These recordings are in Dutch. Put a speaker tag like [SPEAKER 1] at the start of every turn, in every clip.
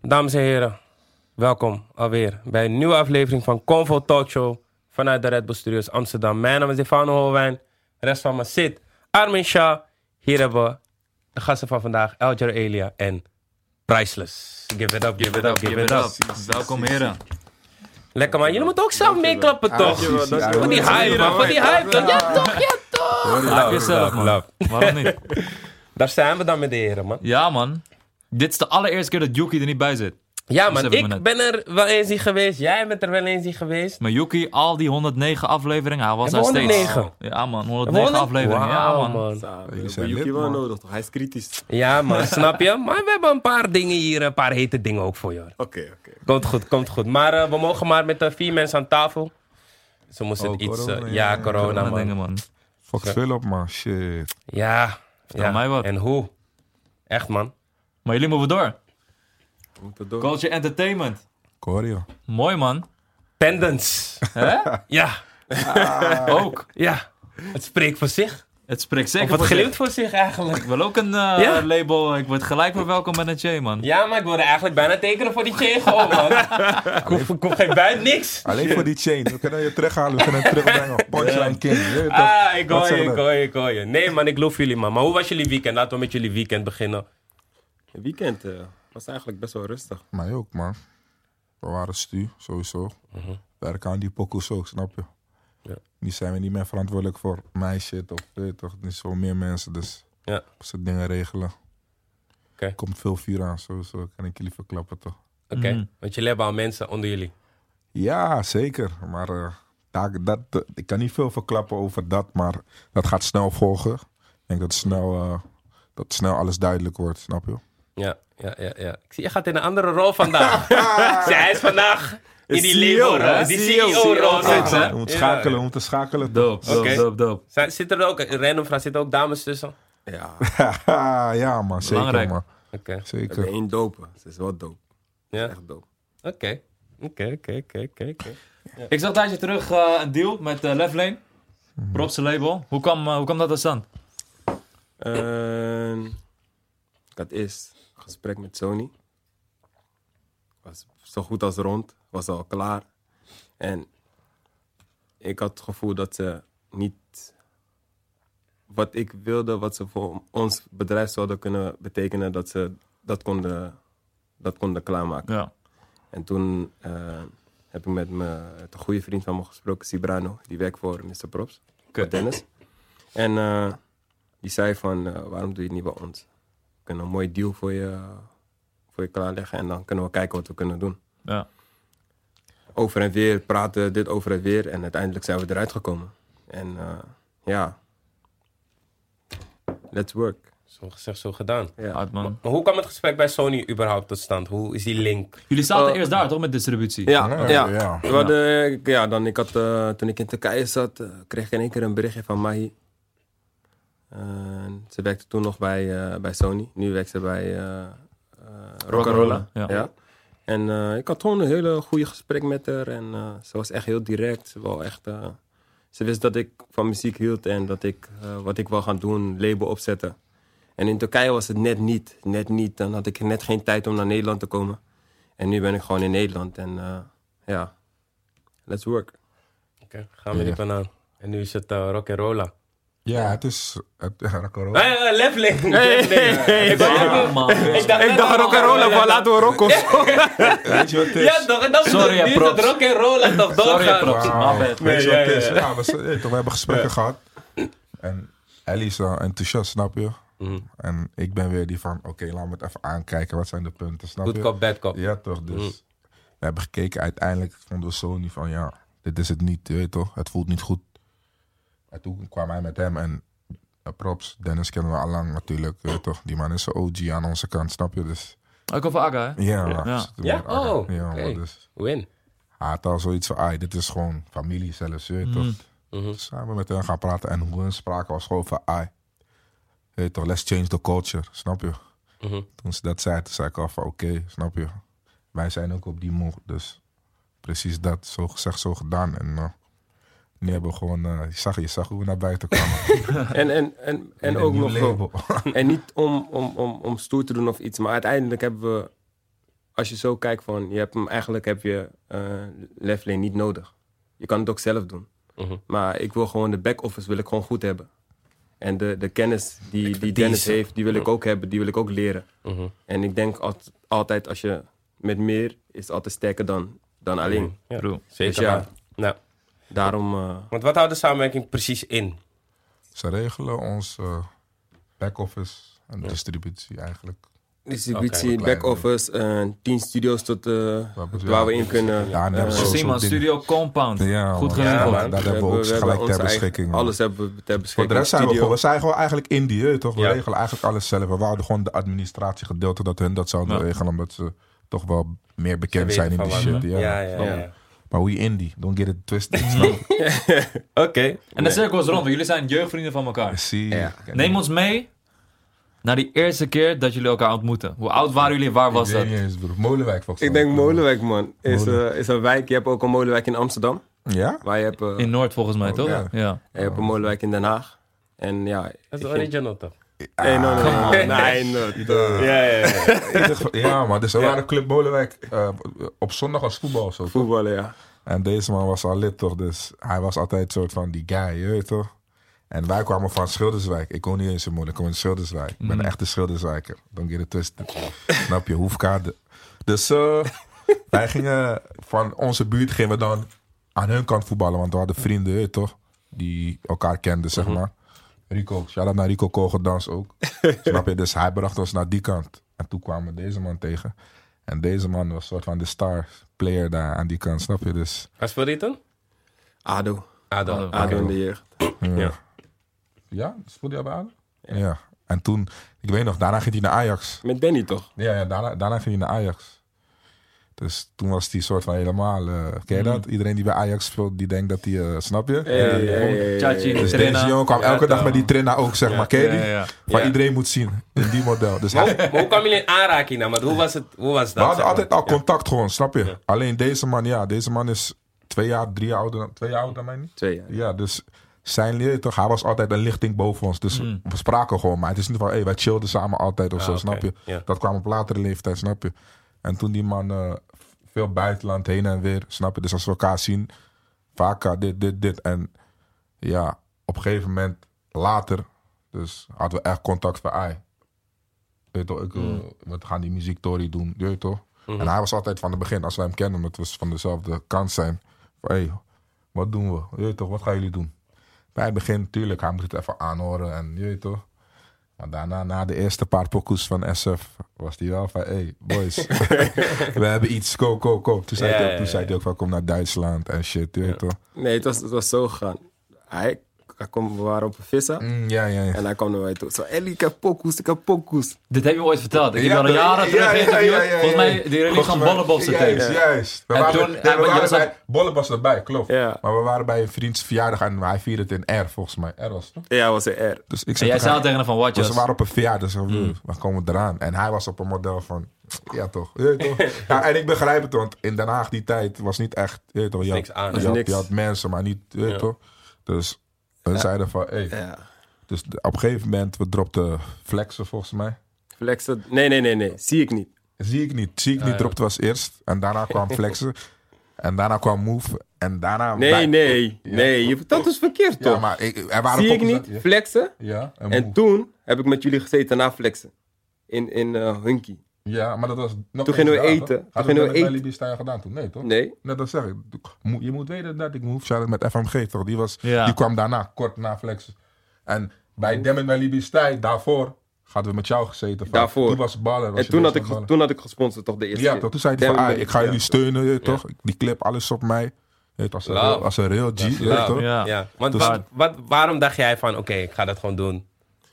[SPEAKER 1] Dames en heren, welkom alweer bij een nieuwe aflevering van Convo Talk Show vanuit de Red Bull Studios Amsterdam. Mijn naam is Stefano Holwijn, de rest van me zit Armin Shah. Hier hebben we de gasten van vandaag, Elger Elia en Priceless. Give it up, give it up, give it up.
[SPEAKER 2] Welkom heren.
[SPEAKER 1] Lekker man, jullie moeten ook zelf meeklappen
[SPEAKER 2] Ah,
[SPEAKER 1] toch?
[SPEAKER 2] dankjewel, dankjewel.
[SPEAKER 1] Van die hype man, van die hype toch? Ja toch, ja toch!
[SPEAKER 2] Laat jezelf man.
[SPEAKER 1] Love.
[SPEAKER 2] Waarom niet?
[SPEAKER 1] Daar zijn we dan met de heren man.
[SPEAKER 2] Ja man. Dit is de allereerste keer dat Yuki er niet bij zit.
[SPEAKER 1] Ja
[SPEAKER 2] Dus
[SPEAKER 1] man,
[SPEAKER 2] hebben we
[SPEAKER 1] ik
[SPEAKER 2] het.
[SPEAKER 1] ben er wel eens in geweest, jij bent er wel eens in geweest.
[SPEAKER 2] Maar Yuki, al die 109 afleveringen, hij was daar
[SPEAKER 1] Hebben we
[SPEAKER 2] steeds.
[SPEAKER 1] 109?
[SPEAKER 2] Ja man, 109 afleveringen. Ja
[SPEAKER 1] Wauw,
[SPEAKER 2] man.
[SPEAKER 3] We
[SPEAKER 4] zijn
[SPEAKER 3] hebben Yuki
[SPEAKER 4] lid,
[SPEAKER 3] wel
[SPEAKER 4] man.
[SPEAKER 3] nodig, toch? Hij is kritisch.
[SPEAKER 1] Ja, man, snap je? Maar we hebben een paar dingen hier, een paar hete dingen ook voor je. hoor.
[SPEAKER 3] Oké, oké.
[SPEAKER 1] Komt goed, komt goed. Maar eh, we mogen maar met eh, vier mensen aan tafel. Ze moesten
[SPEAKER 4] Oh,
[SPEAKER 1] het iets. eh,
[SPEAKER 4] corona,
[SPEAKER 1] ja,
[SPEAKER 4] ja,
[SPEAKER 1] corona,
[SPEAKER 2] Corona
[SPEAKER 1] man.
[SPEAKER 2] dingen man.
[SPEAKER 4] Fuck veel op, man. Shit.
[SPEAKER 1] Ja, ja.
[SPEAKER 2] mij wat.
[SPEAKER 1] En hoe? Echt, man.
[SPEAKER 2] Maar jullie moeten door.
[SPEAKER 3] We moeten door.
[SPEAKER 2] Culture Entertainment.
[SPEAKER 4] Corio.
[SPEAKER 2] Mooi man.
[SPEAKER 1] Pendants.
[SPEAKER 2] Hè?
[SPEAKER 1] Ja, Ah.
[SPEAKER 2] Ook.
[SPEAKER 1] ja. Het spreekt voor zich.
[SPEAKER 2] Het spreekt
[SPEAKER 1] Of
[SPEAKER 2] zeker
[SPEAKER 1] het
[SPEAKER 2] voor zich.
[SPEAKER 1] geluid voor zich eigenlijk.
[SPEAKER 2] Ik wil ook een eh,
[SPEAKER 1] Ja?
[SPEAKER 2] label. Ik word gelijk verwelkomd met een J man.
[SPEAKER 1] Ja, maar ik wilde eigenlijk bijna tekenen voor die tegel, man. ik, hoef, ik hoef geen buit, niks.
[SPEAKER 4] Alleen voor die chain. We kunnen je terughalen. We kunnen hem terugbrengen. Punchline King. Je weet
[SPEAKER 1] Ah,
[SPEAKER 4] toch?
[SPEAKER 1] ik
[SPEAKER 4] Wat
[SPEAKER 1] hoor je,
[SPEAKER 4] zeggen
[SPEAKER 1] ik
[SPEAKER 4] we?
[SPEAKER 1] hoor je, ik hoor je. Nee, man, ik loof jullie, man. Maar hoe was jullie weekend? Laten we met jullie weekend beginnen.
[SPEAKER 3] Het weekend eh, was eigenlijk best wel rustig.
[SPEAKER 4] Mij ook, man. We waren stu, sowieso. Werken aan die pokoes ook, snap je?
[SPEAKER 1] Mhm. Ja.
[SPEAKER 4] Nu zijn we niet meer verantwoordelijk voor mijn shit of weet je toch? Niet zo meer mensen, dus
[SPEAKER 1] Ja.
[SPEAKER 4] we ze dingen regelen.
[SPEAKER 1] Oké.
[SPEAKER 4] Komt veel vuur aan, sowieso. Kan ik jullie verklappen, toch?
[SPEAKER 1] Oké,
[SPEAKER 2] Mhm.
[SPEAKER 1] want jullie hebben al mensen onder jullie.
[SPEAKER 4] Ja, zeker. Maar eh, daar, dat, eh, ik kan niet veel verklappen over dat, maar dat gaat snel volgen. Ik denk dat snel, eh, dat snel alles duidelijk wordt, snap je?
[SPEAKER 1] Ja, ja, ja, ja. Ik zie, je gaat in een andere rol vandaag. Zij is vandaag in
[SPEAKER 3] Is
[SPEAKER 1] die
[SPEAKER 3] CEO,
[SPEAKER 1] leeuwenrol.
[SPEAKER 3] hè? E
[SPEAKER 1] Die E
[SPEAKER 3] CEO.
[SPEAKER 1] CEO-rol
[SPEAKER 2] CEO.
[SPEAKER 1] zit ze.
[SPEAKER 4] Je moet
[SPEAKER 1] Ja.
[SPEAKER 4] schakelen, we moeten schakelen.
[SPEAKER 2] Dope, dope,
[SPEAKER 1] Oké.
[SPEAKER 2] dope, dope.
[SPEAKER 1] Zijn- Zitten er ook, een random vraag, zitten ook dames tussen?
[SPEAKER 3] Ja,
[SPEAKER 4] ja, man, zeker,
[SPEAKER 2] Belangrijk.
[SPEAKER 4] man.
[SPEAKER 1] Oké,
[SPEAKER 3] we hebben
[SPEAKER 4] Zeker.
[SPEAKER 3] één dopen. Ze is wel dope.
[SPEAKER 1] ja.
[SPEAKER 3] Echt dope.
[SPEAKER 1] Oké, oké, oké, oké, oké, oké.
[SPEAKER 2] Ik zag tijdje terug eh, een deal met eh, Left Lane. Propse label. Hoe kwam, eh, hoe kwam dat tot stand?
[SPEAKER 3] Ehm, ik had eerst een gesprek met Sony. Was zo goed als rond. Was al klaar. En ik had het gevoel dat ze niet... Wat ik wilde, wat ze voor ons bedrijf zouden kunnen betekenen... dat ze dat konden, dat konden klaarmaken.
[SPEAKER 2] Ja.
[SPEAKER 3] En toen eh, heb ik met me, met een goede vriend van me gesproken, Sibrano. Die werkt voor Mr. Props,
[SPEAKER 2] Oké.
[SPEAKER 3] voor Dennis. En eh, die zei van, eh, waarom doe je het niet bij ons? We kunnen een mooi deal voor je, voor je klaarleggen en dan kunnen we kijken wat we kunnen doen.
[SPEAKER 2] Ja.
[SPEAKER 3] Over en weer praten, dit over en weer. En uiteindelijk zijn we eruit gekomen. En eh, ja, let's work.
[SPEAKER 1] Zo gezegd, zo gedaan.
[SPEAKER 3] Ja.
[SPEAKER 2] Hard, man.
[SPEAKER 1] Maar hoe kwam het gesprek bij Sony überhaupt tot stand? Hoe is die link?
[SPEAKER 2] Jullie zaten
[SPEAKER 3] Eh,
[SPEAKER 2] eerst daar toch met distributie?
[SPEAKER 3] Ja, ja.
[SPEAKER 4] ja.
[SPEAKER 3] We hadden, ik- ja, dan, ik had, eh, toen ik in Turkije zat, eh, kreeg ik in één keer een berichtje van Mahi. En ze werkte toen nog bij, eh, bij Sony. Nu werkt ze bij eh, eh, Rock'n'Rolla.
[SPEAKER 2] ja.
[SPEAKER 3] Ja. En eh, ik had gewoon een hele goede gesprek met haar. En eh, ze was echt heel direct. Ze, wou echt, eh, ze wist dat ik van muziek hield en dat ik eh, wat ik wil gaan doen, label opzetten. En in Turkije was het net niet. Net niet. Dan had ik net geen tijd om naar Nederland te komen. En nu ben ik gewoon in Nederland. En eh, ja, let's work.
[SPEAKER 1] Oké, gaan we die
[SPEAKER 4] Ja.
[SPEAKER 1] banaan. En nu is het eh, rock and rolla.
[SPEAKER 4] Ja, het is... Het, corona.
[SPEAKER 1] Hey, eh, Left Lane. Left Lane. Ik
[SPEAKER 2] Ja,
[SPEAKER 1] dacht-
[SPEAKER 2] man.
[SPEAKER 3] Ik dacht rock and roll, maar laten we rock of zo.
[SPEAKER 4] Weet je wat het is?
[SPEAKER 1] Ja, toch? En dan nu
[SPEAKER 2] Sorry,
[SPEAKER 1] is het
[SPEAKER 2] props.
[SPEAKER 1] rock and roll toch
[SPEAKER 2] Sorry,
[SPEAKER 1] doorgaan.
[SPEAKER 2] props.
[SPEAKER 4] Wauw.
[SPEAKER 2] My bad.
[SPEAKER 4] Weet je
[SPEAKER 1] Nee, ja,
[SPEAKER 4] wat het is?
[SPEAKER 1] ja,
[SPEAKER 4] Ja, we, z- eh, toch, we hebben gesprekken gehad. En Ellie is wel enthousiast, snap je?
[SPEAKER 1] Mhm.
[SPEAKER 4] En ik ben weer die van, oké, laten we het even aankijken. Wat zijn de punten, snap
[SPEAKER 1] Good
[SPEAKER 4] je?
[SPEAKER 1] cop, bad cop.
[SPEAKER 4] Ja, toch? Dus we hebben gekeken. Uiteindelijk vonden we Sony van ja, dit is het niet, je weet toch? Het voelt niet goed. En toen kwam hij met hem en eh, props. Dennis kennen we al lang natuurlijk, je weet toch? Die man is een OG aan onze kant, snap je? Dus
[SPEAKER 2] Ook over Aga, hè?
[SPEAKER 4] ja, dus maar
[SPEAKER 2] Ja.
[SPEAKER 4] ze doen
[SPEAKER 1] Ja?
[SPEAKER 4] weer aan.
[SPEAKER 1] Oh,
[SPEAKER 4] ja,
[SPEAKER 1] oké.
[SPEAKER 4] maar dus
[SPEAKER 1] Win.
[SPEAKER 4] hij had al zoiets van, ah, dit is gewoon familie zelfs, je weet toch?
[SPEAKER 1] Mhm.
[SPEAKER 4] Dus zijn we met hen gaan praten en hoe hun spraken was gewoon van, ah, je weet toch? Let's change the culture, snap je?
[SPEAKER 1] Mhm.
[SPEAKER 4] Toen ze dat zei, toen zei ik al van oké, snap je. Wij zijn ook op die moed, dus precies dat, zo gezegd, zo gedaan. En eh nu hebben we gewoon, eh, je, zag, je zag hoe we naar buiten kwamen.
[SPEAKER 3] En, en, en, en
[SPEAKER 4] Een
[SPEAKER 3] ook
[SPEAKER 4] nieuw
[SPEAKER 3] nog
[SPEAKER 4] label.
[SPEAKER 3] En niet om, om, om, om stoer te doen of iets, maar uiteindelijk hebben we als je zo kijkt van, je hebt hem, eigenlijk heb je eh Leflane niet nodig. Je kan het ook zelf doen.
[SPEAKER 1] Mhm.
[SPEAKER 3] Maar ik wil gewoon de back-office wil ik gewoon goed hebben. En de, de kennis die, die Dennis
[SPEAKER 1] Expertise.
[SPEAKER 3] heeft, die wil ik ook hebben. Die wil ik ook leren.
[SPEAKER 1] Mhm.
[SPEAKER 3] En ik denk alt- altijd als je met meer is altijd sterker dan, dan alleen.
[SPEAKER 1] Mhm. Ja.
[SPEAKER 2] True.
[SPEAKER 1] Zeker.
[SPEAKER 3] Dus ja.
[SPEAKER 1] waar. Nou,
[SPEAKER 3] Daarom, eh,
[SPEAKER 1] want wat houdt de samenwerking precies in?
[SPEAKER 4] Ze regelen ons eh, back-office en distributie eigenlijk.
[SPEAKER 3] distributie,
[SPEAKER 4] Oké.
[SPEAKER 3] back-office, eh, tien studio's tot, eh, waar we in kunnen.
[SPEAKER 4] Ja, en daar hebben
[SPEAKER 3] eh,
[SPEAKER 4] we
[SPEAKER 2] Precies
[SPEAKER 4] zo'n
[SPEAKER 2] man,
[SPEAKER 4] ding.
[SPEAKER 2] Studio Compound.
[SPEAKER 4] Ja,
[SPEAKER 2] Goed
[SPEAKER 4] man.
[SPEAKER 2] geregeld.
[SPEAKER 1] Ja, man.
[SPEAKER 4] Daar hebben we
[SPEAKER 3] hebben-
[SPEAKER 4] ook
[SPEAKER 3] hebben
[SPEAKER 4] gelijk ter
[SPEAKER 3] onze eigen-
[SPEAKER 4] beschikking. man.
[SPEAKER 3] Alles hebben we ter
[SPEAKER 4] Voor
[SPEAKER 3] beschikking.
[SPEAKER 4] de rest zijn we
[SPEAKER 3] Studio.
[SPEAKER 4] gewoon, we zijn gewoon eigenlijk Indië, je weet toch? We
[SPEAKER 1] Ja.
[SPEAKER 4] regelen eigenlijk alles zelf. We wouden gewoon de administratiegedeelte dat hun dat zouden
[SPEAKER 2] Ja.
[SPEAKER 4] regelen, omdat ze toch wel meer bekend
[SPEAKER 1] Weten
[SPEAKER 4] zijn in
[SPEAKER 1] van
[SPEAKER 4] die
[SPEAKER 1] wat,
[SPEAKER 4] shit.
[SPEAKER 1] hè? Ja,
[SPEAKER 4] Ja.
[SPEAKER 1] ja, ja.
[SPEAKER 3] Ja.
[SPEAKER 4] Maar we Indie, don't get it twisted. man.
[SPEAKER 1] Oké.
[SPEAKER 2] En de cirkel is rond, want jullie zijn jeugdvrienden van elkaar.
[SPEAKER 4] Zie.
[SPEAKER 3] Ja.
[SPEAKER 2] Neem ons mee naar die eerste keer dat jullie elkaar ontmoeten. Hoe oud waren jullie en waar was
[SPEAKER 4] Ik
[SPEAKER 2] dat?
[SPEAKER 4] weet niet eens, broer. Molenwijk volgens
[SPEAKER 3] Ik
[SPEAKER 4] mij.
[SPEAKER 3] denk Molenwijk, man. Is,
[SPEAKER 4] Molen-
[SPEAKER 3] eh, is een wijk. Je hebt ook een Molenwijk in Amsterdam.
[SPEAKER 4] Ja?
[SPEAKER 3] Waar je hebt, eh,
[SPEAKER 2] In Noord volgens mij, toch?
[SPEAKER 4] ja.
[SPEAKER 2] Ja.
[SPEAKER 3] je hebt een Molenwijk in Den Haag. En ja...
[SPEAKER 1] Dat is
[SPEAKER 3] ik-
[SPEAKER 1] de original toch?
[SPEAKER 3] Nee, no, no,
[SPEAKER 2] Come
[SPEAKER 3] no,
[SPEAKER 2] on.
[SPEAKER 3] nee, nee, nee.
[SPEAKER 1] Ja, ja, ja.
[SPEAKER 4] In ieder geval- ja, man. Dus we waren Club Molenwijk. eh, op zondag was voetbal of zo. toch?
[SPEAKER 3] Voetballen, ja.
[SPEAKER 4] En deze man was al lid, toch? Dus hij was altijd soort van die guy, je weet toch? En wij kwamen van Schilderswijk. Ik woon niet eens in Molen, ik kom in Schilderswijk. Ik ben een echte Schilderswijker. Dan get it twisted. Snap je? Hoefkade. Dus eh, wij gingen van onze buurt gingen we dan aan hun kant voetballen. Want we hadden vrienden, je weet toch? Die elkaar kenden, zeg maar. Rico, shout-out naar Rico Kogeldans ook. Snap je? Dus hij bracht ons naar die kant. En toen kwamen we deze man tegen. En deze man was soort van de star player daar aan die kant, snap je? Dus
[SPEAKER 1] Waar speelde je toen?
[SPEAKER 3] ADO.
[SPEAKER 1] Ado.
[SPEAKER 3] ADO in de jeugd.
[SPEAKER 4] Ja. Ja, speelde hij bij ADO? Ja. En toen, ik weet nog, daarna ging hij naar Ajax.
[SPEAKER 3] Met Benny, toch?
[SPEAKER 4] Ja, ja daarna, daarna ging hij naar Ajax. Dus toen was hij soort van helemaal... eh ken je dat? Iedereen die bij Ajax speelt, die denkt dat hij... eh, snap je?
[SPEAKER 3] Ja, ja, ja, ja, ja.
[SPEAKER 2] Chachi,
[SPEAKER 4] Dus
[SPEAKER 2] Trena.
[SPEAKER 4] deze jongen kwam
[SPEAKER 1] Ja,
[SPEAKER 4] elke dag
[SPEAKER 1] toch.
[SPEAKER 4] met die trainer ook, zeg maar. Ken je die?
[SPEAKER 2] Ja, ja.
[SPEAKER 4] Van
[SPEAKER 3] Ja.
[SPEAKER 4] iedereen moet zien, in die model. Dus hij,
[SPEAKER 1] Maar hoe kwam jullie in aanraking dan? Want hoe was, het, hoe was dat?
[SPEAKER 4] we hadden
[SPEAKER 1] zeg maar?
[SPEAKER 4] altijd al contact gewoon, snap je? Alleen deze man, ja, deze man is twee jaar, drie jaar ouder, dan- twee jaar ouder dan mij niet.
[SPEAKER 3] Twee jaar.
[SPEAKER 4] Ja, dus zijn leer toch, hij was altijd een lichting boven ons. Dus we spraken gewoon, maar het is niet van, hey, wij chillden samen altijd of zo,
[SPEAKER 1] Hmm. Ah, oké.
[SPEAKER 4] snap je?
[SPEAKER 1] Ja.
[SPEAKER 4] Dat kwam op latere leeftijd, snap je? En toen die man eh, veel buitenland heen en weer, snap je? Dus als we elkaar zien, vaak eh, dit, dit, dit. En ja, op een gegeven moment later, dus hadden we echt contact van, ai, weet je toch, ik, eh,
[SPEAKER 1] Mm.
[SPEAKER 4] we gaan die muziektory doen, je weet toch?
[SPEAKER 1] Mhm.
[SPEAKER 4] En hij was altijd van het begin, als wij hem kennen, omdat we van dezelfde kant zijn, van, hey, wat doen we? Je weet toch, wat gaan jullie doen? Bij het begin, tuurlijk, hij moet het even aanhoren en je weet toch. Maar daarna, na de eerste paar pokoes van SF, was hij wel van, hey boys, we hebben iets, go, go, go. Toen zei
[SPEAKER 1] Ja,
[SPEAKER 4] hij ook-
[SPEAKER 1] ja,
[SPEAKER 4] toen
[SPEAKER 1] ja,
[SPEAKER 4] zei hij ook van, kom naar Duitsland en shit, je weet toch.
[SPEAKER 3] Nee, het was, het was zo gegaan. Hij, hij kwam, we waren op een vissen.
[SPEAKER 4] Mm, ja, ja, ja.
[SPEAKER 3] En hij kwam naar mij toe. Zo, Ellie, ik heb pokoes, ik heb pokoes.
[SPEAKER 2] Dit heb je me ooit verteld. Ik heb
[SPEAKER 4] Ja,
[SPEAKER 2] je al
[SPEAKER 4] ja,
[SPEAKER 2] jaren terug
[SPEAKER 4] ja, ja,
[SPEAKER 2] geïnterviewd.
[SPEAKER 4] ja, ja, ja.
[SPEAKER 2] Volgens mij, die jullie gaan
[SPEAKER 4] Volgens mij-
[SPEAKER 2] bollenboksen
[SPEAKER 4] Juist,
[SPEAKER 2] tegen.
[SPEAKER 4] juist. We
[SPEAKER 2] En
[SPEAKER 4] waren,
[SPEAKER 2] toen-
[SPEAKER 4] nee,
[SPEAKER 2] hij-
[SPEAKER 4] we
[SPEAKER 2] jij
[SPEAKER 4] waren
[SPEAKER 2] zat-
[SPEAKER 4] bij, Bolle was erbij, klopt.
[SPEAKER 3] Ja.
[SPEAKER 4] Maar we waren bij een vriends verjaardag en hij vierde het in R, volgens mij. R was het, toch?
[SPEAKER 3] Ja, hij was een R.
[SPEAKER 4] Dus ik
[SPEAKER 2] En jij
[SPEAKER 4] zei tegen
[SPEAKER 2] zei Hmm.
[SPEAKER 4] haar-
[SPEAKER 2] al tegen hem van
[SPEAKER 4] Dus ze
[SPEAKER 2] watjes.
[SPEAKER 4] waren op een verjaardag, dus we we komen eraan. En hij was op een model van, ja toch, je weet toch. Ja, en ik begrijp het, want in Den Haag die tijd was niet echt, je weet toch. Je
[SPEAKER 1] niks aan,
[SPEAKER 4] je
[SPEAKER 1] hè?
[SPEAKER 4] had,
[SPEAKER 3] Niks.
[SPEAKER 4] je had mensen, maar niet, je weet toch. Dus we zeiden van, hé.
[SPEAKER 3] Ja.
[SPEAKER 4] Dus de- op een gegeven moment, we dropten flexen volgens mij.
[SPEAKER 3] Flexen. Nee, nee, nee, nee. Zie ik niet.
[SPEAKER 4] Zie ik niet. Zie ik
[SPEAKER 3] Ah,
[SPEAKER 4] niet dropte was eerst. En daarna kwam flexen. en daarna kwam move. En daarna...
[SPEAKER 3] Nee,
[SPEAKER 4] wij-
[SPEAKER 3] nee. Nee, je vertelt dus verkeerd,
[SPEAKER 4] Ja,
[SPEAKER 3] toch?
[SPEAKER 4] maar ik, er waren
[SPEAKER 3] Zie ik
[SPEAKER 4] poppers
[SPEAKER 3] niet,
[SPEAKER 4] dat-
[SPEAKER 3] flexen.
[SPEAKER 4] Ja, en,
[SPEAKER 3] En
[SPEAKER 4] move.
[SPEAKER 3] toen heb ik met jullie gezeten na flexen. In, in eh, Hunky.
[SPEAKER 4] Ja, maar dat was... Nog
[SPEAKER 3] Toen gingen we eten. Toen
[SPEAKER 4] Hadden
[SPEAKER 3] gingen we
[SPEAKER 4] we dat bij
[SPEAKER 3] eten.
[SPEAKER 4] Libby Stijn gedaan toen? Nee, toch?
[SPEAKER 3] Nee.
[SPEAKER 4] Net als zeg ik. Mo- Je moet weten dat ik move shout met FMG toch? Die, was,
[SPEAKER 2] Ja.
[SPEAKER 4] die kwam daarna, kort na flexen. En bij Dem en bij Libby Stijn, daarvoor, hadden we met jou gezeten. vaak.
[SPEAKER 3] Daarvoor.
[SPEAKER 4] Toen was baller. was
[SPEAKER 3] En
[SPEAKER 4] je
[SPEAKER 3] toen had,
[SPEAKER 4] bezig
[SPEAKER 3] ik,
[SPEAKER 4] met ballen.
[SPEAKER 3] toen had ik gesponsord, toch de eerste
[SPEAKER 4] Ja,
[SPEAKER 3] keer.
[SPEAKER 4] toch? toen zei hij van,
[SPEAKER 3] Damn,
[SPEAKER 4] ah,
[SPEAKER 3] man.
[SPEAKER 4] ik ga jullie
[SPEAKER 3] Ja.
[SPEAKER 4] steunen, je weet toch? Die clip, alles op mij. Je weet, als, een
[SPEAKER 1] Love.
[SPEAKER 4] real, als een real G, je weet
[SPEAKER 1] love,
[SPEAKER 4] toch?
[SPEAKER 2] Ja.
[SPEAKER 1] Ja, want
[SPEAKER 4] Dus-
[SPEAKER 1] wat, wat, waarom dacht jij van, oké, ik ga dat gewoon doen.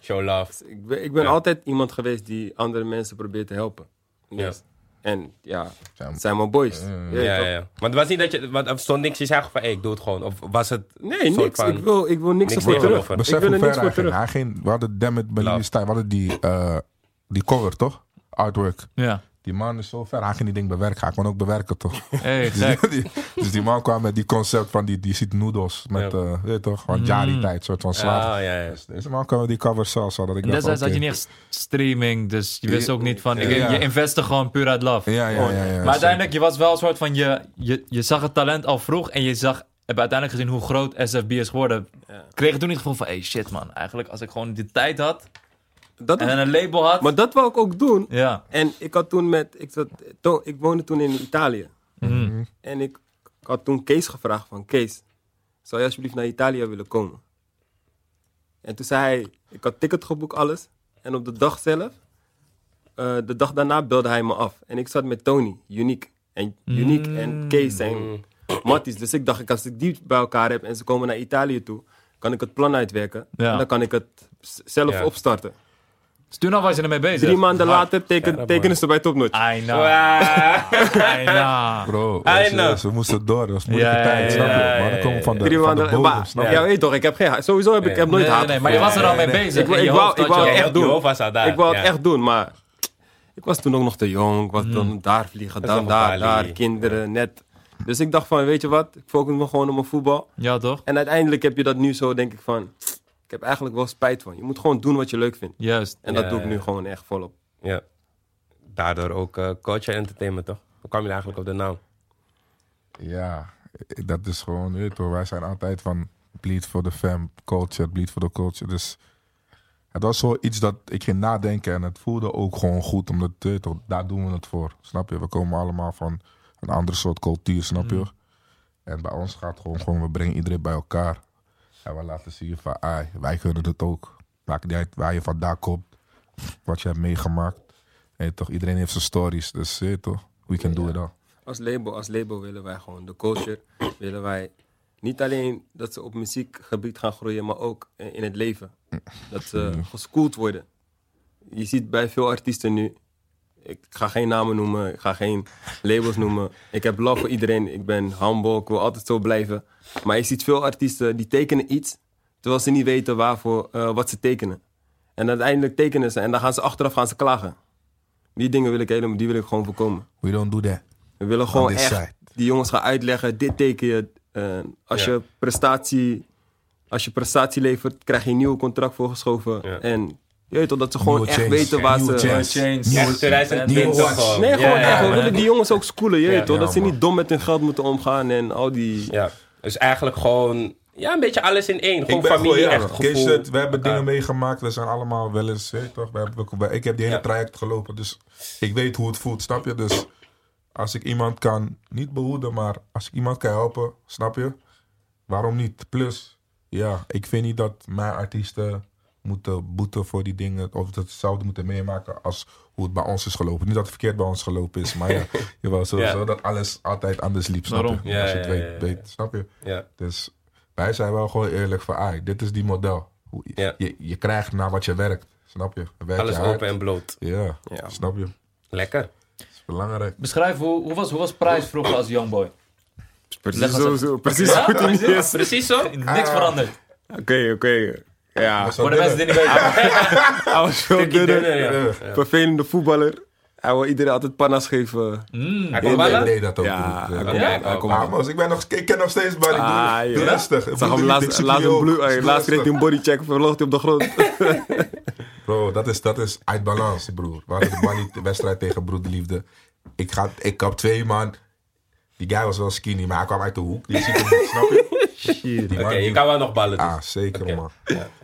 [SPEAKER 1] Show love.
[SPEAKER 3] Dus Ik ben, ik ben altijd iemand geweest die andere mensen probeert te helpen. Dus- En ja,
[SPEAKER 4] Zijn-
[SPEAKER 3] het zijn mijn boys. Je weet
[SPEAKER 1] Ja,
[SPEAKER 3] toch?
[SPEAKER 1] ja, ja. Maar het was niet dat je, want er stond niks, je zei gewoon van, hey, ik doe het gewoon. Of was het
[SPEAKER 3] Nee,
[SPEAKER 1] soort
[SPEAKER 3] niks.
[SPEAKER 1] van-
[SPEAKER 3] Ik wil, ik wil niks,
[SPEAKER 1] niks
[SPEAKER 3] ervoor terug.
[SPEAKER 1] tegenover.
[SPEAKER 4] Besef
[SPEAKER 3] ik wil
[SPEAKER 4] hoe
[SPEAKER 3] er
[SPEAKER 4] ver
[SPEAKER 3] niks
[SPEAKER 4] hij
[SPEAKER 3] voor
[SPEAKER 4] ging.
[SPEAKER 3] terug.
[SPEAKER 4] Hij ging. We hadden Dammit bij
[SPEAKER 1] Love.
[SPEAKER 4] Lily Stein. We hadden die, eh, die cover, toch? Artwork.
[SPEAKER 2] Ja.
[SPEAKER 4] Die man is zo ver. Hij ging die ding bewerken. Hij kon ook bewerken, toch?
[SPEAKER 2] Hey,
[SPEAKER 4] Dus
[SPEAKER 2] gek.
[SPEAKER 4] die, dus die man kwam met die concept van die, die ziet noedels met,
[SPEAKER 1] Ja.
[SPEAKER 4] eh, weet je toch, gewoon Jari-tijd, soort van slaven.
[SPEAKER 1] Ah, ja, ja.
[SPEAKER 4] Dus deze man kwam met die cover zelfs al. Dat ik eh,
[SPEAKER 2] En
[SPEAKER 4] dacht,
[SPEAKER 2] destijds had je
[SPEAKER 4] oké.
[SPEAKER 2] niet echt streaming, dus je wist
[SPEAKER 4] Ja.
[SPEAKER 2] ook niet van... ik-
[SPEAKER 4] Ja.
[SPEAKER 2] Je investte gewoon puur uit love.
[SPEAKER 4] Ja,
[SPEAKER 3] Oh,
[SPEAKER 4] ja, ja. ja,
[SPEAKER 2] maar uiteindelijk, je was wel een soort van... Je, je, je zag het talent al vroeg en je zag... Heb uiteindelijk gezien hoe groot SFB is geworden.
[SPEAKER 3] Ja.
[SPEAKER 2] Kreeg ik toen niet het gevoel van... Hey, shit man. Eigenlijk als ik gewoon die tijd had
[SPEAKER 3] Dat
[SPEAKER 2] en eh, een label had...
[SPEAKER 3] maar dat wou ik ook doen.
[SPEAKER 2] Ja.
[SPEAKER 3] En ik had toen met, ik, zat, to- ik woonde toen in Italië.
[SPEAKER 2] Mhm.
[SPEAKER 3] En ik, ik had toen Kees gevraagd van, Kees, zou je alsjeblieft naar Italië willen komen? En toen zei hij, ik had ticket geboekt, alles. En op de dag zelf, eh, de dag daarna belde hij me af. En ik zat met Tony, Unique. En Unique
[SPEAKER 2] Mm.
[SPEAKER 3] en Kees
[SPEAKER 1] Mm.
[SPEAKER 3] zijn matties. Dus ik dacht, als ik die bij elkaar heb en ze komen naar Italië toe, kan ik het plan uitwerken.
[SPEAKER 2] Ja.
[SPEAKER 3] En dan kan ik het s- zelf
[SPEAKER 1] Ja.
[SPEAKER 3] opstarten.
[SPEAKER 2] Dus toen al was je ermee bezig.
[SPEAKER 3] Drie maanden
[SPEAKER 2] Hard.
[SPEAKER 3] later teken,
[SPEAKER 1] Ja, Ah.
[SPEAKER 3] tekenen ze bij Topnotch.
[SPEAKER 2] I know.
[SPEAKER 1] Wauw.
[SPEAKER 2] I know.
[SPEAKER 4] Bro,
[SPEAKER 1] Hij
[SPEAKER 4] ze,
[SPEAKER 1] nou.
[SPEAKER 4] ze moesten door. Dat was moeilijke
[SPEAKER 2] Ja, ja,
[SPEAKER 4] tijd, snap je?
[SPEAKER 1] ja,
[SPEAKER 4] Maar
[SPEAKER 1] ja,
[SPEAKER 4] dan komen we van de,
[SPEAKER 3] Drie
[SPEAKER 4] van de
[SPEAKER 3] maanden.
[SPEAKER 4] bodem,
[SPEAKER 3] maar,
[SPEAKER 4] snap je?
[SPEAKER 3] ja, weet je toch, ik heb geen haat. Sowieso heb ik, ik heb nooit
[SPEAKER 2] Nee, nee,
[SPEAKER 3] haat.
[SPEAKER 2] nee, maar je was er al mee bezig.
[SPEAKER 3] Ik wou-
[SPEAKER 2] In je
[SPEAKER 3] ik wou-
[SPEAKER 2] hoofd
[SPEAKER 3] ik
[SPEAKER 2] had je
[SPEAKER 3] wou
[SPEAKER 2] al-
[SPEAKER 3] echt doen.
[SPEAKER 1] Jehovah staat daar.
[SPEAKER 3] ik wou het
[SPEAKER 1] ja. Mm.
[SPEAKER 3] echt doen, maar ik was toen ook nog te jong. Ik was dan daar vliegen,
[SPEAKER 1] Dat is
[SPEAKER 3] dan
[SPEAKER 1] nog een
[SPEAKER 3] daar,
[SPEAKER 1] paar
[SPEAKER 3] daar,
[SPEAKER 1] linie.
[SPEAKER 3] kinderen, net. Dus ik dacht van, weet je wat, ik focus me gewoon op mijn voetbal.
[SPEAKER 2] Ja, toch?
[SPEAKER 3] En uiteindelijk heb je dat nu zo, denk ik van, ik heb eigenlijk wel spijt van. Je moet gewoon doen wat je leuk vindt.
[SPEAKER 2] Juist.
[SPEAKER 3] En
[SPEAKER 1] Ja,
[SPEAKER 3] dat doe ik
[SPEAKER 1] ja.
[SPEAKER 3] nu gewoon echt volop.
[SPEAKER 1] Ja. Daardoor ook eh Coach Entertainment, toch? Hoe kwam je eigenlijk op de naam?
[SPEAKER 4] Ja, dat is gewoon, weet je toch, wij zijn altijd van bleed for the fam, culture, bleed for the culture. Dus het was zo iets dat ik ging nadenken en het voelde ook gewoon goed, omdat weet je toch, daar doen we het voor. Snap je? We komen allemaal van een andere soort cultuur, snap je? En bij ons gaat gewoon, gewoon, we brengen iedereen bij elkaar. En we laten zien van, ai, wij kunnen het ook. Maakt niet uit waar je vandaan komt, wat je hebt meegemaakt. Weet je toch, iedereen heeft zijn stories, dus weet je toch, we can do it all.
[SPEAKER 3] Als label, als label willen wij gewoon de culture. willen wij niet alleen dat ze op muziekgebied gaan groeien, maar ook eh, in het leven. Dat ze geschoold worden. Je ziet bij veel artiesten nu. Ik ga geen namen noemen, ik ga geen labels noemen. Ik heb love voor iedereen, ik ben humble, ik wil altijd zo blijven. Maar je ziet veel artiesten die tekenen iets, terwijl ze niet weten waarvoor, eh, wat ze tekenen. En uiteindelijk tekenen ze en dan gaan ze achteraf gaan ze klagen. Die dingen wil ik helemaal, die wil ik gewoon voorkomen.
[SPEAKER 4] We don't do that.
[SPEAKER 3] We willen gewoon
[SPEAKER 4] this
[SPEAKER 3] echt
[SPEAKER 4] side.
[SPEAKER 3] die jongens gaan uitleggen. Dit teken je. eh, als,
[SPEAKER 1] Ja.
[SPEAKER 3] je prestatie, als je prestatie levert, krijg je een nieuw contract voorgeschoven.
[SPEAKER 1] Ja.
[SPEAKER 3] En je weet toch, dat ze gewoon
[SPEAKER 4] Nieuwe
[SPEAKER 3] echt
[SPEAKER 4] change.
[SPEAKER 3] weten waar
[SPEAKER 4] Nieuwe
[SPEAKER 3] ze...
[SPEAKER 4] change.
[SPEAKER 2] Change.
[SPEAKER 1] Echt 2020
[SPEAKER 4] Nieuwe
[SPEAKER 1] gewoon.
[SPEAKER 3] Nee, gewoon
[SPEAKER 1] Ja,
[SPEAKER 3] echt.
[SPEAKER 1] ja,
[SPEAKER 3] We
[SPEAKER 1] man.
[SPEAKER 3] willen die jongens ook schoolen. Je
[SPEAKER 1] Ja.
[SPEAKER 3] weet toch,
[SPEAKER 4] Ja,
[SPEAKER 3] dat ze
[SPEAKER 4] man.
[SPEAKER 3] niet dom met hun geld moeten omgaan en al die...
[SPEAKER 1] Ja. Dus eigenlijk gewoon, ja, een beetje alles in één. Gewoon
[SPEAKER 4] Ik ben
[SPEAKER 1] familie,
[SPEAKER 4] gewoon, ja,
[SPEAKER 1] echt
[SPEAKER 4] Kees,
[SPEAKER 1] gevoel.
[SPEAKER 4] het- we hebben dingen meegemaakt. We zijn allemaal wel eens, weet je toch? We hebben, we- ik heb die hele
[SPEAKER 1] Ja.
[SPEAKER 4] traject gelopen, dus ik weet hoe het voelt, snap je? Dus als ik iemand kan, niet behoeden, maar als ik iemand kan helpen, snap je? Waarom niet? Plus, ja, ik vind niet dat mijn artiesten moeten boeten voor die dingen. Of dat ze hetzelfde moeten meemaken als hoe het bij ons is gelopen. Niet dat het verkeerd bij ons gelopen is, maar ja, jawel, sowieso
[SPEAKER 1] Ja.
[SPEAKER 4] dat alles altijd anders liep, snap
[SPEAKER 2] Daarom.
[SPEAKER 4] je?
[SPEAKER 1] Ja,
[SPEAKER 4] als je het
[SPEAKER 1] ja,
[SPEAKER 4] weet,
[SPEAKER 1] ja, ja.
[SPEAKER 4] weet, snap je?
[SPEAKER 1] Ja.
[SPEAKER 4] Dus wij zijn wel gewoon eerlijk van, ah, dit is die model. Hoe-
[SPEAKER 1] Ja.
[SPEAKER 4] Je, je krijgt naar wat je werkt, snap je? Werk
[SPEAKER 1] Alles
[SPEAKER 4] je hard.
[SPEAKER 1] open en bloot.
[SPEAKER 4] Ja,
[SPEAKER 3] Ja.
[SPEAKER 4] snap je? Dat
[SPEAKER 1] Lekker.
[SPEAKER 4] is belangrijk.
[SPEAKER 2] Beschrijf, hoe, hoe, was, hoe was Prijs vroeger als Youngboy? Leg
[SPEAKER 3] Precies
[SPEAKER 2] eens
[SPEAKER 3] zo,
[SPEAKER 2] even-
[SPEAKER 3] zo, precies
[SPEAKER 2] Ja?
[SPEAKER 3] goed in die is.
[SPEAKER 1] Precies zo?
[SPEAKER 3] Ah.
[SPEAKER 2] Niks veranderd.
[SPEAKER 3] Oké, oké. Ja,
[SPEAKER 4] Zo
[SPEAKER 2] Voor de
[SPEAKER 4] dunner.
[SPEAKER 2] mensen die niet weten.
[SPEAKER 3] hij was veel
[SPEAKER 1] Tikkie
[SPEAKER 3] dunner.
[SPEAKER 1] dunner, ja.
[SPEAKER 4] Ja.
[SPEAKER 3] Vervelende voetballer. Hij wil iedereen altijd pannas geven.
[SPEAKER 1] Hij
[SPEAKER 4] Ik
[SPEAKER 1] kon ballen?
[SPEAKER 4] deed dat ook.
[SPEAKER 3] Ja,
[SPEAKER 4] toen.
[SPEAKER 3] hij
[SPEAKER 1] Ja,
[SPEAKER 3] komt- hij
[SPEAKER 1] ook.
[SPEAKER 3] komt
[SPEAKER 4] Ah, Mos, ik, ben nog, ik ken nog steeds Barry. Doe-
[SPEAKER 3] Ah,
[SPEAKER 4] doe,
[SPEAKER 3] joh.
[SPEAKER 4] rustig.
[SPEAKER 3] Ik Zag hem laatst, laatst, een blue, eh, laatst kreeg hij een bodycheck, verloog hij op de grond.
[SPEAKER 4] Bro, dat is, dat is uit balans, broer. We hadden de Bali- de wedstrijd tegen Broederliefde. Ik, ga, ik kap twee man. Die guy was wel skinny, maar hij kwam uit de hoek. Die ziet hem niet, snap je? Die man
[SPEAKER 1] Oké, je
[SPEAKER 4] die-
[SPEAKER 1] kan wel nog ballen doen.
[SPEAKER 4] Ah, zeker
[SPEAKER 1] Oké.
[SPEAKER 4] man.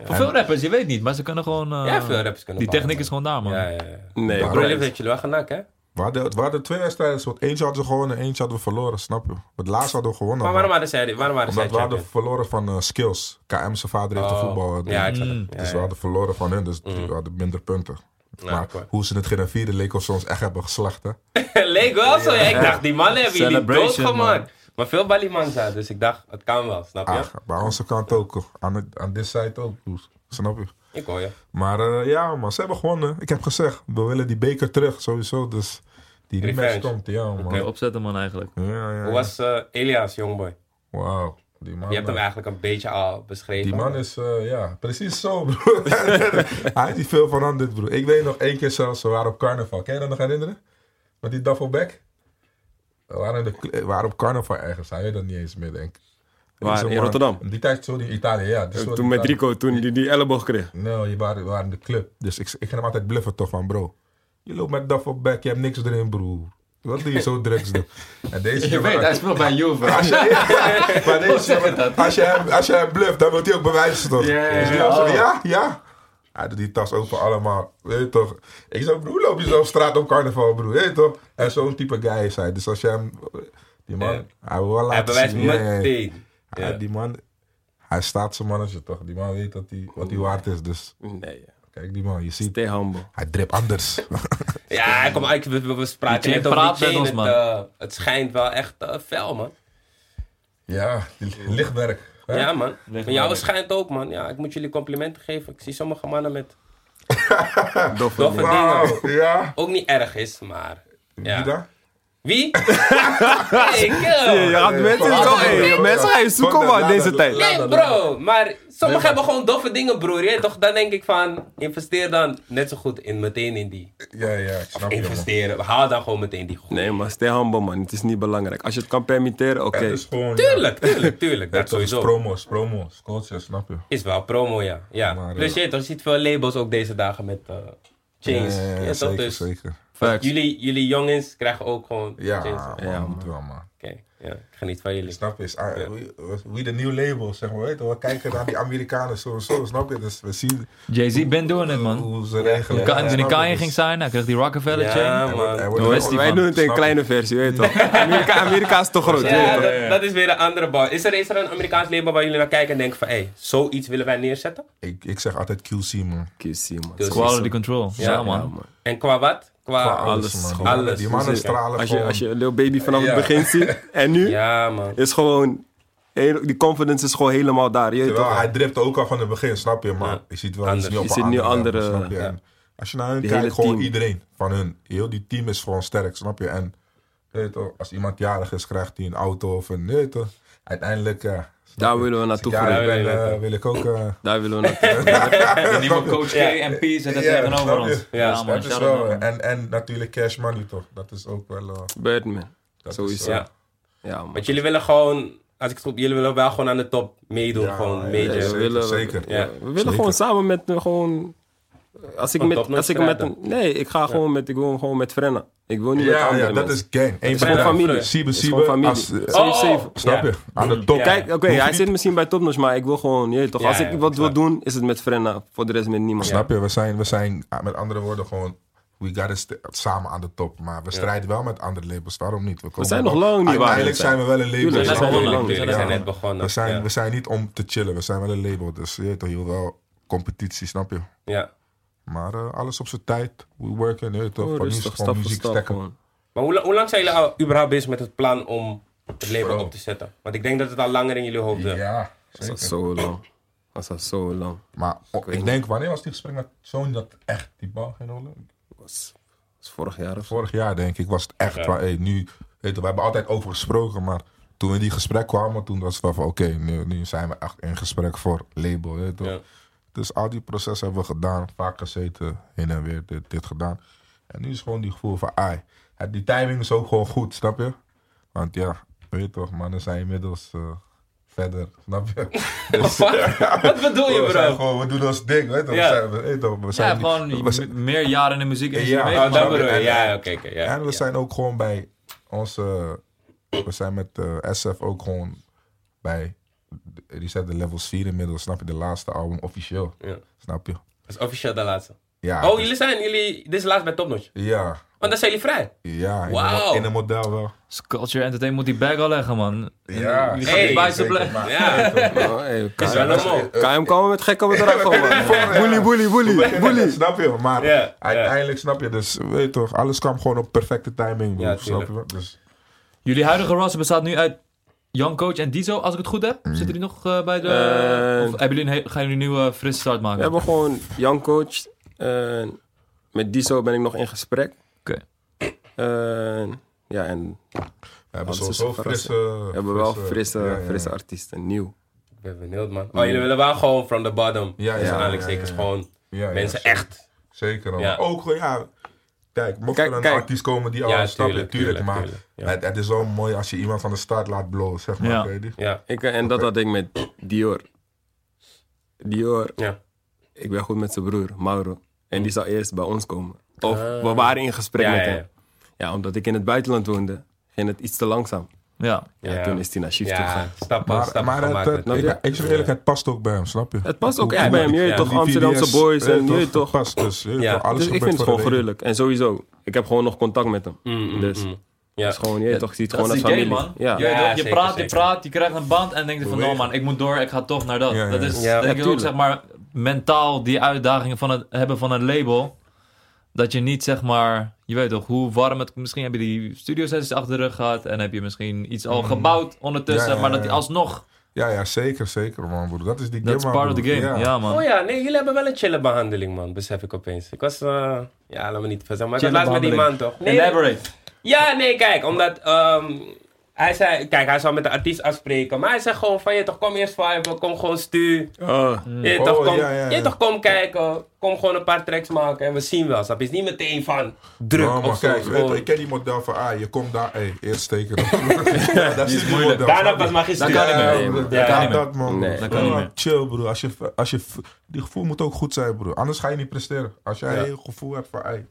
[SPEAKER 2] Voor veel rappers, je weet niet, maar ze kunnen gewoon... eh,
[SPEAKER 1] Ja, veel rappers kunnen
[SPEAKER 2] Die
[SPEAKER 1] ballen,
[SPEAKER 2] techniek is gewoon daar, man.
[SPEAKER 1] man. Ja, ja, ja.
[SPEAKER 3] Nee,
[SPEAKER 1] Bro, lief dat jullie wel genakt, hè?
[SPEAKER 4] We hadden, we hadden twee wedstrijden. soort Eentje hadden we gewonnen en eentje hadden we verloren, snap je? Het laatste hadden we gewonnen.
[SPEAKER 1] Maar
[SPEAKER 4] man.
[SPEAKER 1] waarom hadden zij dit? Waarom hadden zij
[SPEAKER 4] Omdat we hadden
[SPEAKER 1] champion?
[SPEAKER 4] verloren van eh, skills. KM, zijn vader heeft de
[SPEAKER 1] Oh.
[SPEAKER 4] voetbal. eh,
[SPEAKER 1] Ja, ik zag het.
[SPEAKER 2] Mm.
[SPEAKER 1] Ja,
[SPEAKER 4] dus
[SPEAKER 1] ja. Mm.
[SPEAKER 4] we hadden verloren van hun, dus we hadden minder punten.
[SPEAKER 1] Ja,
[SPEAKER 4] maar
[SPEAKER 1] akkoord.
[SPEAKER 4] hoe ze het gingen vieren leek of ze ons echt hebben geslacht, hè?
[SPEAKER 1] Leek wel zo. ja. Ik dacht, die mannen hebben jullie dood
[SPEAKER 2] Celebration,
[SPEAKER 1] gemaakt. Maar veel Balimans daar, dus ik dacht, het kan wel, snap je?
[SPEAKER 4] Ah, bij onze kant ook. hoor. Aan, het- aan dit side ook, broer. snap je?
[SPEAKER 1] Ik hoor je.
[SPEAKER 4] Maar eh, ja, man, ze hebben gewonnen. Ik heb gezegd, we willen die beker terug, sowieso. Dus die rematch
[SPEAKER 1] Revenge.
[SPEAKER 4] komt, ja, man.
[SPEAKER 2] Kan je opzetten, man, eigenlijk.
[SPEAKER 4] Ja, ja,
[SPEAKER 1] Hoe
[SPEAKER 4] ja.
[SPEAKER 1] was eh, Elias, jongboy?
[SPEAKER 4] Wauw. Die man,
[SPEAKER 1] Je hebt hem
[SPEAKER 4] eh,
[SPEAKER 1] eigenlijk een beetje al beschreven.
[SPEAKER 4] Die man is, eh, ja, precies zo, broer. Hij is niet veel veranderd, broer. Ik weet nog één keer zelfs, we waren op carnaval. Kan je dat nog herinneren? Met die duffelback. We waren, de, we waren op carnaval ergens. Hij weet dat niet eens meer, denk ik.
[SPEAKER 3] Waar,
[SPEAKER 4] Zo,
[SPEAKER 3] in
[SPEAKER 4] maar-
[SPEAKER 3] Rotterdam? Eh,
[SPEAKER 4] Die tijd, sorry, in Italië, ja. Die soort
[SPEAKER 3] Toen met
[SPEAKER 4] Italië.
[SPEAKER 3] Rico, toen die die elleboog kreeg.
[SPEAKER 4] Nee, je waren, we waren in de club. Dus ik, ik ging hem altijd bluffen toch van, bro. Je loopt met duffelback, je hebt niks erin, broer. Wat doe je zo drugs doen? En deze
[SPEAKER 2] Je
[SPEAKER 4] jongen-
[SPEAKER 2] weet, hij speelt bij Juve.
[SPEAKER 4] Als je, maar deze
[SPEAKER 2] zeggen
[SPEAKER 4] jongen,
[SPEAKER 2] dat?
[SPEAKER 4] als je hem, als je hem bluft, dan wil hij ook bewijzen toch?
[SPEAKER 2] Ja, ja,
[SPEAKER 4] Dus die
[SPEAKER 2] ja.
[SPEAKER 4] was zo,
[SPEAKER 2] Oh.
[SPEAKER 4] ja, ja. Hij doet die tas open allemaal, weet je toch? Ik zei, broer, hoe loop je zo op straat op carnaval, broer, weet je toch? En zo'n type guy is hij. Dus als je hem, die man,
[SPEAKER 1] Ja.
[SPEAKER 4] hij wil wel
[SPEAKER 1] Hij
[SPEAKER 4] laten
[SPEAKER 1] bewijst
[SPEAKER 4] zien. ja, ja, ja.
[SPEAKER 1] meteen.
[SPEAKER 4] Hij-
[SPEAKER 1] Ja.
[SPEAKER 4] Die man, hij staat zijn mannetje toch? Die man weet dat hij, wat hij waard is. Dus
[SPEAKER 3] Nee, ja.
[SPEAKER 4] kijk die man, je ziet,
[SPEAKER 3] stay humble.
[SPEAKER 4] hij drip anders.
[SPEAKER 1] Ja, kom, ik, we, we- we praten
[SPEAKER 2] Die
[SPEAKER 1] net
[SPEAKER 2] chain
[SPEAKER 1] over die
[SPEAKER 2] praat met
[SPEAKER 1] chain.
[SPEAKER 2] ons,
[SPEAKER 1] het,
[SPEAKER 2] man.
[SPEAKER 1] eh, het schijnt wel echt eh, fel, man.
[SPEAKER 4] ja, die lichtwerk. hè?
[SPEAKER 1] Ja, man.
[SPEAKER 2] Leg
[SPEAKER 1] Van
[SPEAKER 2] maar
[SPEAKER 1] jou
[SPEAKER 2] uit.
[SPEAKER 1] schijnt ook, man. Ja, ik moet jullie complimenten geven. Ik zie sommige mannen met
[SPEAKER 3] Doffer.
[SPEAKER 1] doffe
[SPEAKER 3] nee.
[SPEAKER 1] dingen.
[SPEAKER 4] Wauw, ja.
[SPEAKER 1] Ook niet erg is, maar...
[SPEAKER 4] Wie
[SPEAKER 1] Ja.
[SPEAKER 4] dan?
[SPEAKER 1] Wie? hey, kill.
[SPEAKER 3] Ja, mensen, is al, hey, mensen gaan je zoeken, man, deze tijd.
[SPEAKER 1] Nee, bro. Maar sommigen hebben gewoon doffe dingen, broer. Je, weet toch, dan denk ik van... Investeer dan net zo goed in, meteen in die.
[SPEAKER 4] Ja, ja, ik snap je, man.
[SPEAKER 1] Investeren. Haal dan gewoon meteen die goed.
[SPEAKER 3] Nee, maar stay humble, man. Het is niet belangrijk. Als je het kan permitteren, oké.
[SPEAKER 4] Het is gewoon, ja. dus-
[SPEAKER 1] Tuurlijk, tuurlijk, tuurlijk. Dat
[SPEAKER 4] Dat is
[SPEAKER 1] sowieso.
[SPEAKER 4] promo's, promo's, coaches, snap je?
[SPEAKER 1] Is wel promo, ja. ja.
[SPEAKER 4] Maar, eh,
[SPEAKER 1] dus je, weet toch, je ziet veel labels ook deze dagen met eh chains.
[SPEAKER 4] Ja, ja, ja,
[SPEAKER 1] Je weet toch,
[SPEAKER 4] zeker,
[SPEAKER 1] dus
[SPEAKER 4] zeker.
[SPEAKER 3] Facts.
[SPEAKER 1] Jullie, jullie jongens krijgen ook gewoon
[SPEAKER 4] Ja,
[SPEAKER 1] chains.
[SPEAKER 4] man,
[SPEAKER 1] Oké,
[SPEAKER 3] Ja,
[SPEAKER 4] moet wel, man.
[SPEAKER 1] ja. Ik geniet van jullie.
[SPEAKER 4] Snap je? Is, ah, wie- Wie de nieuwe labels, zeg maar. Weet je, we kijken naar die Amerikanen zo en zo, snap je? Dus we zien
[SPEAKER 2] Jay-Z been doing it, man.
[SPEAKER 4] hoe ze regelen.
[SPEAKER 2] Toen Anthony
[SPEAKER 4] Snap je?
[SPEAKER 2] Kanye
[SPEAKER 4] Dus
[SPEAKER 2] ging zijn, hij kreeg die Rockefeller
[SPEAKER 1] Ja,
[SPEAKER 2] chain.
[SPEAKER 4] hij
[SPEAKER 1] man.
[SPEAKER 4] wordt-
[SPEAKER 2] Hoe is die
[SPEAKER 3] Wij
[SPEAKER 2] man?
[SPEAKER 3] doen het in een
[SPEAKER 4] Snap je?
[SPEAKER 3] kleine versie, weet je toch? Amerika, Amerika is toch groot, weet je
[SPEAKER 1] Ja,
[SPEAKER 3] toch?
[SPEAKER 1] dat, dat is weer een andere bal. Is er, is er een Amerikaans label waar jullie naar kijken en denken van... hé, hey, zoiets willen wij neerzetten?
[SPEAKER 4] Ik, ik zeg altijd QC, man.
[SPEAKER 3] QC, man.
[SPEAKER 1] Dus-
[SPEAKER 2] Quality control. Ja, man.
[SPEAKER 1] En qua wat? Qua...
[SPEAKER 4] Qua alles,
[SPEAKER 3] alles,
[SPEAKER 4] man. Die
[SPEAKER 3] alles.
[SPEAKER 4] mannen- Die mannen
[SPEAKER 1] Ah, Zeker.
[SPEAKER 4] stralen
[SPEAKER 3] Als je,
[SPEAKER 4] gewoon.
[SPEAKER 3] als je Lil Baby vanaf
[SPEAKER 4] Ja.
[SPEAKER 3] het begin ziet en nu,
[SPEAKER 1] Ja, man.
[SPEAKER 3] is gewoon... heel- Die confidence is gewoon helemaal daar, je weet
[SPEAKER 4] Terwijl
[SPEAKER 3] toch?
[SPEAKER 4] hij dript ook al van het begin, snap je? Maar
[SPEAKER 1] Ja.
[SPEAKER 4] je ziet wel
[SPEAKER 1] Anders.
[SPEAKER 4] iets niet op
[SPEAKER 3] Je ziet
[SPEAKER 4] een
[SPEAKER 3] nu
[SPEAKER 4] ander level,
[SPEAKER 3] andere-
[SPEAKER 4] snap je?
[SPEAKER 1] ja.
[SPEAKER 4] En Als je naar hun
[SPEAKER 3] Die
[SPEAKER 4] kijkt,
[SPEAKER 3] hele
[SPEAKER 4] gewoon
[SPEAKER 3] team.
[SPEAKER 4] iedereen van hun. Heel die team is gewoon sterk, snap je? En weet je toch, als iemand jarig is, krijgt hij een auto of een... weet je toch, uiteindelijk... eh, snap
[SPEAKER 3] Daar
[SPEAKER 4] je?
[SPEAKER 3] willen we
[SPEAKER 4] Als ik
[SPEAKER 3] naartoe
[SPEAKER 4] jarig
[SPEAKER 1] voor
[SPEAKER 4] ben,
[SPEAKER 1] jou. Daar willen we
[SPEAKER 4] eh, wil ik ook... eh,
[SPEAKER 3] Daar willen we naartoe.
[SPEAKER 2] Die nieuwe coach K
[SPEAKER 1] Ja.
[SPEAKER 2] en P zet dat
[SPEAKER 4] Ja,
[SPEAKER 2] tegenover
[SPEAKER 4] snap je?
[SPEAKER 2] ons.
[SPEAKER 1] Ja,
[SPEAKER 2] Ja, man.
[SPEAKER 4] dat is
[SPEAKER 2] shout-out,
[SPEAKER 4] wel,
[SPEAKER 2] man.
[SPEAKER 4] en, en natuurlijk cash money, toch? Dat is ook wel... eh,
[SPEAKER 3] Birdman.
[SPEAKER 4] dat is,
[SPEAKER 3] Sowieso.
[SPEAKER 4] eh,
[SPEAKER 1] Ja.
[SPEAKER 3] Ja, man.
[SPEAKER 1] Want jullie willen gewoon... Als ik het goed... Jullie willen wel gewoon aan de top meedoen.
[SPEAKER 4] ja,
[SPEAKER 1] gewoon
[SPEAKER 4] ja,
[SPEAKER 1] major.
[SPEAKER 3] ja,
[SPEAKER 4] zeker,
[SPEAKER 3] We willen-
[SPEAKER 4] Zeker.
[SPEAKER 1] Ja.
[SPEAKER 3] We willen gewoon samen met eh, gewoon. eh, Als ik
[SPEAKER 1] Van
[SPEAKER 3] met,
[SPEAKER 1] topnotch
[SPEAKER 3] als ik met een,
[SPEAKER 1] strijden.
[SPEAKER 3] nee, ik ga gewoon met, ik wil gewoon met Frenna. Ik wil niet met
[SPEAKER 4] Ja,
[SPEAKER 3] andere
[SPEAKER 4] ja, dat
[SPEAKER 3] mensen.
[SPEAKER 4] is gang. Eén
[SPEAKER 3] gewoon
[SPEAKER 4] bedrijf.
[SPEAKER 3] familie.
[SPEAKER 4] Siebe,
[SPEAKER 3] Het is
[SPEAKER 4] Siebe.
[SPEAKER 3] gewoon familie.
[SPEAKER 4] als, eh,
[SPEAKER 3] Safe,
[SPEAKER 1] Oh!
[SPEAKER 3] safe.
[SPEAKER 4] Snap je?
[SPEAKER 1] Ja.
[SPEAKER 4] Aan de top.
[SPEAKER 1] Ja.
[SPEAKER 3] Kijk, oké,
[SPEAKER 4] Hoef je
[SPEAKER 3] hij
[SPEAKER 4] niet-
[SPEAKER 3] zit misschien bij Topnotch, maar ik wil gewoon, je weet toch,
[SPEAKER 1] Ja,
[SPEAKER 3] als
[SPEAKER 1] ja,
[SPEAKER 3] ik wat wil
[SPEAKER 1] snap.
[SPEAKER 3] doen, is het met Frenna. Voor de rest met niemand.
[SPEAKER 4] Snap je? We zijn, we zijn ah, met andere woorden gewoon. We got it st- samen aan de top. Maar we strijden wel met andere labels. Waarom niet? We, komen
[SPEAKER 3] zijn nog
[SPEAKER 4] wel-
[SPEAKER 3] lang niet waar we
[SPEAKER 4] Uiteindelijk
[SPEAKER 3] zijn.
[SPEAKER 4] zijn we wel een label.
[SPEAKER 3] Tuurlijk,
[SPEAKER 1] We
[SPEAKER 3] we
[SPEAKER 4] snap
[SPEAKER 1] zijn
[SPEAKER 4] je?
[SPEAKER 3] nog
[SPEAKER 1] begonnen.
[SPEAKER 3] lang
[SPEAKER 1] We
[SPEAKER 3] niet.
[SPEAKER 1] zijn,
[SPEAKER 3] Ja,
[SPEAKER 1] net
[SPEAKER 4] man.
[SPEAKER 1] begonnen.
[SPEAKER 4] We zijn,
[SPEAKER 1] ja.
[SPEAKER 4] we zijn niet om te chillen. We zijn wel een label. Dus je weet toch, heel wel competitie, snap je?
[SPEAKER 1] Ja.
[SPEAKER 4] Maar eh, alles op zijn tijd. We worken, je weet toch?
[SPEAKER 3] Gewoon
[SPEAKER 4] Van
[SPEAKER 3] Oh, rustig,
[SPEAKER 4] muziek,
[SPEAKER 3] stap
[SPEAKER 4] gewoon
[SPEAKER 3] voor
[SPEAKER 4] muziek
[SPEAKER 3] stap.
[SPEAKER 4] stekken.
[SPEAKER 3] Gewoon.
[SPEAKER 1] Maar hoe, la- hoe lang zijn jullie al überhaupt bezig met het plan om het label
[SPEAKER 4] Bro.
[SPEAKER 1] op te zetten? Want ik denk dat het al langer in jullie hoofd zit.
[SPEAKER 4] Ja,
[SPEAKER 3] Dat is al
[SPEAKER 4] zeker.
[SPEAKER 3] zo lang. Dat is al zo lang.
[SPEAKER 4] Maar oh, ik denk, wanneer was die gesprek met Sony dat echt die bal ging rollen?
[SPEAKER 3] Dat was, dat is vorig jaar of zo.
[SPEAKER 4] Vorig jaar denk ik was het echt. Waar, hey, nu, weet je, we hebben altijd over gesproken, maar toen we in die gesprek kwamen, toen was het wel van oké, nu, nu zijn we echt in gesprek voor label. Weet je, toch?
[SPEAKER 1] Ja.
[SPEAKER 4] Dus al die processen hebben we gedaan, vaak gezeten, heen en weer, dit, dit gedaan. En nu is gewoon die gevoel van ai. het- Die timing is ook gewoon goed, snap je? Want ja, weet je toch, mannen zijn inmiddels eh, verder, snap je? Dus,
[SPEAKER 1] Wat bedoel Oh, je,
[SPEAKER 4] we, zijn
[SPEAKER 1] bro?
[SPEAKER 4] gewoon, we doen ons ding, weet je toch? We
[SPEAKER 1] Ja.
[SPEAKER 4] zijn- weet je toch, we
[SPEAKER 2] Ja,
[SPEAKER 4] zijn niet-
[SPEAKER 2] gewoon
[SPEAKER 4] we zijn-
[SPEAKER 2] m- meer jaren in de muziek. en
[SPEAKER 4] Ja.
[SPEAKER 2] mee,
[SPEAKER 4] Oh,
[SPEAKER 1] Oh,
[SPEAKER 2] man.
[SPEAKER 1] dat
[SPEAKER 4] Snap je?
[SPEAKER 1] bedoel je.
[SPEAKER 4] En-
[SPEAKER 1] Ja, oké, oké. ja.
[SPEAKER 4] En we zijn ook gewoon bij onze. We zijn met eh, SF ook gewoon bij. Die zetten levels 4 inmiddels, snap je? De laatste album officieel.
[SPEAKER 1] Ja.
[SPEAKER 4] Snap je?
[SPEAKER 1] Dat is officieel de laatste.
[SPEAKER 4] Ja.
[SPEAKER 1] Oh,
[SPEAKER 4] dus-
[SPEAKER 1] jullie zijn, jullie, dit is laatst bij Topnotch.
[SPEAKER 4] Ja.
[SPEAKER 1] Want dan zijn jullie vrij.
[SPEAKER 4] Ja. in
[SPEAKER 1] Wauw.
[SPEAKER 4] een mo- In een model wel.
[SPEAKER 2] Dus Culture Entertainment moet die bag al leggen, man.
[SPEAKER 4] Ja.
[SPEAKER 2] Die
[SPEAKER 1] gaat
[SPEAKER 4] zeker,
[SPEAKER 1] niet bij
[SPEAKER 2] ze
[SPEAKER 4] zeker,
[SPEAKER 2] blijven.
[SPEAKER 4] maar-
[SPEAKER 1] Ja.
[SPEAKER 3] Oh, hey,
[SPEAKER 1] Is wel
[SPEAKER 3] KM,
[SPEAKER 1] normaal.
[SPEAKER 3] KM kwam met gekke bedrag
[SPEAKER 4] Ja.
[SPEAKER 3] man. Boelie, boelie, boelie.
[SPEAKER 4] Bully. eh, Snap je? Maar
[SPEAKER 1] Ja, ja.
[SPEAKER 4] uiteindelijk snap je. Dus weet je toch, alles kwam gewoon op perfecte timing. broer,
[SPEAKER 1] Ja,
[SPEAKER 4] snap je? Dus
[SPEAKER 2] Jullie huidige roster bestaat nu uit Young Coach en Dizo, als ik het goed heb. Zitten die nog eh, bij de...
[SPEAKER 3] Eh,
[SPEAKER 2] of hebben jullie een he- gaan jullie een nieuwe frisse start maken?
[SPEAKER 3] We hebben gewoon Jan Coach. eh, met Diso ben ik nog in gesprek.
[SPEAKER 2] Oké.
[SPEAKER 3] Eh, ja, en
[SPEAKER 4] we hebben
[SPEAKER 3] Alles is
[SPEAKER 4] sowieso
[SPEAKER 3] een verrassing.
[SPEAKER 4] frisse.
[SPEAKER 3] we hebben wel frisse,
[SPEAKER 4] ja, ja.
[SPEAKER 3] frisse artiesten, nieuw.
[SPEAKER 1] Ik ben benieuwd, man. Oh, jullie willen wel gewoon from the bottom.
[SPEAKER 4] Ja,
[SPEAKER 1] Ja,
[SPEAKER 4] ja,
[SPEAKER 1] ja. Dus eigenlijk
[SPEAKER 4] ja,
[SPEAKER 1] zeker
[SPEAKER 4] ja, ja.
[SPEAKER 1] gewoon
[SPEAKER 4] Ja, ja,
[SPEAKER 1] mensen
[SPEAKER 4] zeker.
[SPEAKER 1] echt.
[SPEAKER 4] Zeker. man.
[SPEAKER 1] Ja.
[SPEAKER 4] Ook gewoon, ja. Kijk, mocht
[SPEAKER 3] Kijk,
[SPEAKER 4] er een
[SPEAKER 3] kijk.
[SPEAKER 4] artiest komen die al
[SPEAKER 1] Ja,
[SPEAKER 4] een stap
[SPEAKER 1] tuurlijk,
[SPEAKER 4] heeft, tuurlijk,
[SPEAKER 1] tuurlijk,
[SPEAKER 4] maar
[SPEAKER 1] tuurlijk, ja.
[SPEAKER 4] het, het is wel mooi als je iemand van de start laat blowen, zeg maar.
[SPEAKER 2] Ja.
[SPEAKER 4] weet je.
[SPEAKER 1] Ja,
[SPEAKER 3] Ik, eh, en dat had ik met Dior. Dior,
[SPEAKER 1] ja.
[SPEAKER 3] ik ben goed met zijn broer, Mauro. En die zou eerst bij ons komen. Of we waren in gesprek
[SPEAKER 1] Ja,
[SPEAKER 3] met
[SPEAKER 1] ja,
[SPEAKER 3] hem. Ja, omdat ik in het buitenland woonde, ging het iets te langzaam.
[SPEAKER 2] Ja.
[SPEAKER 3] Ja,
[SPEAKER 1] Ja.
[SPEAKER 3] toen is hij naar Chief
[SPEAKER 1] ja.
[SPEAKER 3] toegegaan.
[SPEAKER 1] Stappen,
[SPEAKER 4] Maar,
[SPEAKER 1] stappen
[SPEAKER 4] maar eh, het,
[SPEAKER 1] gemaakt
[SPEAKER 4] het,
[SPEAKER 1] natuurlijk.
[SPEAKER 4] ik, ik zeg eerlijk, het past ook bij hem, snap je?
[SPEAKER 3] Het past
[SPEAKER 4] Hoe-
[SPEAKER 3] ook
[SPEAKER 4] hoe-
[SPEAKER 3] echt bij hem. Je weet
[SPEAKER 4] ja,
[SPEAKER 3] toch,
[SPEAKER 4] die
[SPEAKER 3] Amsterdamse
[SPEAKER 4] video's, eh,
[SPEAKER 3] boys
[SPEAKER 4] weet
[SPEAKER 3] en je weet
[SPEAKER 4] Het
[SPEAKER 3] toch.
[SPEAKER 4] past dus. weet je
[SPEAKER 1] Ja.
[SPEAKER 4] toch, alles
[SPEAKER 3] Dus ik
[SPEAKER 4] gebeurt
[SPEAKER 3] vind het
[SPEAKER 4] voor
[SPEAKER 3] gewoon
[SPEAKER 4] de reden.
[SPEAKER 3] gruwelijk. En sowieso, ik heb gewoon nog contact met hem.
[SPEAKER 1] Mm, mm,
[SPEAKER 3] Dus
[SPEAKER 1] mm.
[SPEAKER 3] het
[SPEAKER 1] Ja.
[SPEAKER 3] is gewoon, je weet toch, je ziet
[SPEAKER 2] Dat
[SPEAKER 3] gewoon
[SPEAKER 2] is
[SPEAKER 3] als
[SPEAKER 2] die game,
[SPEAKER 3] familie.
[SPEAKER 2] man.
[SPEAKER 3] Ja.
[SPEAKER 2] Je, weet
[SPEAKER 1] Ja,
[SPEAKER 2] dat, je
[SPEAKER 1] zeker,
[SPEAKER 2] praat, je
[SPEAKER 1] zeker.
[SPEAKER 2] praat, je krijgt een band en denkt van, no man, ik moet door, ik ga toch naar dat.
[SPEAKER 4] Ja, ja.
[SPEAKER 2] Dat is,
[SPEAKER 1] Ja,
[SPEAKER 2] denk ik ook,
[SPEAKER 3] natuurlijk.
[SPEAKER 2] zeg maar, mentaal die uitdagingen van het hebben van een label. Dat je niet, zeg maar, je weet toch, hoe warm het... Misschien heb je die studiosessies achter de rug gehad en heb je misschien iets al gebouwd ondertussen.
[SPEAKER 4] Mm. Ja, ja,
[SPEAKER 2] Maar
[SPEAKER 4] ja,
[SPEAKER 2] dat die
[SPEAKER 4] ja.
[SPEAKER 2] alsnog,
[SPEAKER 4] Ja, ja, zeker, zeker, man, broer. Dat is die game,
[SPEAKER 2] dat is
[SPEAKER 4] man,
[SPEAKER 2] part of the
[SPEAKER 4] broer.
[SPEAKER 2] game. Ja, man.
[SPEAKER 1] Oh ja, nee, jullie hebben wel een chille behandeling, man. Besef ik opeens. Ik was, eh, ja, laat me niet verzetten, maar ik was
[SPEAKER 2] Chille
[SPEAKER 1] laatst met die man,
[SPEAKER 2] behandeling.
[SPEAKER 1] toch? Nee,
[SPEAKER 2] Elaborate.
[SPEAKER 1] Ja, nee, kijk, omdat ehm, hij zei, kijk, hij zou met de artiest afspreken, maar hij zei gewoon van je toch kom eerst viben, kom gewoon stuur,
[SPEAKER 3] Ah,
[SPEAKER 1] je
[SPEAKER 4] Oh,
[SPEAKER 1] toch kom,
[SPEAKER 4] ja, ja, ja.
[SPEAKER 1] je toch kom kijken, kom gewoon een paar tracks maken en we zien wel, snap je? Het is niet meteen van druk
[SPEAKER 4] Ja, Nou, maar
[SPEAKER 1] of zo.
[SPEAKER 4] kijk, weet je toch,
[SPEAKER 1] gewoon.
[SPEAKER 4] ik ken die model van, ah, je komt daar, hey, eerst steken. Ja, dat is die
[SPEAKER 2] moeilijk.
[SPEAKER 4] model.
[SPEAKER 1] Daarna pas mag je
[SPEAKER 2] Daar
[SPEAKER 1] sturen.
[SPEAKER 2] kan ik
[SPEAKER 1] Ja,
[SPEAKER 2] mee.
[SPEAKER 1] ja,
[SPEAKER 4] broer,
[SPEAKER 1] ja.
[SPEAKER 4] dat-
[SPEAKER 1] Ja,
[SPEAKER 2] kan
[SPEAKER 4] dat-
[SPEAKER 2] niet meer.
[SPEAKER 4] dat, man.
[SPEAKER 3] Nee,
[SPEAKER 4] broer.
[SPEAKER 2] dat kan niet
[SPEAKER 4] Ja,
[SPEAKER 2] meer.
[SPEAKER 4] Chill, broer. Als je, als je, die gevoel moet ook goed zijn, broer. Anders ga je niet presteren. Als jij
[SPEAKER 1] Ja.
[SPEAKER 4] een gevoel hebt van, ey,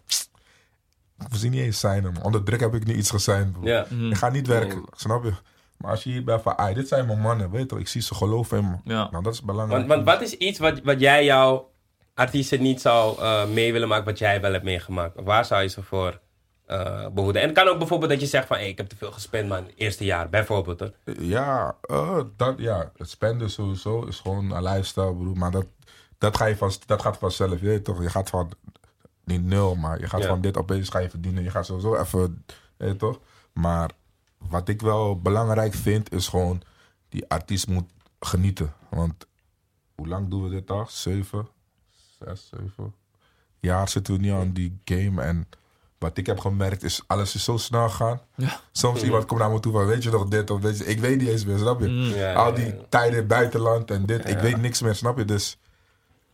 [SPEAKER 4] we zien niet eens zijn, man. Onder druk heb ik niet iets gezien, broer.
[SPEAKER 1] Ja.
[SPEAKER 2] Mhm.
[SPEAKER 4] Ik ga niet werken, snap je? Maar als je hier bent van, ey, dit zijn mijn mannen, weet je toch? Ik zie ze geloven in me.
[SPEAKER 2] Ja.
[SPEAKER 4] Nou, dat is
[SPEAKER 1] Want,
[SPEAKER 4] belangrijk.
[SPEAKER 1] want wat is iets wat, wat jij jouw artiesten niet zou eh, mee willen maken, wat jij wel hebt meegemaakt? Waar zou je ze voor eh, behoeden? En het kan ook bijvoorbeeld dat je zegt van, hey, ik heb te veel gespend, man, eerste jaar, bijvoorbeeld. Hoor.
[SPEAKER 4] Ja, eh, dat, ja, het spenden sowieso is gewoon een lifestyle, broer. Maar dat, dat, ga je van, dat gaat vanzelf, je weet toch? Je gaat van, niet nul, maar je gaat
[SPEAKER 1] Ja.
[SPEAKER 4] van dit opeens ga je verdienen. Je gaat sowieso even, je weet toch? Maar wat ik wel belangrijk vind, is gewoon, die artiest moet genieten. Want hoe lang doen we dit al? Zeven, zes, zeven jaar zitten we nu aan die game. En wat ik heb gemerkt is, alles is zo snel gegaan. Soms iemand komt naar me toe van, weet je nog dit of weet je, ik weet niet eens meer, snap je?
[SPEAKER 1] Ja,
[SPEAKER 4] Hm. Al
[SPEAKER 1] ja,
[SPEAKER 4] die
[SPEAKER 1] ja.
[SPEAKER 4] tijden in het buitenland en dit, ik weet niks meer, snap je? Dus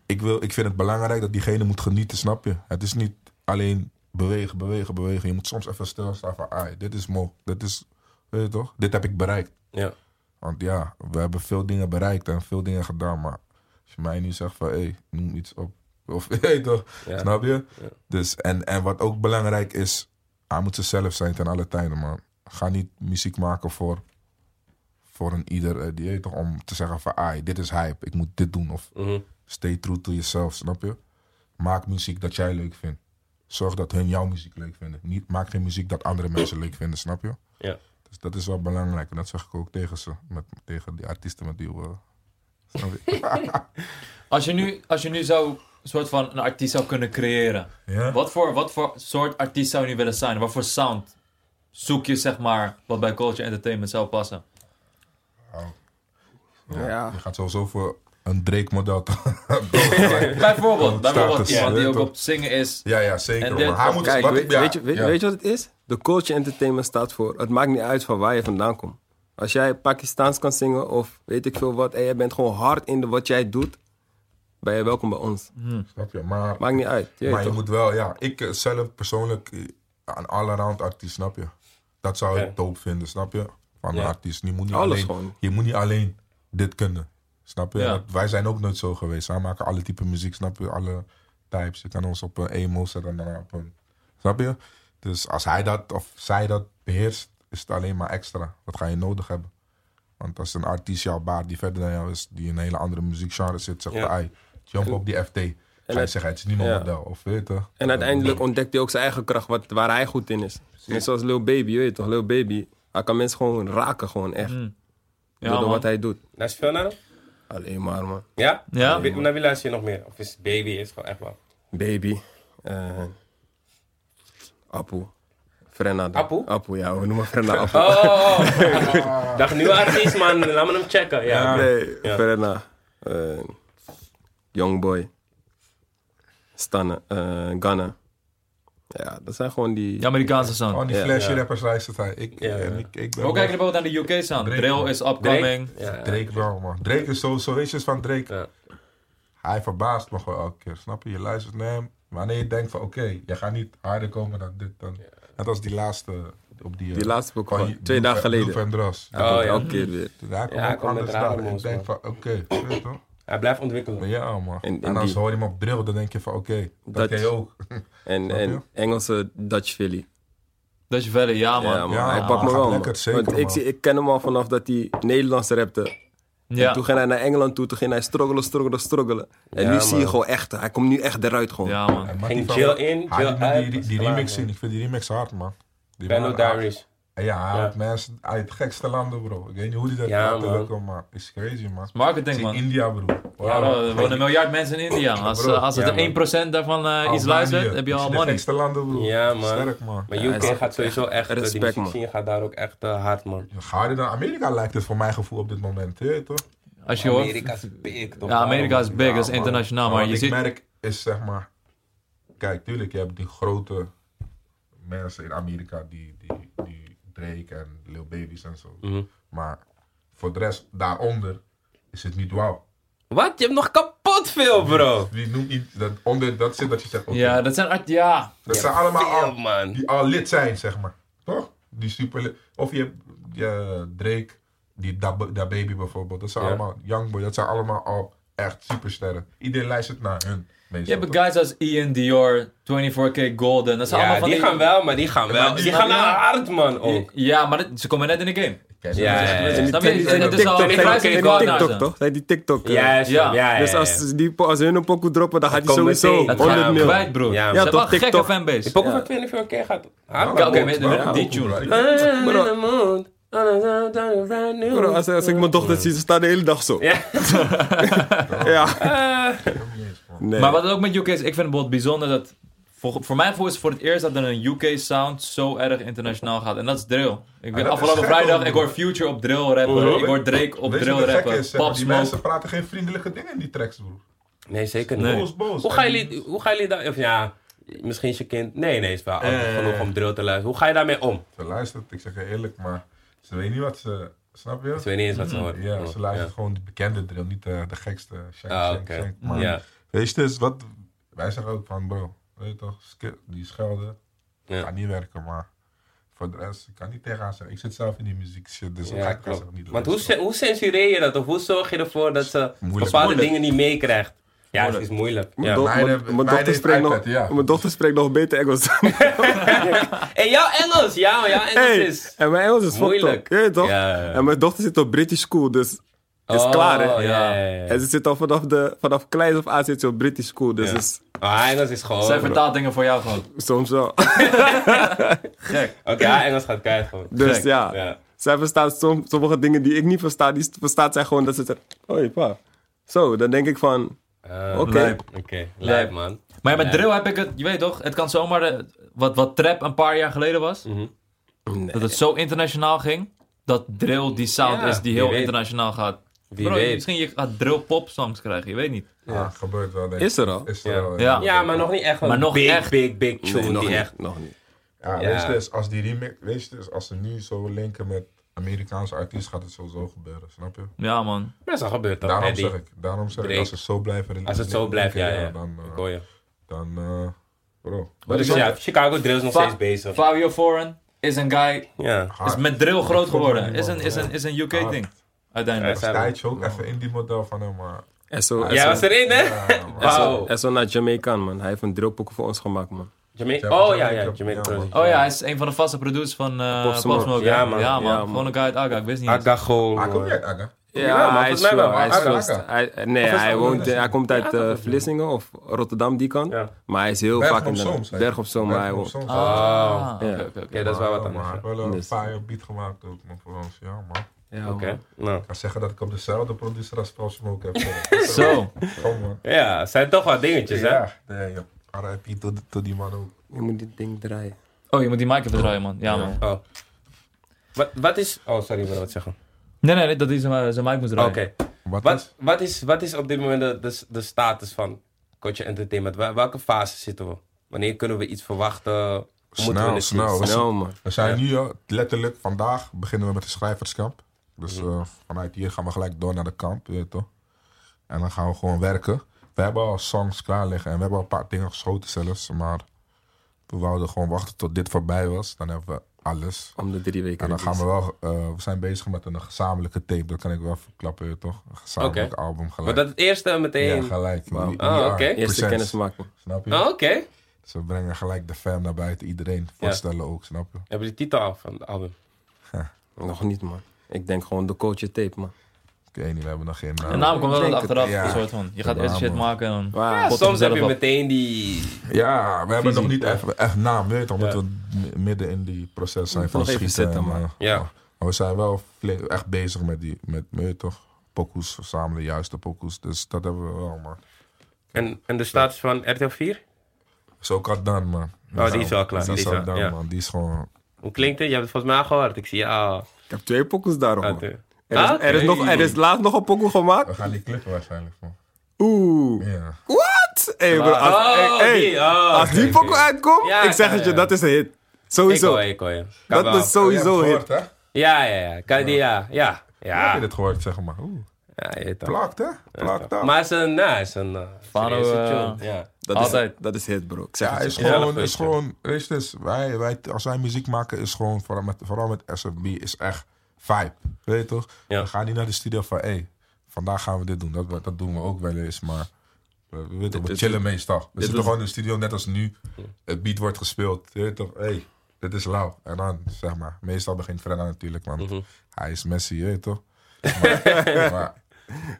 [SPEAKER 4] ik, wil, ik vind het belangrijk dat diegene moet genieten, snap je? Het is niet alleen bewegen, bewegen, bewegen. Je moet soms even stilstaan van, ah, dit is mooi, dit is, weet je toch? Dit heb ik bereikt.
[SPEAKER 1] Ja.
[SPEAKER 4] Want ja, we hebben veel dingen bereikt en veel dingen gedaan. Maar als je mij nu zegt van, hé, hey, noem iets op. Of, hé, toch?
[SPEAKER 1] Ja.
[SPEAKER 4] Snap je? Dus, en, en wat ook belangrijk is, hij moet zichzelf zijn ten alle tijden, man. Ga niet muziek maken voor, voor een ieder, eh, die, hé, toch? Om te zeggen van, ah, dit is hype, ik moet dit doen. Of
[SPEAKER 1] Mhm.
[SPEAKER 4] stay true to yourself, snap je? Maak muziek dat jij leuk vindt. Zorg dat hun jouw muziek leuk vinden. Niet, maak geen muziek dat andere mensen leuk vinden, snap je?
[SPEAKER 1] Ja.
[SPEAKER 4] Dus dat is wel belangrijk. En dat zeg ik ook tegen ze. Met, tegen die artiesten met die we... snap je?
[SPEAKER 2] Als je nu, als je nu zo soort van een artiest zou kunnen creëren.
[SPEAKER 4] ja?
[SPEAKER 2] Wat voor, wat voor soort artiest zou je nu willen zijn? Wat voor sound zoek je, zeg maar, wat bij Culture Entertainment zou passen?
[SPEAKER 3] Ja.
[SPEAKER 4] Je gaat sowieso voor een Drake-model.
[SPEAKER 2] Bijvoorbeeld, bijvoorbeeld
[SPEAKER 4] status,
[SPEAKER 2] iemand die
[SPEAKER 4] weet
[SPEAKER 2] ook
[SPEAKER 4] toch?
[SPEAKER 2] op het zingen is.
[SPEAKER 4] ja, ja, zeker.
[SPEAKER 2] En
[SPEAKER 4] man.
[SPEAKER 2] dit-
[SPEAKER 4] Hij moet...
[SPEAKER 3] Kijk,
[SPEAKER 4] wat
[SPEAKER 3] weet,
[SPEAKER 4] ik- ja,
[SPEAKER 3] weet je, weet,
[SPEAKER 4] ja.
[SPEAKER 3] weet je wat het is? De culture entertainment staat voor. Het maakt niet uit van waar je vandaan komt. Als jij Pakistaans kan zingen of weet ik veel wat, en jij bent gewoon hard in de wat jij doet, ben je welkom bij ons.
[SPEAKER 4] Snap je? Maar,
[SPEAKER 3] Maakt niet uit. Je weet
[SPEAKER 4] maar je
[SPEAKER 3] toch?
[SPEAKER 4] moet wel, ja. Ik eh, zelf persoonlijk, eh, een all-around artiest, snap je? Dat zou ik
[SPEAKER 1] Ja.
[SPEAKER 4] dope vinden, snap je? Van
[SPEAKER 1] Ja.
[SPEAKER 4] een artiest. Je moet, niet
[SPEAKER 3] Alles
[SPEAKER 4] alleen,
[SPEAKER 3] gewoon.
[SPEAKER 4] je moet niet alleen dit kunnen. Snap je?
[SPEAKER 2] Ja.
[SPEAKER 4] Dat- Wij zijn ook nooit zo geweest. Wij maken alle type muziek, snap je? Alle types. Je kan ons op een emo zetten en daarna op een... Snap je? Dus als hij dat of zij dat beheerst, is het alleen maar extra. Dat ga je nodig hebben. Want als een artiest jou baart die verder dan jou is, die in een hele andere muziekgenre zit, zegt
[SPEAKER 1] Ja.
[SPEAKER 4] hij, jump op die FT. Ga je
[SPEAKER 3] het-
[SPEAKER 4] zeggen, het is niet mijn
[SPEAKER 3] ja.
[SPEAKER 4] model. Of weet je.
[SPEAKER 3] En uiteindelijk ontdekt hij ook zijn eigen kracht, wat, waar hij goed in is. Net zoals Lil Baby, je weet toch? Lil Baby, hij kan mensen gewoon raken, gewoon echt.
[SPEAKER 2] Ja,
[SPEAKER 3] door
[SPEAKER 2] man.
[SPEAKER 3] wat hij doet.
[SPEAKER 1] Luister je veel naar hem?
[SPEAKER 3] Alleen maar, man.
[SPEAKER 1] Ja?
[SPEAKER 2] Ja.
[SPEAKER 1] Wie- Naar wie luister je nog meer? Of is Baby is gewoon echt wel...
[SPEAKER 3] Baby. eh Apu. Frenada.
[SPEAKER 1] Apu?
[SPEAKER 3] Apu, ja, we noemen Frenna Apu.
[SPEAKER 1] Oh, oh, oh. Dag, nieuwe artiest, man. Laat me hem checken. Ja,
[SPEAKER 3] Nee,
[SPEAKER 1] Ja.
[SPEAKER 3] Frenna. eh, Youngboy. Stanne. eh Ghana. Ja, dat zijn gewoon die...
[SPEAKER 2] Die Amerikaanse sound.
[SPEAKER 4] Oh, die
[SPEAKER 3] Ja.
[SPEAKER 4] flashy rappers luistert hij. Ik,
[SPEAKER 1] Ja, ja.
[SPEAKER 4] en ik, ik ben
[SPEAKER 2] Hoe
[SPEAKER 4] wel-
[SPEAKER 2] kijken we bijvoorbeeld naar de UK sound?
[SPEAKER 4] Drake,
[SPEAKER 2] Drill
[SPEAKER 4] man.
[SPEAKER 2] is
[SPEAKER 1] Drake?
[SPEAKER 2] upcoming.
[SPEAKER 1] Ja,
[SPEAKER 4] Drake wel, man. Drake is zo, zo is het van Drake.
[SPEAKER 1] Ja.
[SPEAKER 4] Hij verbaast me gewoon elke keer, snap je? Je luistert naar hem, Wanneer je denkt van oké, je gaat niet harder komen dan dit. Dan, Net als die laatste op die... eh,
[SPEAKER 3] Die laatste boek
[SPEAKER 4] van
[SPEAKER 3] van
[SPEAKER 4] je-
[SPEAKER 3] twee dagen
[SPEAKER 4] Blue-
[SPEAKER 3] geleden.
[SPEAKER 4] Blue Van Dros.
[SPEAKER 3] Hij komt
[SPEAKER 1] ja.
[SPEAKER 3] elke keer weer.
[SPEAKER 4] Toen Daar kwam
[SPEAKER 1] Ja, hij
[SPEAKER 4] ook
[SPEAKER 1] kwam met
[SPEAKER 4] anders daar. En
[SPEAKER 1] ramen,
[SPEAKER 4] ik denk van oké, weet toch?
[SPEAKER 1] Hij blijft ontwikkelen.
[SPEAKER 4] Maar ja man.
[SPEAKER 3] En- en
[SPEAKER 4] En, als
[SPEAKER 3] die-
[SPEAKER 4] hoor je hem op drill, dan denk je van oké,
[SPEAKER 3] Dat-
[SPEAKER 4] dat ken je ook.
[SPEAKER 3] En,
[SPEAKER 4] Snap je?
[SPEAKER 3] en Engelse Dutch Philly.
[SPEAKER 2] Dat is verder, ja Ah, man.
[SPEAKER 3] Ja,
[SPEAKER 2] Ja,
[SPEAKER 3] man.
[SPEAKER 4] Ja,
[SPEAKER 3] hij
[SPEAKER 4] man,
[SPEAKER 3] pakt me
[SPEAKER 4] gaat
[SPEAKER 3] wel, man.
[SPEAKER 4] lekker, zeker,
[SPEAKER 3] Want ik,
[SPEAKER 4] man.
[SPEAKER 3] zie- ik ken hem al vanaf dat hij Nederlands rapte. En Toen
[SPEAKER 2] ja.
[SPEAKER 3] ging hij naar Engeland toe, toen ging hij struggelen, struggelen, struggelen. En
[SPEAKER 1] Ja,
[SPEAKER 3] nu zie je
[SPEAKER 1] man.
[SPEAKER 3] gewoon echt, hij komt nu echt eruit gewoon.
[SPEAKER 2] man.
[SPEAKER 4] En maakt
[SPEAKER 1] Ging
[SPEAKER 4] die van-
[SPEAKER 1] Jill in,
[SPEAKER 4] Hij
[SPEAKER 1] Jill
[SPEAKER 4] liet me
[SPEAKER 1] uit,
[SPEAKER 4] die-
[SPEAKER 1] was
[SPEAKER 4] die, die
[SPEAKER 1] klaar,
[SPEAKER 4] remix
[SPEAKER 1] man.
[SPEAKER 4] zien. Ik vind die remix hard man. Die
[SPEAKER 1] Benno
[SPEAKER 4] man- Ah,
[SPEAKER 1] Diaries.
[SPEAKER 4] Ja, hij
[SPEAKER 1] Ja.
[SPEAKER 4] houdt mensen uit de gekste landen, bro. Ik weet niet hoe die dat
[SPEAKER 1] Ja,
[SPEAKER 4] laat
[SPEAKER 1] man.
[SPEAKER 4] lukken, maar is crazy, man.
[SPEAKER 2] Marketing,
[SPEAKER 4] Zie
[SPEAKER 2] man.
[SPEAKER 4] India, bro.
[SPEAKER 1] Ja,
[SPEAKER 2] Bro, er wonen een miljard mensen in India. Als, eh, als het
[SPEAKER 4] Ja, man.
[SPEAKER 2] 1% daarvan eh, iets luistert, heb je al
[SPEAKER 4] De
[SPEAKER 2] money.
[SPEAKER 4] gekste landen, bro.
[SPEAKER 1] Ja, man.
[SPEAKER 4] Sterk, man.
[SPEAKER 1] Maar
[SPEAKER 3] Ja,
[SPEAKER 1] UK
[SPEAKER 3] hij is-
[SPEAKER 1] gaat sowieso echt, eh,
[SPEAKER 3] respect,
[SPEAKER 1] die muziek
[SPEAKER 3] man.
[SPEAKER 1] zien gaat daar ook echt eh, hard, man.
[SPEAKER 4] Harder dan Amerika lijkt het voor mijn gevoel op dit moment, hè, toch?
[SPEAKER 2] Als je hoort.
[SPEAKER 1] Amerika is big, toch?
[SPEAKER 2] Ja, Amerika is
[SPEAKER 1] man.
[SPEAKER 2] big, dat is
[SPEAKER 4] man.
[SPEAKER 2] internationaal. Maar
[SPEAKER 4] wat
[SPEAKER 2] je
[SPEAKER 4] ik
[SPEAKER 2] ziet.
[SPEAKER 4] merk is, zeg maar... Kijk, tuurlijk, je hebt die grote mensen in Amerika, die, die, die Drake en Lil Baby's en zo.
[SPEAKER 1] Mhm.
[SPEAKER 4] Maar voor de rest, daaronder, is het niet wauw.
[SPEAKER 1] Wat? Je hebt nog kapot veel, bro.
[SPEAKER 4] Wie noemt niet, dat, onder, dat zit dat je zegt, oké.
[SPEAKER 2] Ja, dat zijn art. Ja.
[SPEAKER 4] dat zijn allemaal
[SPEAKER 1] Veel,
[SPEAKER 4] al,
[SPEAKER 1] man.
[SPEAKER 4] die al lid zijn, zeg maar. Toch? Die super Of je hebt eh, Drake, die Da Da Baby bijvoorbeeld. Dat zijn
[SPEAKER 1] Ja.
[SPEAKER 4] allemaal Youngboy. Dat zijn allemaal al echt supersterren. Iedereen luistert naar hun.
[SPEAKER 2] Je
[SPEAKER 4] Meestal,
[SPEAKER 2] hebt
[SPEAKER 4] toch?
[SPEAKER 2] guys als Ian Dior, 24K Golden. Dat zijn
[SPEAKER 1] Ja,
[SPEAKER 2] allemaal van
[SPEAKER 1] die gaan wel, maar die gaan wel.
[SPEAKER 4] die
[SPEAKER 1] Die gaan
[SPEAKER 2] gaan-
[SPEAKER 1] naar hard, man, ook.
[SPEAKER 2] Ja, maar dat- ze komen net in de game.
[SPEAKER 4] Ik ken ze
[SPEAKER 1] Ja,
[SPEAKER 4] niet.
[SPEAKER 1] ja, ja.
[SPEAKER 3] En die-
[SPEAKER 2] Snap je?
[SPEAKER 3] en die-
[SPEAKER 2] Het is al-
[SPEAKER 3] en die TikTok,
[SPEAKER 2] het is al-
[SPEAKER 3] en
[SPEAKER 2] het is
[SPEAKER 3] die
[SPEAKER 2] al-
[SPEAKER 3] TikTok
[SPEAKER 2] Ja.
[SPEAKER 3] toch? Hij die TikTok. eh.
[SPEAKER 1] Juist,
[SPEAKER 2] Ja.
[SPEAKER 1] ja. ja, ja,
[SPEAKER 3] Dus
[SPEAKER 1] ja.
[SPEAKER 3] als, die, als hun een pokoe droppen, dan gaat hij
[SPEAKER 1] Dat komt
[SPEAKER 3] sowieso
[SPEAKER 1] meteen.
[SPEAKER 2] Dat
[SPEAKER 3] 100
[SPEAKER 2] gaat
[SPEAKER 1] gaan we
[SPEAKER 3] mil.
[SPEAKER 2] kwijt, broer.
[SPEAKER 1] Ja,
[SPEAKER 2] Ze
[SPEAKER 1] man.
[SPEAKER 2] hebben wel
[SPEAKER 3] Ja,
[SPEAKER 2] een
[SPEAKER 3] toch,
[SPEAKER 2] gekke
[SPEAKER 3] TikTok.
[SPEAKER 1] Die
[SPEAKER 2] fanbase.
[SPEAKER 1] pokken van 24 keer gaat hard.
[SPEAKER 4] Ja,
[SPEAKER 2] Oké,
[SPEAKER 4] man,
[SPEAKER 2] met-
[SPEAKER 4] man,
[SPEAKER 2] met-
[SPEAKER 4] man,
[SPEAKER 2] die
[SPEAKER 4] man,
[SPEAKER 2] tune.
[SPEAKER 4] man.
[SPEAKER 3] Bro, als, als ik mijn dochter zie, ze staat de hele dag zo.
[SPEAKER 1] Ja.
[SPEAKER 3] ja.
[SPEAKER 4] Ik ken hem niet eens, man.
[SPEAKER 3] Nee.
[SPEAKER 2] Maar wat ook met UK is, ik vind het bijvoorbeeld bijzonder dat. Voor, voor mijn gevoel is het voor het eerst dat er een UK-sound zo erg internationaal gaat. En dat is drill. Ik ben
[SPEAKER 4] dat
[SPEAKER 2] afgelopen
[SPEAKER 4] is gek,
[SPEAKER 2] vrijdag,
[SPEAKER 4] man.
[SPEAKER 2] ik hoor Future op drill rappen.
[SPEAKER 1] Mhm.
[SPEAKER 2] Ik hoor Drake op
[SPEAKER 4] Weet je
[SPEAKER 2] drill
[SPEAKER 4] wat het gekke
[SPEAKER 2] rappen.
[SPEAKER 4] is, zeg maar,
[SPEAKER 2] Pop
[SPEAKER 4] die
[SPEAKER 2] Smoke.
[SPEAKER 4] mensen praten geen vriendelijke dingen in die tracks, broer.
[SPEAKER 1] Nee, zeker niet.
[SPEAKER 2] Nee.
[SPEAKER 4] Boos, boos.
[SPEAKER 1] Hoe gaan
[SPEAKER 4] En-
[SPEAKER 1] jullie, hoe gaan jullie daar... Of ja, misschien is je kind... Nee, nee, is wel oud
[SPEAKER 4] Eh.
[SPEAKER 1] genoeg om drill te luisteren. Hoe ga je daarmee om?
[SPEAKER 4] Ze luistert, ik zeg je eerlijk, maar ze weet niet wat ze... Snap
[SPEAKER 1] Ik
[SPEAKER 4] je?
[SPEAKER 1] weet niet eens wat ze horen.
[SPEAKER 4] Ja, ze luistert gewoon de bekende drill, niet de, de gekste shank, shank,
[SPEAKER 1] Ah, oké.
[SPEAKER 4] shank,
[SPEAKER 1] Ja.
[SPEAKER 4] maar-
[SPEAKER 1] Ja.
[SPEAKER 4] Weet je, dus wat, wij zeggen ook van bro, weet je toch, sk- die schelden,
[SPEAKER 1] Ja.
[SPEAKER 4] gaat niet werken, maar voor de rest, ik kan niet tegen haar zeggen. Ik zit zelf in die muziek shit, dus
[SPEAKER 1] Ja,
[SPEAKER 4] dan ga ik haar
[SPEAKER 1] klopt.
[SPEAKER 4] zelf niet
[SPEAKER 1] Want hoe,
[SPEAKER 4] luisteren.
[SPEAKER 1] sen- hoe censureer je dat? Of hoe zorg je ervoor dat ze
[SPEAKER 4] Moeilijk.
[SPEAKER 1] bepaalde
[SPEAKER 4] Moeilijk.
[SPEAKER 1] dingen niet meekrijgt? Ja, het is moeilijk.
[SPEAKER 3] Mijn,
[SPEAKER 1] Ja.
[SPEAKER 3] do-
[SPEAKER 4] Mijn-
[SPEAKER 3] mijn-
[SPEAKER 4] mijn
[SPEAKER 3] mijn dochter
[SPEAKER 4] heeft
[SPEAKER 3] spreekt nog,
[SPEAKER 4] iPad, ja.
[SPEAKER 3] mijn dochter spreekt nog beter Engels.
[SPEAKER 1] En jouw Engels! Ja, maar jouw Engels
[SPEAKER 3] hey,
[SPEAKER 1] is...
[SPEAKER 3] en mijn Engels is fucked
[SPEAKER 1] Moeilijk.
[SPEAKER 3] up. Je weet toch?
[SPEAKER 1] Ja, ja, ja.
[SPEAKER 3] En mijn dochter zit op British school, dus het is
[SPEAKER 1] Oh,
[SPEAKER 3] klaar hè.
[SPEAKER 1] Ja, ja, ja.
[SPEAKER 3] En ze zit al vanaf, de, vanaf kleins of aan zit ze op British school, dus
[SPEAKER 1] Ja.
[SPEAKER 3] is
[SPEAKER 1] Maar haar Ah, Engels is gewoon...
[SPEAKER 2] Zij
[SPEAKER 1] Oh, bro.
[SPEAKER 2] vertaalt dingen voor jou gewoon.
[SPEAKER 3] soms wel.
[SPEAKER 2] Gek.
[SPEAKER 1] Oké, haar Engels gaat keihard gewoon.
[SPEAKER 3] dus
[SPEAKER 2] Gek,
[SPEAKER 3] ja.
[SPEAKER 1] Ja.
[SPEAKER 3] zij verstaat som- sommige dingen die ik niet versta, die verstaat zij gewoon dat ze zegt, hoi pa. Zo, dan denk ik van,
[SPEAKER 1] Eh,
[SPEAKER 3] oké.
[SPEAKER 2] Lijp.
[SPEAKER 1] Oké, lijp man.
[SPEAKER 2] Maar ja,
[SPEAKER 1] Ja.
[SPEAKER 2] met drill heb ik het, je weet toch, het kan zomaar de- wat, wat trap een paar jaar geleden was.
[SPEAKER 1] Mhm.
[SPEAKER 2] Dat het zo internationaal ging, dat drill die sound
[SPEAKER 1] Ja,
[SPEAKER 2] is die
[SPEAKER 1] wie
[SPEAKER 2] heel
[SPEAKER 1] weet.
[SPEAKER 2] internationaal gaat.
[SPEAKER 1] Wie
[SPEAKER 2] Bro,
[SPEAKER 1] weet.
[SPEAKER 2] Misschien je gaat drill pop songs krijgen, je weet niet.
[SPEAKER 4] Ja, Ah, gebeurt wel denk ik.
[SPEAKER 3] Is er al?
[SPEAKER 4] Is er
[SPEAKER 1] Ja.
[SPEAKER 4] wel,
[SPEAKER 2] Ja.
[SPEAKER 1] Ja, maar nog niet echt.
[SPEAKER 2] Maar
[SPEAKER 1] een
[SPEAKER 2] nog
[SPEAKER 1] big,
[SPEAKER 2] echt.
[SPEAKER 1] big, big tune.
[SPEAKER 3] nog
[SPEAKER 1] die
[SPEAKER 3] niet,
[SPEAKER 1] echt.
[SPEAKER 3] nog niet.
[SPEAKER 4] Ja,
[SPEAKER 1] Ja.
[SPEAKER 4] Weet je dus, als die remix, weet je dus, als ze nu zo linken met Amerikaanse artiesten, gaat het sowieso gebeuren, snap je?
[SPEAKER 2] Ja man.
[SPEAKER 1] Maar dat gebeurt toch?
[SPEAKER 4] Daarom
[SPEAKER 1] Eddie?
[SPEAKER 4] zeg ik, daarom zeg ik,
[SPEAKER 1] Drake.
[SPEAKER 4] als ze zo blijven
[SPEAKER 1] Als het zo blijft, ja, ja.
[SPEAKER 4] dan, eh,
[SPEAKER 1] Ik hoor je.
[SPEAKER 4] dan eh, bro.
[SPEAKER 2] Wat
[SPEAKER 1] Dus
[SPEAKER 2] ook-
[SPEAKER 1] ja, Chicago Drill is nog
[SPEAKER 2] Fa-
[SPEAKER 1] steeds bezig.
[SPEAKER 2] Fabio Foreign is een guy,
[SPEAKER 1] Ja.
[SPEAKER 2] is
[SPEAKER 4] Hard.
[SPEAKER 2] met drill groot geworden.
[SPEAKER 4] man.
[SPEAKER 2] Is een, is een, is een UK
[SPEAKER 4] Hard.
[SPEAKER 2] ding, uiteindelijk.
[SPEAKER 1] Ja.
[SPEAKER 4] Tijdje ook even in die model van hem, maar...
[SPEAKER 3] En zo,
[SPEAKER 1] Jij was erin, hè?
[SPEAKER 4] Ja, man.
[SPEAKER 1] Wauw.
[SPEAKER 3] en zo naar Jamaican, man. Hij heeft een drillpokken voor ons gemaakt, man.
[SPEAKER 1] Jamaica-
[SPEAKER 4] Ja,
[SPEAKER 1] Oh ja, ja,
[SPEAKER 4] Jamaica-
[SPEAKER 1] Jamaica
[SPEAKER 4] ja,
[SPEAKER 1] Drill.
[SPEAKER 4] man.
[SPEAKER 2] Oh ja, hij is een van de vaste producers van eh Pop
[SPEAKER 3] Smoke.
[SPEAKER 2] Smoke,
[SPEAKER 1] Ja,
[SPEAKER 2] hè?
[SPEAKER 1] man.
[SPEAKER 2] Ja, man.
[SPEAKER 3] Ja, man.
[SPEAKER 2] Gewoon een guy uit Aga, ik wist niet. eens.
[SPEAKER 1] Agago.
[SPEAKER 4] Hij komt niet uit Aga.
[SPEAKER 1] Ah, Ja, man,
[SPEAKER 3] hij
[SPEAKER 1] volgens mij wel.
[SPEAKER 3] Hij,
[SPEAKER 4] Akka,
[SPEAKER 3] is
[SPEAKER 4] akka.
[SPEAKER 3] wel- hij, eh, nee,
[SPEAKER 4] is
[SPEAKER 3] hij,
[SPEAKER 4] dat
[SPEAKER 3] woont,
[SPEAKER 4] Vlissingen?
[SPEAKER 3] hij komt uit eh, Vlissingen of Rotterdam, die kant.
[SPEAKER 1] Ja.
[SPEAKER 3] Maar hij is heel
[SPEAKER 4] Berg
[SPEAKER 3] vaak
[SPEAKER 4] op
[SPEAKER 3] in de
[SPEAKER 4] Zoom, zei je.
[SPEAKER 3] Berg op Zoom. maar hij
[SPEAKER 4] Berg op
[SPEAKER 3] woont.
[SPEAKER 4] Zoom.
[SPEAKER 1] Oh.
[SPEAKER 2] Ah, oké,
[SPEAKER 3] Ja.
[SPEAKER 2] oké, oké.
[SPEAKER 1] Oké, dat is wel wat
[SPEAKER 4] Maar hij heeft
[SPEAKER 1] anders.
[SPEAKER 4] wel een
[SPEAKER 3] Dus-
[SPEAKER 4] fire beat gemaakt ook, man, voor ons. Ja, man. Ik
[SPEAKER 3] Ja,
[SPEAKER 1] Oké, nou.
[SPEAKER 4] kan zeggen dat ik op dezelfde producer als Paul Smoke heb.
[SPEAKER 2] Zo.
[SPEAKER 4] Kom, man.
[SPEAKER 1] Ja, het zijn toch wat dingetjes, hè?
[SPEAKER 4] Ja, nee, joh. RIP tot, tot die man ook.
[SPEAKER 3] Je moet dit ding draaien.
[SPEAKER 2] Oh, je moet die mic even draaien, man. Ja, man.
[SPEAKER 1] Oh. Wat, wat is... Oh, sorry, ik wilde wat zeggen.
[SPEAKER 2] Nee, nee, nee, dat is zijn eh, zijn mic moet
[SPEAKER 1] Oké.
[SPEAKER 2] draaien.
[SPEAKER 4] Wat,
[SPEAKER 1] Wat, wat, is, wat is op dit moment de, de, de status van Coach Entertainment? Wel- welke fase zitten we? Wanneer kunnen we iets verwachten? Moeten
[SPEAKER 4] Snel,
[SPEAKER 1] we dit
[SPEAKER 4] snel.
[SPEAKER 1] zien?
[SPEAKER 4] Was-
[SPEAKER 3] Snel, man.
[SPEAKER 4] We zijn nu al- letterlijk vandaag beginnen we met de schrijverskamp.
[SPEAKER 1] Mhm.
[SPEAKER 4] Dus eh, vanuit hier gaan we gelijk door naar de kamp, weet je toch? En dan gaan we gewoon werken. We hebben al songs klaar liggen en we hebben al een paar dingen geschoten zelfs. Maar we wouden gewoon wachten tot dit voorbij was. Dan hebben we alles.
[SPEAKER 3] Om de drie weken.
[SPEAKER 4] En dan gaan we wel... eh, we zijn bezig met een gezamenlijke tape. Dat kan ik wel verklappen, toch? Een gezamenlijk
[SPEAKER 1] Oké.
[SPEAKER 4] album
[SPEAKER 1] Maar
[SPEAKER 4] gelijk.
[SPEAKER 1] dat het eerste en meteen.
[SPEAKER 4] ja, gelijk.
[SPEAKER 3] Wauw.
[SPEAKER 4] We- we
[SPEAKER 1] Ah,
[SPEAKER 4] are
[SPEAKER 1] oké. Eerste
[SPEAKER 3] Eerste
[SPEAKER 4] presents.
[SPEAKER 3] kennis maken.
[SPEAKER 4] Snap je?
[SPEAKER 1] Ah, Oké.
[SPEAKER 4] Dus we brengen gelijk de fam naar buiten. Iedereen voorstellen ook, snap je?
[SPEAKER 1] Hebben de titel al van het album?
[SPEAKER 3] Nog niet, man. Ik denk gewoon de coach tape, man.
[SPEAKER 4] Ik weet niet, we hebben nog geen... eh,
[SPEAKER 2] En nou naam komt wel
[SPEAKER 3] denk
[SPEAKER 2] wat
[SPEAKER 3] het.
[SPEAKER 2] achteraf.
[SPEAKER 4] Ja.
[SPEAKER 2] Een soort van. Je gaat eerst
[SPEAKER 4] Ja,
[SPEAKER 2] shit
[SPEAKER 4] man.
[SPEAKER 2] maken en dan.
[SPEAKER 3] Wow.
[SPEAKER 1] Ja,
[SPEAKER 2] pot
[SPEAKER 1] soms heb
[SPEAKER 2] zelf
[SPEAKER 1] je
[SPEAKER 2] op.
[SPEAKER 1] meteen die.
[SPEAKER 4] Ja, we hebben
[SPEAKER 2] Visie.
[SPEAKER 4] nog niet echt, echt naam, weet je toch?
[SPEAKER 1] Ja.
[SPEAKER 4] Omdat we m- midden in die proces zijn
[SPEAKER 3] Nog
[SPEAKER 4] van
[SPEAKER 3] even
[SPEAKER 4] schieten.
[SPEAKER 3] zitten,
[SPEAKER 4] en,
[SPEAKER 3] man.
[SPEAKER 4] eh,
[SPEAKER 1] Ja.
[SPEAKER 4] Maar we zijn wel flink, echt bezig met die, met, weet je toch? Pokoes verzamelen, juiste pokoes. Dus dat hebben we wel, man.
[SPEAKER 1] En, en de status van RTL 4?
[SPEAKER 4] Zo kan dan, man.
[SPEAKER 1] Oh, die is wel klaar,
[SPEAKER 4] Die is al done,
[SPEAKER 1] ja.
[SPEAKER 4] man. Die is gewoon...
[SPEAKER 1] Hoe klinkt het? Je hebt het volgens mij al gehoord. Ik zie je al.
[SPEAKER 3] Ik heb twee pokoes daarop,
[SPEAKER 1] Ah,
[SPEAKER 3] man.
[SPEAKER 1] de-
[SPEAKER 3] Er is,
[SPEAKER 1] Ah,
[SPEAKER 3] er is
[SPEAKER 1] oké.
[SPEAKER 3] nog, er is laatst nog een pokoe gemaakt.
[SPEAKER 4] We gaan die clippen waarschijnlijk, man.
[SPEAKER 3] Oeh.
[SPEAKER 4] Ja.
[SPEAKER 3] What? Hey, bro, als,
[SPEAKER 1] Oh,
[SPEAKER 3] hey, hey,
[SPEAKER 1] die, oh,
[SPEAKER 3] als die
[SPEAKER 1] oké,
[SPEAKER 3] pokoe
[SPEAKER 1] oké.
[SPEAKER 3] uitkomt,
[SPEAKER 1] Ja,
[SPEAKER 3] ik zeg
[SPEAKER 1] ja,
[SPEAKER 3] het je,
[SPEAKER 1] ja.
[SPEAKER 3] dat is een hit.
[SPEAKER 1] Ik hoor,
[SPEAKER 3] Sowieso.
[SPEAKER 1] ik hoor je. Kan
[SPEAKER 3] Dat
[SPEAKER 1] wel.
[SPEAKER 3] is sowieso
[SPEAKER 4] Je hebt
[SPEAKER 3] hit.
[SPEAKER 4] het gehoord, hè?
[SPEAKER 1] Ja, ja, ja. Kan die, ja. Ja,
[SPEAKER 4] Heb
[SPEAKER 1] ja.
[SPEAKER 4] je dit gehoord, zeg maar. Oeh,
[SPEAKER 1] ja je weet het.
[SPEAKER 4] plakt, hè? Plakt, hè?
[SPEAKER 1] Maar het is een. Nou, het is een. eh,
[SPEAKER 2] Faro,
[SPEAKER 1] serieuze
[SPEAKER 2] eh,
[SPEAKER 1] tune, ja.
[SPEAKER 3] Dat is,
[SPEAKER 2] Altijd.
[SPEAKER 3] dat is hit, bro. Ik zeg
[SPEAKER 4] Ja,
[SPEAKER 3] het
[SPEAKER 4] is
[SPEAKER 3] je.
[SPEAKER 1] wel een
[SPEAKER 4] gewoon,
[SPEAKER 1] goeie
[SPEAKER 4] is
[SPEAKER 1] tune.
[SPEAKER 4] gewoon, weet je, dus wij, wij, als wij muziek maken, is gewoon, vooral met, vooral met SFB, is echt vibe. Weet je toch?
[SPEAKER 1] Ja.
[SPEAKER 4] We gaan niet naar de studio van, hé, hey, vandaag gaan we dit doen. Dat, dat doen we ook wel eens, maar we, we, weten, we
[SPEAKER 3] is-
[SPEAKER 4] chillen meestal. We zitten
[SPEAKER 3] is-
[SPEAKER 4] gewoon in de studio, net als nu. Het beat wordt gespeeld. Je weet toch, hé, hey, dit is lauw. En dan, zeg maar, meestal begint Frenna natuurlijk, want
[SPEAKER 3] Mhm.
[SPEAKER 4] hij is Messi, je weet toch? Maar, maar,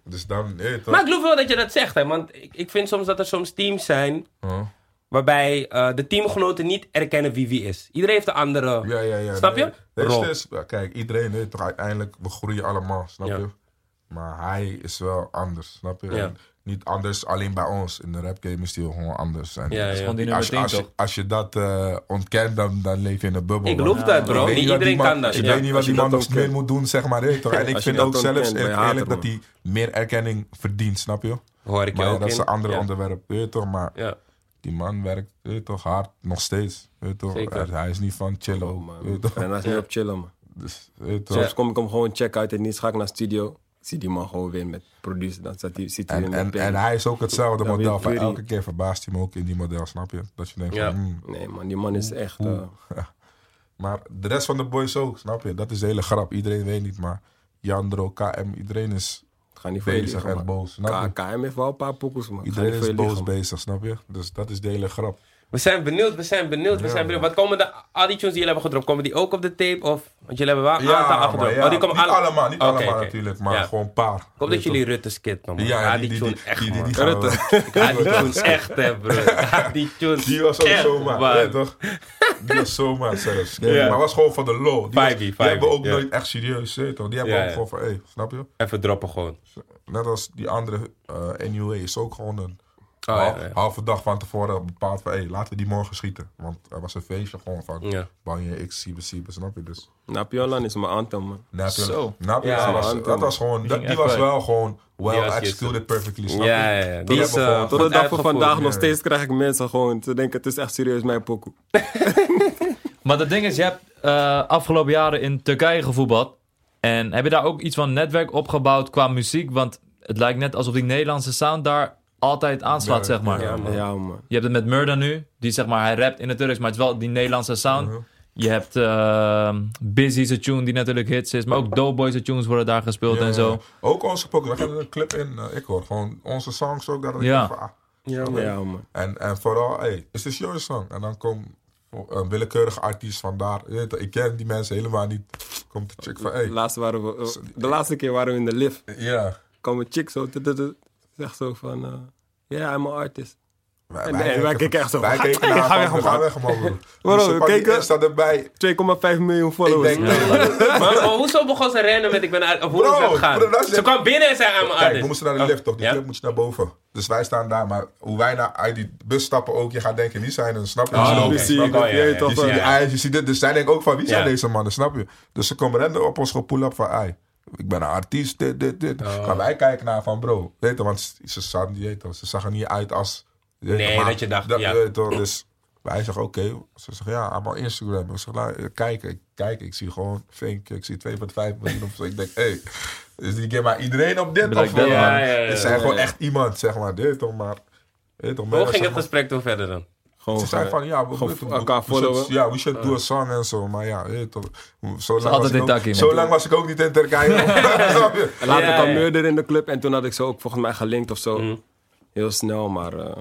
[SPEAKER 4] dus dan, je weet toch?
[SPEAKER 1] Maar ik geloof wel dat je dat zegt, hè. Want ik, ik vind soms dat er soms teams zijn...
[SPEAKER 4] Huh?
[SPEAKER 1] waarbij eh, de teamgenoten niet erkennen wie wie is. Iedereen heeft een andere...
[SPEAKER 4] Ja, ja, ja.
[SPEAKER 1] Snap je?
[SPEAKER 4] Nee,
[SPEAKER 1] Rol.
[SPEAKER 4] Deze is, kijk, iedereen weet toch uiteindelijk, we groeien allemaal, snap
[SPEAKER 1] Ja.
[SPEAKER 4] je? Maar hij is wel anders, snap je?
[SPEAKER 1] Ja.
[SPEAKER 4] En Niet anders alleen bij ons. In de rap game is hij gewoon anders. En
[SPEAKER 1] Ja,
[SPEAKER 2] Dat is
[SPEAKER 1] ja.
[SPEAKER 2] gewoon die
[SPEAKER 4] Als,
[SPEAKER 2] nummer
[SPEAKER 4] je-
[SPEAKER 2] 10
[SPEAKER 4] als, je,
[SPEAKER 2] toch?
[SPEAKER 4] als je dat eh, ontkent, dan, dan leef je in een bubbel.
[SPEAKER 1] Ik
[SPEAKER 4] man.
[SPEAKER 1] geloof dat,
[SPEAKER 4] Ik
[SPEAKER 1] bro. Niet
[SPEAKER 4] weet wat die
[SPEAKER 1] iedereen
[SPEAKER 4] man-
[SPEAKER 1] kan dat.
[SPEAKER 4] Ik
[SPEAKER 1] ja.
[SPEAKER 4] weet niet wat
[SPEAKER 3] Als je
[SPEAKER 4] die man
[SPEAKER 3] dat
[SPEAKER 4] nog
[SPEAKER 3] ook
[SPEAKER 4] meer
[SPEAKER 3] kent.
[SPEAKER 4] moet doen, zeg maar. weet je toch? En ik
[SPEAKER 3] Als je
[SPEAKER 4] vind
[SPEAKER 3] dat
[SPEAKER 4] ook
[SPEAKER 3] ook
[SPEAKER 4] zelfs
[SPEAKER 3] kent, ben je
[SPEAKER 4] eerlijk
[SPEAKER 3] hater,
[SPEAKER 4] dat hij meer erkenning verdient, snap je?
[SPEAKER 1] Hoor ik je
[SPEAKER 4] Maar ja,
[SPEAKER 1] ook
[SPEAKER 4] dat is
[SPEAKER 1] in.
[SPEAKER 4] een ander
[SPEAKER 1] ja.
[SPEAKER 4] onderwerp, weet je toch? Maar
[SPEAKER 1] Ja.
[SPEAKER 4] die man werkt weet je toch, hard, nog steeds. Weet je toch?
[SPEAKER 1] Zeker.
[SPEAKER 4] Hij is niet van chillen.
[SPEAKER 3] Oh,
[SPEAKER 4] weet je
[SPEAKER 3] man.
[SPEAKER 4] toch?
[SPEAKER 3] En hij is nu op chillen, man.
[SPEAKER 4] Dus, weet je toch?
[SPEAKER 3] Soms kom ik hem gewoon check uit en niet ga ik naar studio. Ik zie die man gewoon weer met producer. Dan zat hij- zit hij
[SPEAKER 4] En,
[SPEAKER 3] weer
[SPEAKER 4] en,
[SPEAKER 3] met
[SPEAKER 4] en
[SPEAKER 3] pen.
[SPEAKER 4] hij is ook hetzelfde
[SPEAKER 3] Ja,
[SPEAKER 4] model.
[SPEAKER 3] weet-
[SPEAKER 4] Van
[SPEAKER 3] weet
[SPEAKER 4] elke
[SPEAKER 3] niet.
[SPEAKER 4] keer verbaast hij me ook in die model, snap je? Dat je denkt
[SPEAKER 1] Ja.
[SPEAKER 4] van, hmm.
[SPEAKER 3] Nee, man, die man is echt... eh,
[SPEAKER 4] Maar de rest van de boys ook, snap je? Dat is de hele grap. Iedereen weet niet, maar Jandro, KM, iedereen is
[SPEAKER 3] het gaat niet voor je
[SPEAKER 4] bezig
[SPEAKER 3] liggen, man.
[SPEAKER 4] en boos. Snap je?
[SPEAKER 3] K- KM heeft wel een paar pokoes, man. Het gaat niet
[SPEAKER 4] Iedereen
[SPEAKER 3] voor
[SPEAKER 4] is
[SPEAKER 3] je
[SPEAKER 4] boos
[SPEAKER 3] liggen, man.
[SPEAKER 4] bezig, snap je? Dus dat is de hele grap.
[SPEAKER 1] We zijn benieuwd, we zijn benieuwd, we
[SPEAKER 4] Ja,
[SPEAKER 1] zijn benieuwd.
[SPEAKER 4] man.
[SPEAKER 1] Wat komen de, al die tunes die jullie hebben gedropt, komen die ook op de tape? Of, want jullie hebben wel een aantal
[SPEAKER 4] maar
[SPEAKER 1] afgedropt.
[SPEAKER 4] ja,
[SPEAKER 1] oh, die komen
[SPEAKER 4] niet
[SPEAKER 1] alle-
[SPEAKER 4] allemaal, niet
[SPEAKER 1] Oké,
[SPEAKER 4] allemaal
[SPEAKER 1] oké.
[SPEAKER 4] natuurlijk, maar
[SPEAKER 1] Ja.
[SPEAKER 4] gewoon een paar.
[SPEAKER 1] Ik hoop dat jullie Rutte's kid noemen.
[SPEAKER 4] Ja,
[SPEAKER 1] Ja,
[SPEAKER 4] ja,
[SPEAKER 1] die, tune echt,
[SPEAKER 4] die, die,
[SPEAKER 1] man.
[SPEAKER 4] die gaan we-
[SPEAKER 1] Ik haat die tune echt, hè, bro. Ik haat die tune
[SPEAKER 4] Die was ook
[SPEAKER 1] echt,
[SPEAKER 4] zomaar,
[SPEAKER 1] man.
[SPEAKER 4] ja, toch? Die was zomaar zelfs. Nee,
[SPEAKER 1] Ja.
[SPEAKER 4] Maar was gewoon van de low. Die, was-
[SPEAKER 1] Vibey,
[SPEAKER 4] die
[SPEAKER 1] vibey,
[SPEAKER 4] hebben ook
[SPEAKER 1] ja.
[SPEAKER 4] nooit echt serieus, hè, toch? Die hebben
[SPEAKER 1] Ja,
[SPEAKER 4] ook
[SPEAKER 1] ja.
[SPEAKER 4] gewoon van, hey, snap je?
[SPEAKER 1] Even droppen gewoon.
[SPEAKER 4] Net als die andere eh NUA is ook gewoon een
[SPEAKER 1] Oh,
[SPEAKER 4] half-
[SPEAKER 1] ja, ja.
[SPEAKER 4] halve dag van tevoren bepaald van, hey, laten we die morgen schieten. Want er was een feestje gewoon van,
[SPEAKER 1] Ja.
[SPEAKER 4] Banje, X, Siebe, Siebe, snap je? Dus
[SPEAKER 3] Napiollan is mijn anthem, man.
[SPEAKER 4] Napier-
[SPEAKER 2] Zo.
[SPEAKER 4] Napier
[SPEAKER 1] Ja,
[SPEAKER 4] was,
[SPEAKER 3] ja.
[SPEAKER 4] dat was gewoon, dat,
[SPEAKER 2] ging
[SPEAKER 4] die
[SPEAKER 2] echt
[SPEAKER 4] was
[SPEAKER 2] weg.
[SPEAKER 4] wel gewoon well
[SPEAKER 1] Die was
[SPEAKER 4] executed perfectly, snap
[SPEAKER 1] Ja,
[SPEAKER 4] je?
[SPEAKER 1] ja, ja.
[SPEAKER 4] Toen
[SPEAKER 1] Die is
[SPEAKER 4] hebben we
[SPEAKER 1] eh,
[SPEAKER 4] gewoon-
[SPEAKER 3] Tot de
[SPEAKER 1] goed
[SPEAKER 3] dag van
[SPEAKER 1] uitgevoerd.
[SPEAKER 3] vandaag
[SPEAKER 4] ja.
[SPEAKER 3] nog steeds krijg ik mensen gewoon te denken, het is echt serieus mijn pokoe.
[SPEAKER 2] Maar dat ding is, je hebt eh, afgelopen jaren in Turkije gevoetbald. En heb je daar ook iets van netwerk opgebouwd qua muziek? Want het lijkt net alsof die Nederlandse sound daar altijd aanslaat,
[SPEAKER 4] Ja,
[SPEAKER 2] zeg maar.
[SPEAKER 1] Ja, man.
[SPEAKER 3] Ja, man.
[SPEAKER 2] Je hebt het met Murda nu, die zeg maar, hij rapt in het Turks, maar het is wel die Nederlandse sound.
[SPEAKER 4] Uh-huh.
[SPEAKER 2] Je hebt eh, Busy's tune, die natuurlijk hits is, maar ook Doughboys' tunes worden daar gespeeld
[SPEAKER 4] Ja,
[SPEAKER 2] en
[SPEAKER 4] ja.
[SPEAKER 2] zo.
[SPEAKER 4] Ook onze pokken, we gaan een clip in, eh, ik hoor, gewoon onze songs ook. Dat ik
[SPEAKER 2] Ja.
[SPEAKER 4] denk van, ah,
[SPEAKER 1] Ja, man.
[SPEAKER 3] Ja, man.
[SPEAKER 4] En, en vooral, hey, is dit jouw song? En dan komt eh, een willekeurige artiest vandaar. Je weet het, Ik ken die mensen helemaal niet. Komt de chick van, hey.
[SPEAKER 3] Laatst waren we, eh, de laatste keer waren we in de lift.
[SPEAKER 4] Ja.
[SPEAKER 3] Kwam een chick zo, tut, tut, tut, zegt zo van, ja, yeah, I'm an artist.
[SPEAKER 4] Wij,
[SPEAKER 3] En- en wij keken echt zo
[SPEAKER 4] Wij
[SPEAKER 3] van,
[SPEAKER 4] keken
[SPEAKER 3] "Ga-
[SPEAKER 4] naar
[SPEAKER 3] ga
[SPEAKER 4] elkaar,
[SPEAKER 3] weg,
[SPEAKER 4] we
[SPEAKER 3] man."
[SPEAKER 4] gaan weg, man. broer.
[SPEAKER 3] Waarom?
[SPEAKER 4] Dus ze pakken die
[SPEAKER 3] Keken?
[SPEAKER 4] Insta erbij.
[SPEAKER 3] 2,5 miljoen
[SPEAKER 4] Ik
[SPEAKER 3] followers.
[SPEAKER 4] denk, nee,
[SPEAKER 1] Maar, maar hoezo begon ze rennen met ik ben uit... Of hoe
[SPEAKER 4] Bro,
[SPEAKER 1] is dat gaan?
[SPEAKER 4] bro, dat is-
[SPEAKER 1] Ze kwam binnen en zei aan mijn
[SPEAKER 4] Kijk,
[SPEAKER 1] artist.
[SPEAKER 4] we moesten naar de lift, toch? Die
[SPEAKER 1] Ja.
[SPEAKER 4] clip moet je naar boven. Dus wij staan daar, maar hoe wij naar, uit die bus stappen ook, je gaat denken, wie zijn er? Snap je?
[SPEAKER 1] Oh,
[SPEAKER 4] Ze lopen.
[SPEAKER 1] oké.
[SPEAKER 3] zie je,
[SPEAKER 1] Oh, ja,
[SPEAKER 3] dat
[SPEAKER 1] ja,
[SPEAKER 3] je
[SPEAKER 1] ja.
[SPEAKER 4] Je
[SPEAKER 3] toch
[SPEAKER 4] ziet
[SPEAKER 3] wel.
[SPEAKER 4] die
[SPEAKER 1] Ja.
[SPEAKER 4] eyes, je ziet dit. Dus zij denken ook van, wie zijn
[SPEAKER 1] Ja.
[SPEAKER 4] deze mannen, snap je? Dus ze komen rennen op ons gepoel op van, ai, ik ben een artiest, dit, dit, dit.
[SPEAKER 1] Oh.
[SPEAKER 4] Maar wij kijken naar van, bro, weet je, want ze, zag, niet, weet je, ze zag er niet uit als... weet je,
[SPEAKER 1] Nee, dat je dacht, ja.
[SPEAKER 4] weet je toch, dus wij zeggen, oké. Ze zeggen, ja, allemaal eh, Instagram. Ik zeg, nou, kijk, ik, kijk, ik zie gewoon Fink, ik zie 2,5 miljoen of zo. Ik denk, hé, hey, Dus die keer maar iedereen op dit
[SPEAKER 2] Black
[SPEAKER 4] of wat?
[SPEAKER 2] Devil.
[SPEAKER 4] Ja,
[SPEAKER 2] Ja,
[SPEAKER 1] ja, ja,
[SPEAKER 4] Ze
[SPEAKER 1] ja,
[SPEAKER 4] zijn
[SPEAKER 1] ja.
[SPEAKER 4] gewoon echt iemand, zeg maar. Dit toch maar. Dit toch maar.
[SPEAKER 1] Hoe ging
[SPEAKER 4] zeg
[SPEAKER 1] het
[SPEAKER 4] maar.
[SPEAKER 1] gesprek toen verder dan?
[SPEAKER 3] Gewoon
[SPEAKER 4] Ze zei
[SPEAKER 3] eh,
[SPEAKER 4] van ja, we,
[SPEAKER 3] Gewoon
[SPEAKER 4] we- we-
[SPEAKER 3] elkaar
[SPEAKER 4] we should-
[SPEAKER 3] followen.
[SPEAKER 4] Ja, we should do a song en zo. Maar ja, weet je toch. Zo lang,
[SPEAKER 2] altijd
[SPEAKER 4] was ik,
[SPEAKER 2] dit
[SPEAKER 4] ook,
[SPEAKER 2] dakkie,
[SPEAKER 4] zo
[SPEAKER 2] man.
[SPEAKER 4] lang was ik ook niet in Turkije. Snap je?
[SPEAKER 3] En later
[SPEAKER 1] Ja,
[SPEAKER 3] kwam
[SPEAKER 1] ja.
[SPEAKER 3] Murder in de club en toen had ik ze ook volgens mij gelinkt of zo. Heel snel, maar eh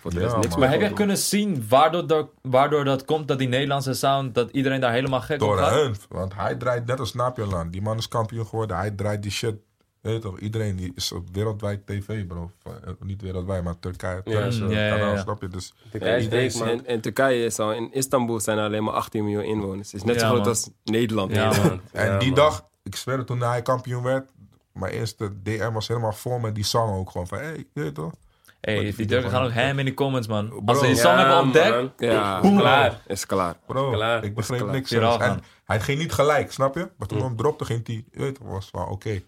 [SPEAKER 3] voor de
[SPEAKER 4] Ja,
[SPEAKER 3] rest niks
[SPEAKER 4] man.
[SPEAKER 3] meer.
[SPEAKER 4] Maar
[SPEAKER 2] Maar heb je
[SPEAKER 3] gehoord.
[SPEAKER 2] kunnen zien waardoor dat, waardoor dat komt, dat die Nederlandse sound, dat iedereen daar helemaal gek op
[SPEAKER 4] Door
[SPEAKER 2] gaat?
[SPEAKER 4] hun. Want hij draait net als Napiland. Die man is kampioen geworden. Hij draait die shit. Weet je toch, iedereen die is op wereldwijd tv, bro. Of, eh, Niet wereldwijd, maar Turkije. Turkse
[SPEAKER 2] ja, ja,
[SPEAKER 4] kanaal,
[SPEAKER 2] ja.
[SPEAKER 4] snap je? Dus
[SPEAKER 1] Ja, is dik, man.
[SPEAKER 3] in, in Turkije is al, in Istanbul zijn er alleen maar 18 miljoen inwoners. Het is net
[SPEAKER 2] Ja,
[SPEAKER 3] zo groot
[SPEAKER 2] man.
[SPEAKER 3] als Nederland.
[SPEAKER 2] Ja, man.
[SPEAKER 4] En
[SPEAKER 1] Ja,
[SPEAKER 4] die
[SPEAKER 1] man.
[SPEAKER 4] dag, ik zweer het, toen hij kampioen werd, mijn eerste DM was helemaal vol met die song ook. Gewoon van, hé, hey, je weet toch?
[SPEAKER 2] Hey, die Turken gaan ook hem in de comments, man. Als ze
[SPEAKER 4] Bro.
[SPEAKER 2] die song
[SPEAKER 1] Ja,
[SPEAKER 2] hebben ontdekt,
[SPEAKER 1] man.
[SPEAKER 3] Ja,
[SPEAKER 1] Boem. Klaar.
[SPEAKER 3] Is klaar.
[SPEAKER 4] Bro,
[SPEAKER 1] Klaar.
[SPEAKER 4] ik begreep
[SPEAKER 3] Klaar.
[SPEAKER 4] niks.
[SPEAKER 2] Hier
[SPEAKER 4] zelfs.
[SPEAKER 2] af,
[SPEAKER 4] En
[SPEAKER 2] man.
[SPEAKER 4] hij ging niet gelijk, snap je? Maar
[SPEAKER 1] Mm.
[SPEAKER 4] toen hem dropte, ging hij, je weet toch, was van, oké.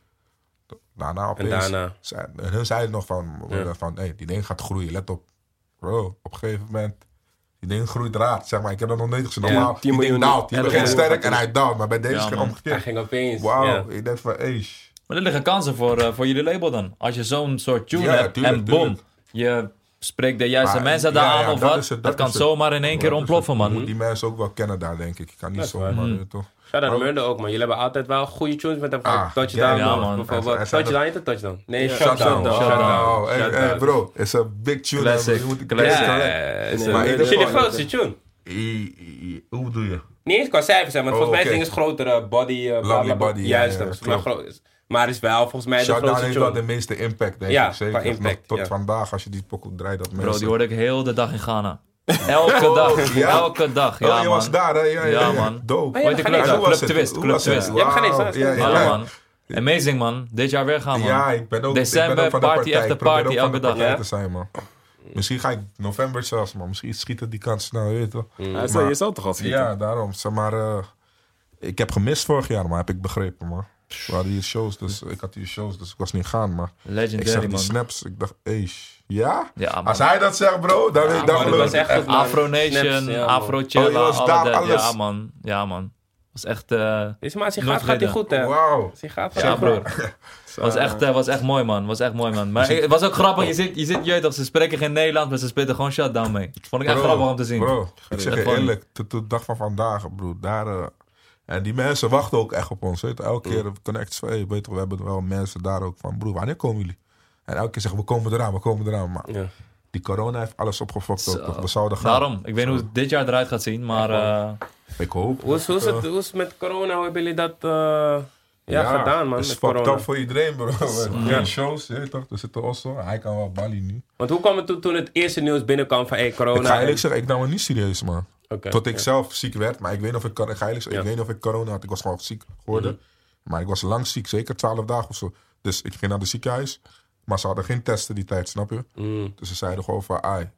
[SPEAKER 4] Daarna opeens.
[SPEAKER 1] daarna.
[SPEAKER 4] zei- en hun zeiden nog van, van hey, die ding gaat groeien, let op. Bro, op een gegeven moment, die ding groeit raad, zeg maar. Ik heb dat nog nooit gezien. Normaal,
[SPEAKER 3] 10
[SPEAKER 4] die ding
[SPEAKER 3] miljoen,
[SPEAKER 4] daalt. Je
[SPEAKER 3] 11
[SPEAKER 4] begint
[SPEAKER 3] miljoen
[SPEAKER 4] sterk
[SPEAKER 3] gaat
[SPEAKER 4] en hij daalt. Maar bij deze
[SPEAKER 2] Ja,
[SPEAKER 4] is het
[SPEAKER 2] man.
[SPEAKER 1] Hij
[SPEAKER 4] omgekeerd.
[SPEAKER 1] ging opeens.
[SPEAKER 4] Wauw,
[SPEAKER 1] ja.
[SPEAKER 4] ik denk van, eish.
[SPEAKER 2] maar er liggen kansen voor, eh, voor jullie label dan. Als je zo'n soort tune
[SPEAKER 4] Ja,
[SPEAKER 2] hebt
[SPEAKER 4] tuurlijk,
[SPEAKER 2] en boom,
[SPEAKER 4] tuurlijk.
[SPEAKER 2] je spreekt de juiste
[SPEAKER 4] Maar,
[SPEAKER 2] mensen daar
[SPEAKER 4] ja,
[SPEAKER 2] aan
[SPEAKER 4] ja,
[SPEAKER 2] of
[SPEAKER 4] dat
[SPEAKER 2] wat,
[SPEAKER 4] is het,
[SPEAKER 2] dat
[SPEAKER 4] dat
[SPEAKER 2] kan
[SPEAKER 4] is het.
[SPEAKER 2] zomaar in één keer ontploffen,
[SPEAKER 4] Je moet
[SPEAKER 2] man.
[SPEAKER 4] die mensen ook wel kennen daar, denk ik. Je kan niet
[SPEAKER 1] Dat is
[SPEAKER 4] zomaar, eh, toch?
[SPEAKER 1] Shout out Murder ook, man. Jullie hebben altijd wel goede tunes met hem gehad.
[SPEAKER 4] Ah,
[SPEAKER 1] touchdown,
[SPEAKER 2] ja,
[SPEAKER 1] man.
[SPEAKER 2] man.
[SPEAKER 4] Hij
[SPEAKER 1] Bijvoorbeeld.
[SPEAKER 4] zei dat-
[SPEAKER 1] Touchdown, heet het touchdown? Nee,
[SPEAKER 4] Shutdown.
[SPEAKER 1] shutdown.
[SPEAKER 4] Shutdown.
[SPEAKER 1] Shutdown.
[SPEAKER 4] Hey, hey,
[SPEAKER 1] Shutdown.
[SPEAKER 4] bro, it's a big tune.
[SPEAKER 2] Classic,
[SPEAKER 4] hè, we moeten-
[SPEAKER 2] classic.
[SPEAKER 1] Ja,
[SPEAKER 4] hè?
[SPEAKER 1] is
[SPEAKER 4] Maar in
[SPEAKER 1] een-
[SPEAKER 4] ieder
[SPEAKER 1] is jullie
[SPEAKER 4] geval-
[SPEAKER 1] grootste tune.
[SPEAKER 4] I- I- I- Hoe bedoel je?
[SPEAKER 1] Niet eens qua cijfers, hè, want
[SPEAKER 4] Oh,
[SPEAKER 1] volgens mij is
[SPEAKER 4] oké.
[SPEAKER 1] het ding is groter. eh, body, eh, bla, bla,
[SPEAKER 4] Lovely
[SPEAKER 1] bla.
[SPEAKER 4] body, ja,
[SPEAKER 1] Juist,
[SPEAKER 4] ja,
[SPEAKER 1] dat is maar,
[SPEAKER 4] klopt.
[SPEAKER 1] groot is. maar is wel volgens mij de
[SPEAKER 4] Shutdown
[SPEAKER 1] grootste
[SPEAKER 4] heeft wel de
[SPEAKER 1] tune.
[SPEAKER 4] meeste impact, denk
[SPEAKER 1] Ja,
[SPEAKER 4] ik. Zeker.
[SPEAKER 1] qua
[SPEAKER 4] Nog
[SPEAKER 1] impact,
[SPEAKER 4] tot
[SPEAKER 1] ja.
[SPEAKER 4] vandaag, als je die pokoe draait, dat
[SPEAKER 2] Bro,
[SPEAKER 4] mensen...
[SPEAKER 2] die hoorde ik heel de dag in Ghana. Elke dag,
[SPEAKER 4] Oh, ja.
[SPEAKER 2] elke dag,
[SPEAKER 4] Oh,
[SPEAKER 2] ja,
[SPEAKER 4] je was
[SPEAKER 2] man.
[SPEAKER 4] daar, hè? Ja, ja,
[SPEAKER 2] Ja,
[SPEAKER 4] ja.
[SPEAKER 2] man.
[SPEAKER 4] Dope.
[SPEAKER 1] Oh, ja,
[SPEAKER 2] Weet
[SPEAKER 1] dat
[SPEAKER 2] je,
[SPEAKER 1] ga ik
[SPEAKER 2] club,
[SPEAKER 1] niet.
[SPEAKER 4] Hoe was
[SPEAKER 2] club
[SPEAKER 4] het?
[SPEAKER 2] twist,
[SPEAKER 4] Hoe
[SPEAKER 2] club
[SPEAKER 4] was het?
[SPEAKER 2] twist.
[SPEAKER 1] Je hebt geen eens,
[SPEAKER 4] Wauw,
[SPEAKER 1] hè?
[SPEAKER 4] ja, ja,
[SPEAKER 2] Hallo,
[SPEAKER 4] ja.
[SPEAKER 2] man. Amazing, man. Dit jaar weer gaan, man.
[SPEAKER 4] Ja, ik ben ook,
[SPEAKER 2] December,
[SPEAKER 4] ik ben ook van de
[SPEAKER 2] party
[SPEAKER 4] partij.
[SPEAKER 2] after
[SPEAKER 4] Ik probeer
[SPEAKER 2] party,
[SPEAKER 4] ook van
[SPEAKER 2] elke
[SPEAKER 4] de
[SPEAKER 2] dag,
[SPEAKER 4] partij
[SPEAKER 1] hè?
[SPEAKER 4] te zijn, man. Misschien ga ik november zelfs, man. Misschien schiet het die kans snel, weet je toch?
[SPEAKER 3] Hij zei, je zal toch al schieten?
[SPEAKER 4] Ja, daarom. Zeg maar, eh, ik heb gemist vorig jaar, maar heb ik begrepen, man. We hadden hier shows, dus ik had hier shows, dus ik was niet gaan, maar ik zag
[SPEAKER 2] Legendary,
[SPEAKER 4] die
[SPEAKER 2] man.
[SPEAKER 4] snaps, ik dacht, eish. Ja?
[SPEAKER 2] Ja, man.
[SPEAKER 4] Als hij dat zegt, bro, dan weet ik dat
[SPEAKER 1] maar dat
[SPEAKER 4] geloof
[SPEAKER 1] was
[SPEAKER 4] ik
[SPEAKER 1] echt goed,
[SPEAKER 4] echt.
[SPEAKER 1] man.
[SPEAKER 2] Afro
[SPEAKER 1] Snaps,
[SPEAKER 2] Nation,
[SPEAKER 1] ja, man.
[SPEAKER 2] Afro
[SPEAKER 4] Oh, je
[SPEAKER 2] Chilla,
[SPEAKER 4] was daar,
[SPEAKER 2] alle dat.
[SPEAKER 4] alles.
[SPEAKER 2] Ja, man. Ja, man. Was echt... eh,
[SPEAKER 1] Is maar als hij
[SPEAKER 2] Nooit
[SPEAKER 1] gaat, gaat hij
[SPEAKER 2] vergeten.
[SPEAKER 1] goed, hè?
[SPEAKER 4] Wauw.
[SPEAKER 1] Als hij gaat, gaat
[SPEAKER 2] Ja,
[SPEAKER 1] hij
[SPEAKER 2] broer.
[SPEAKER 1] goed.
[SPEAKER 2] Was echt, eh, was echt mooi, man. Was echt mooi, man. Maar eh, het was ook grappig. Je zit, je zit, je weet toch, ze spreken geen Nederlands, maar ze spitten gewoon shutdown mee. Vond ik echt
[SPEAKER 4] Bro,
[SPEAKER 2] grappig om te zien.
[SPEAKER 4] Bro, ik zeg
[SPEAKER 2] Echt
[SPEAKER 4] je
[SPEAKER 2] funny.
[SPEAKER 4] eerlijk, tot tot de dag van vandaag, bro, daar... eh, en die mensen wachten ook echt op ons. Weet je. Elke
[SPEAKER 2] Mm.
[SPEAKER 4] keer connects van, hey, weet je, we hebben wel mensen daar ook van, broer, wanneer komen jullie? En elke keer zeggen we komen eraan, we komen eraan. Maar
[SPEAKER 1] Ja.
[SPEAKER 4] die corona heeft alles opgefokt ook.
[SPEAKER 2] Zo.
[SPEAKER 4] toch? We zouden gaan.
[SPEAKER 2] Daarom. Ik weet niet hoe het dit jaar eruit gaat zien, maar... eh,
[SPEAKER 4] Ik hoop.
[SPEAKER 1] Hoe is, hoe, is het, hoe is het met corona? Hoe hebben jullie dat eh, ja, gedaan, man?
[SPEAKER 4] Het is
[SPEAKER 1] Met
[SPEAKER 4] fucked
[SPEAKER 1] corona?
[SPEAKER 4] up voor iedereen, bro. Ja. Shows, je weet toch? Dus Er zitten Osso. Hij kan wel Bali nu.
[SPEAKER 1] Want hoe kwam het toen, toen het eerste nieuws binnenkwam van hey, corona?
[SPEAKER 4] Ik ga eerlijk
[SPEAKER 1] en-
[SPEAKER 4] zeggen, ik nam het niet serieus, man.
[SPEAKER 1] Oké,
[SPEAKER 4] Tot ik
[SPEAKER 1] nou, ja.
[SPEAKER 4] zelf ziek werd. Maar ik weet, niet of ik, kan- ik, ga eerlijk zeggen, ik weet niet of ik corona had. Ik was gewoon ziek geworden.
[SPEAKER 1] Mhm.
[SPEAKER 4] Maar ik was lang ziek. Zeker twaalf dagen of zo. Dus ik ging naar het ziekenhuis. Maar ze hadden geen testen die tijd, snap je?
[SPEAKER 1] Mm.
[SPEAKER 4] Dus ze zeiden gewoon van, ai.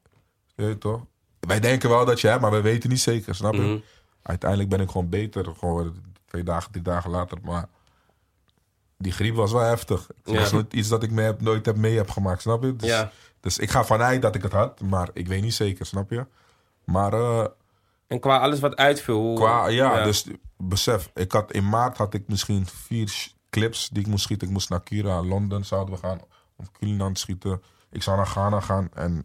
[SPEAKER 4] Je weet toch? Wij denken wel dat je hebt, maar we weten niet zeker, snap
[SPEAKER 1] mm. Mhm.
[SPEAKER 4] je? Uiteindelijk ben ik gewoon beter geworden. Twee dagen, drie dagen later. Maar die griep was wel heftig. Het
[SPEAKER 1] Ja.
[SPEAKER 4] was nooit iets dat ik me heb, nooit heb mee heb gemaakt, snap je? Dus,
[SPEAKER 1] Ja.
[SPEAKER 4] dus ik ga vanuit dat ik het had, maar ik weet niet zeker, snap je? Maar eh,
[SPEAKER 1] En qua alles wat uitviel. Hoe,
[SPEAKER 4] qua, ja, dus besef, ik had, in maart had ik misschien vier sh- clips die ik moest schieten. Ik moest naar Kira, Londen zouden we gaan, of Culinan schieten. Ik zou naar Ghana gaan en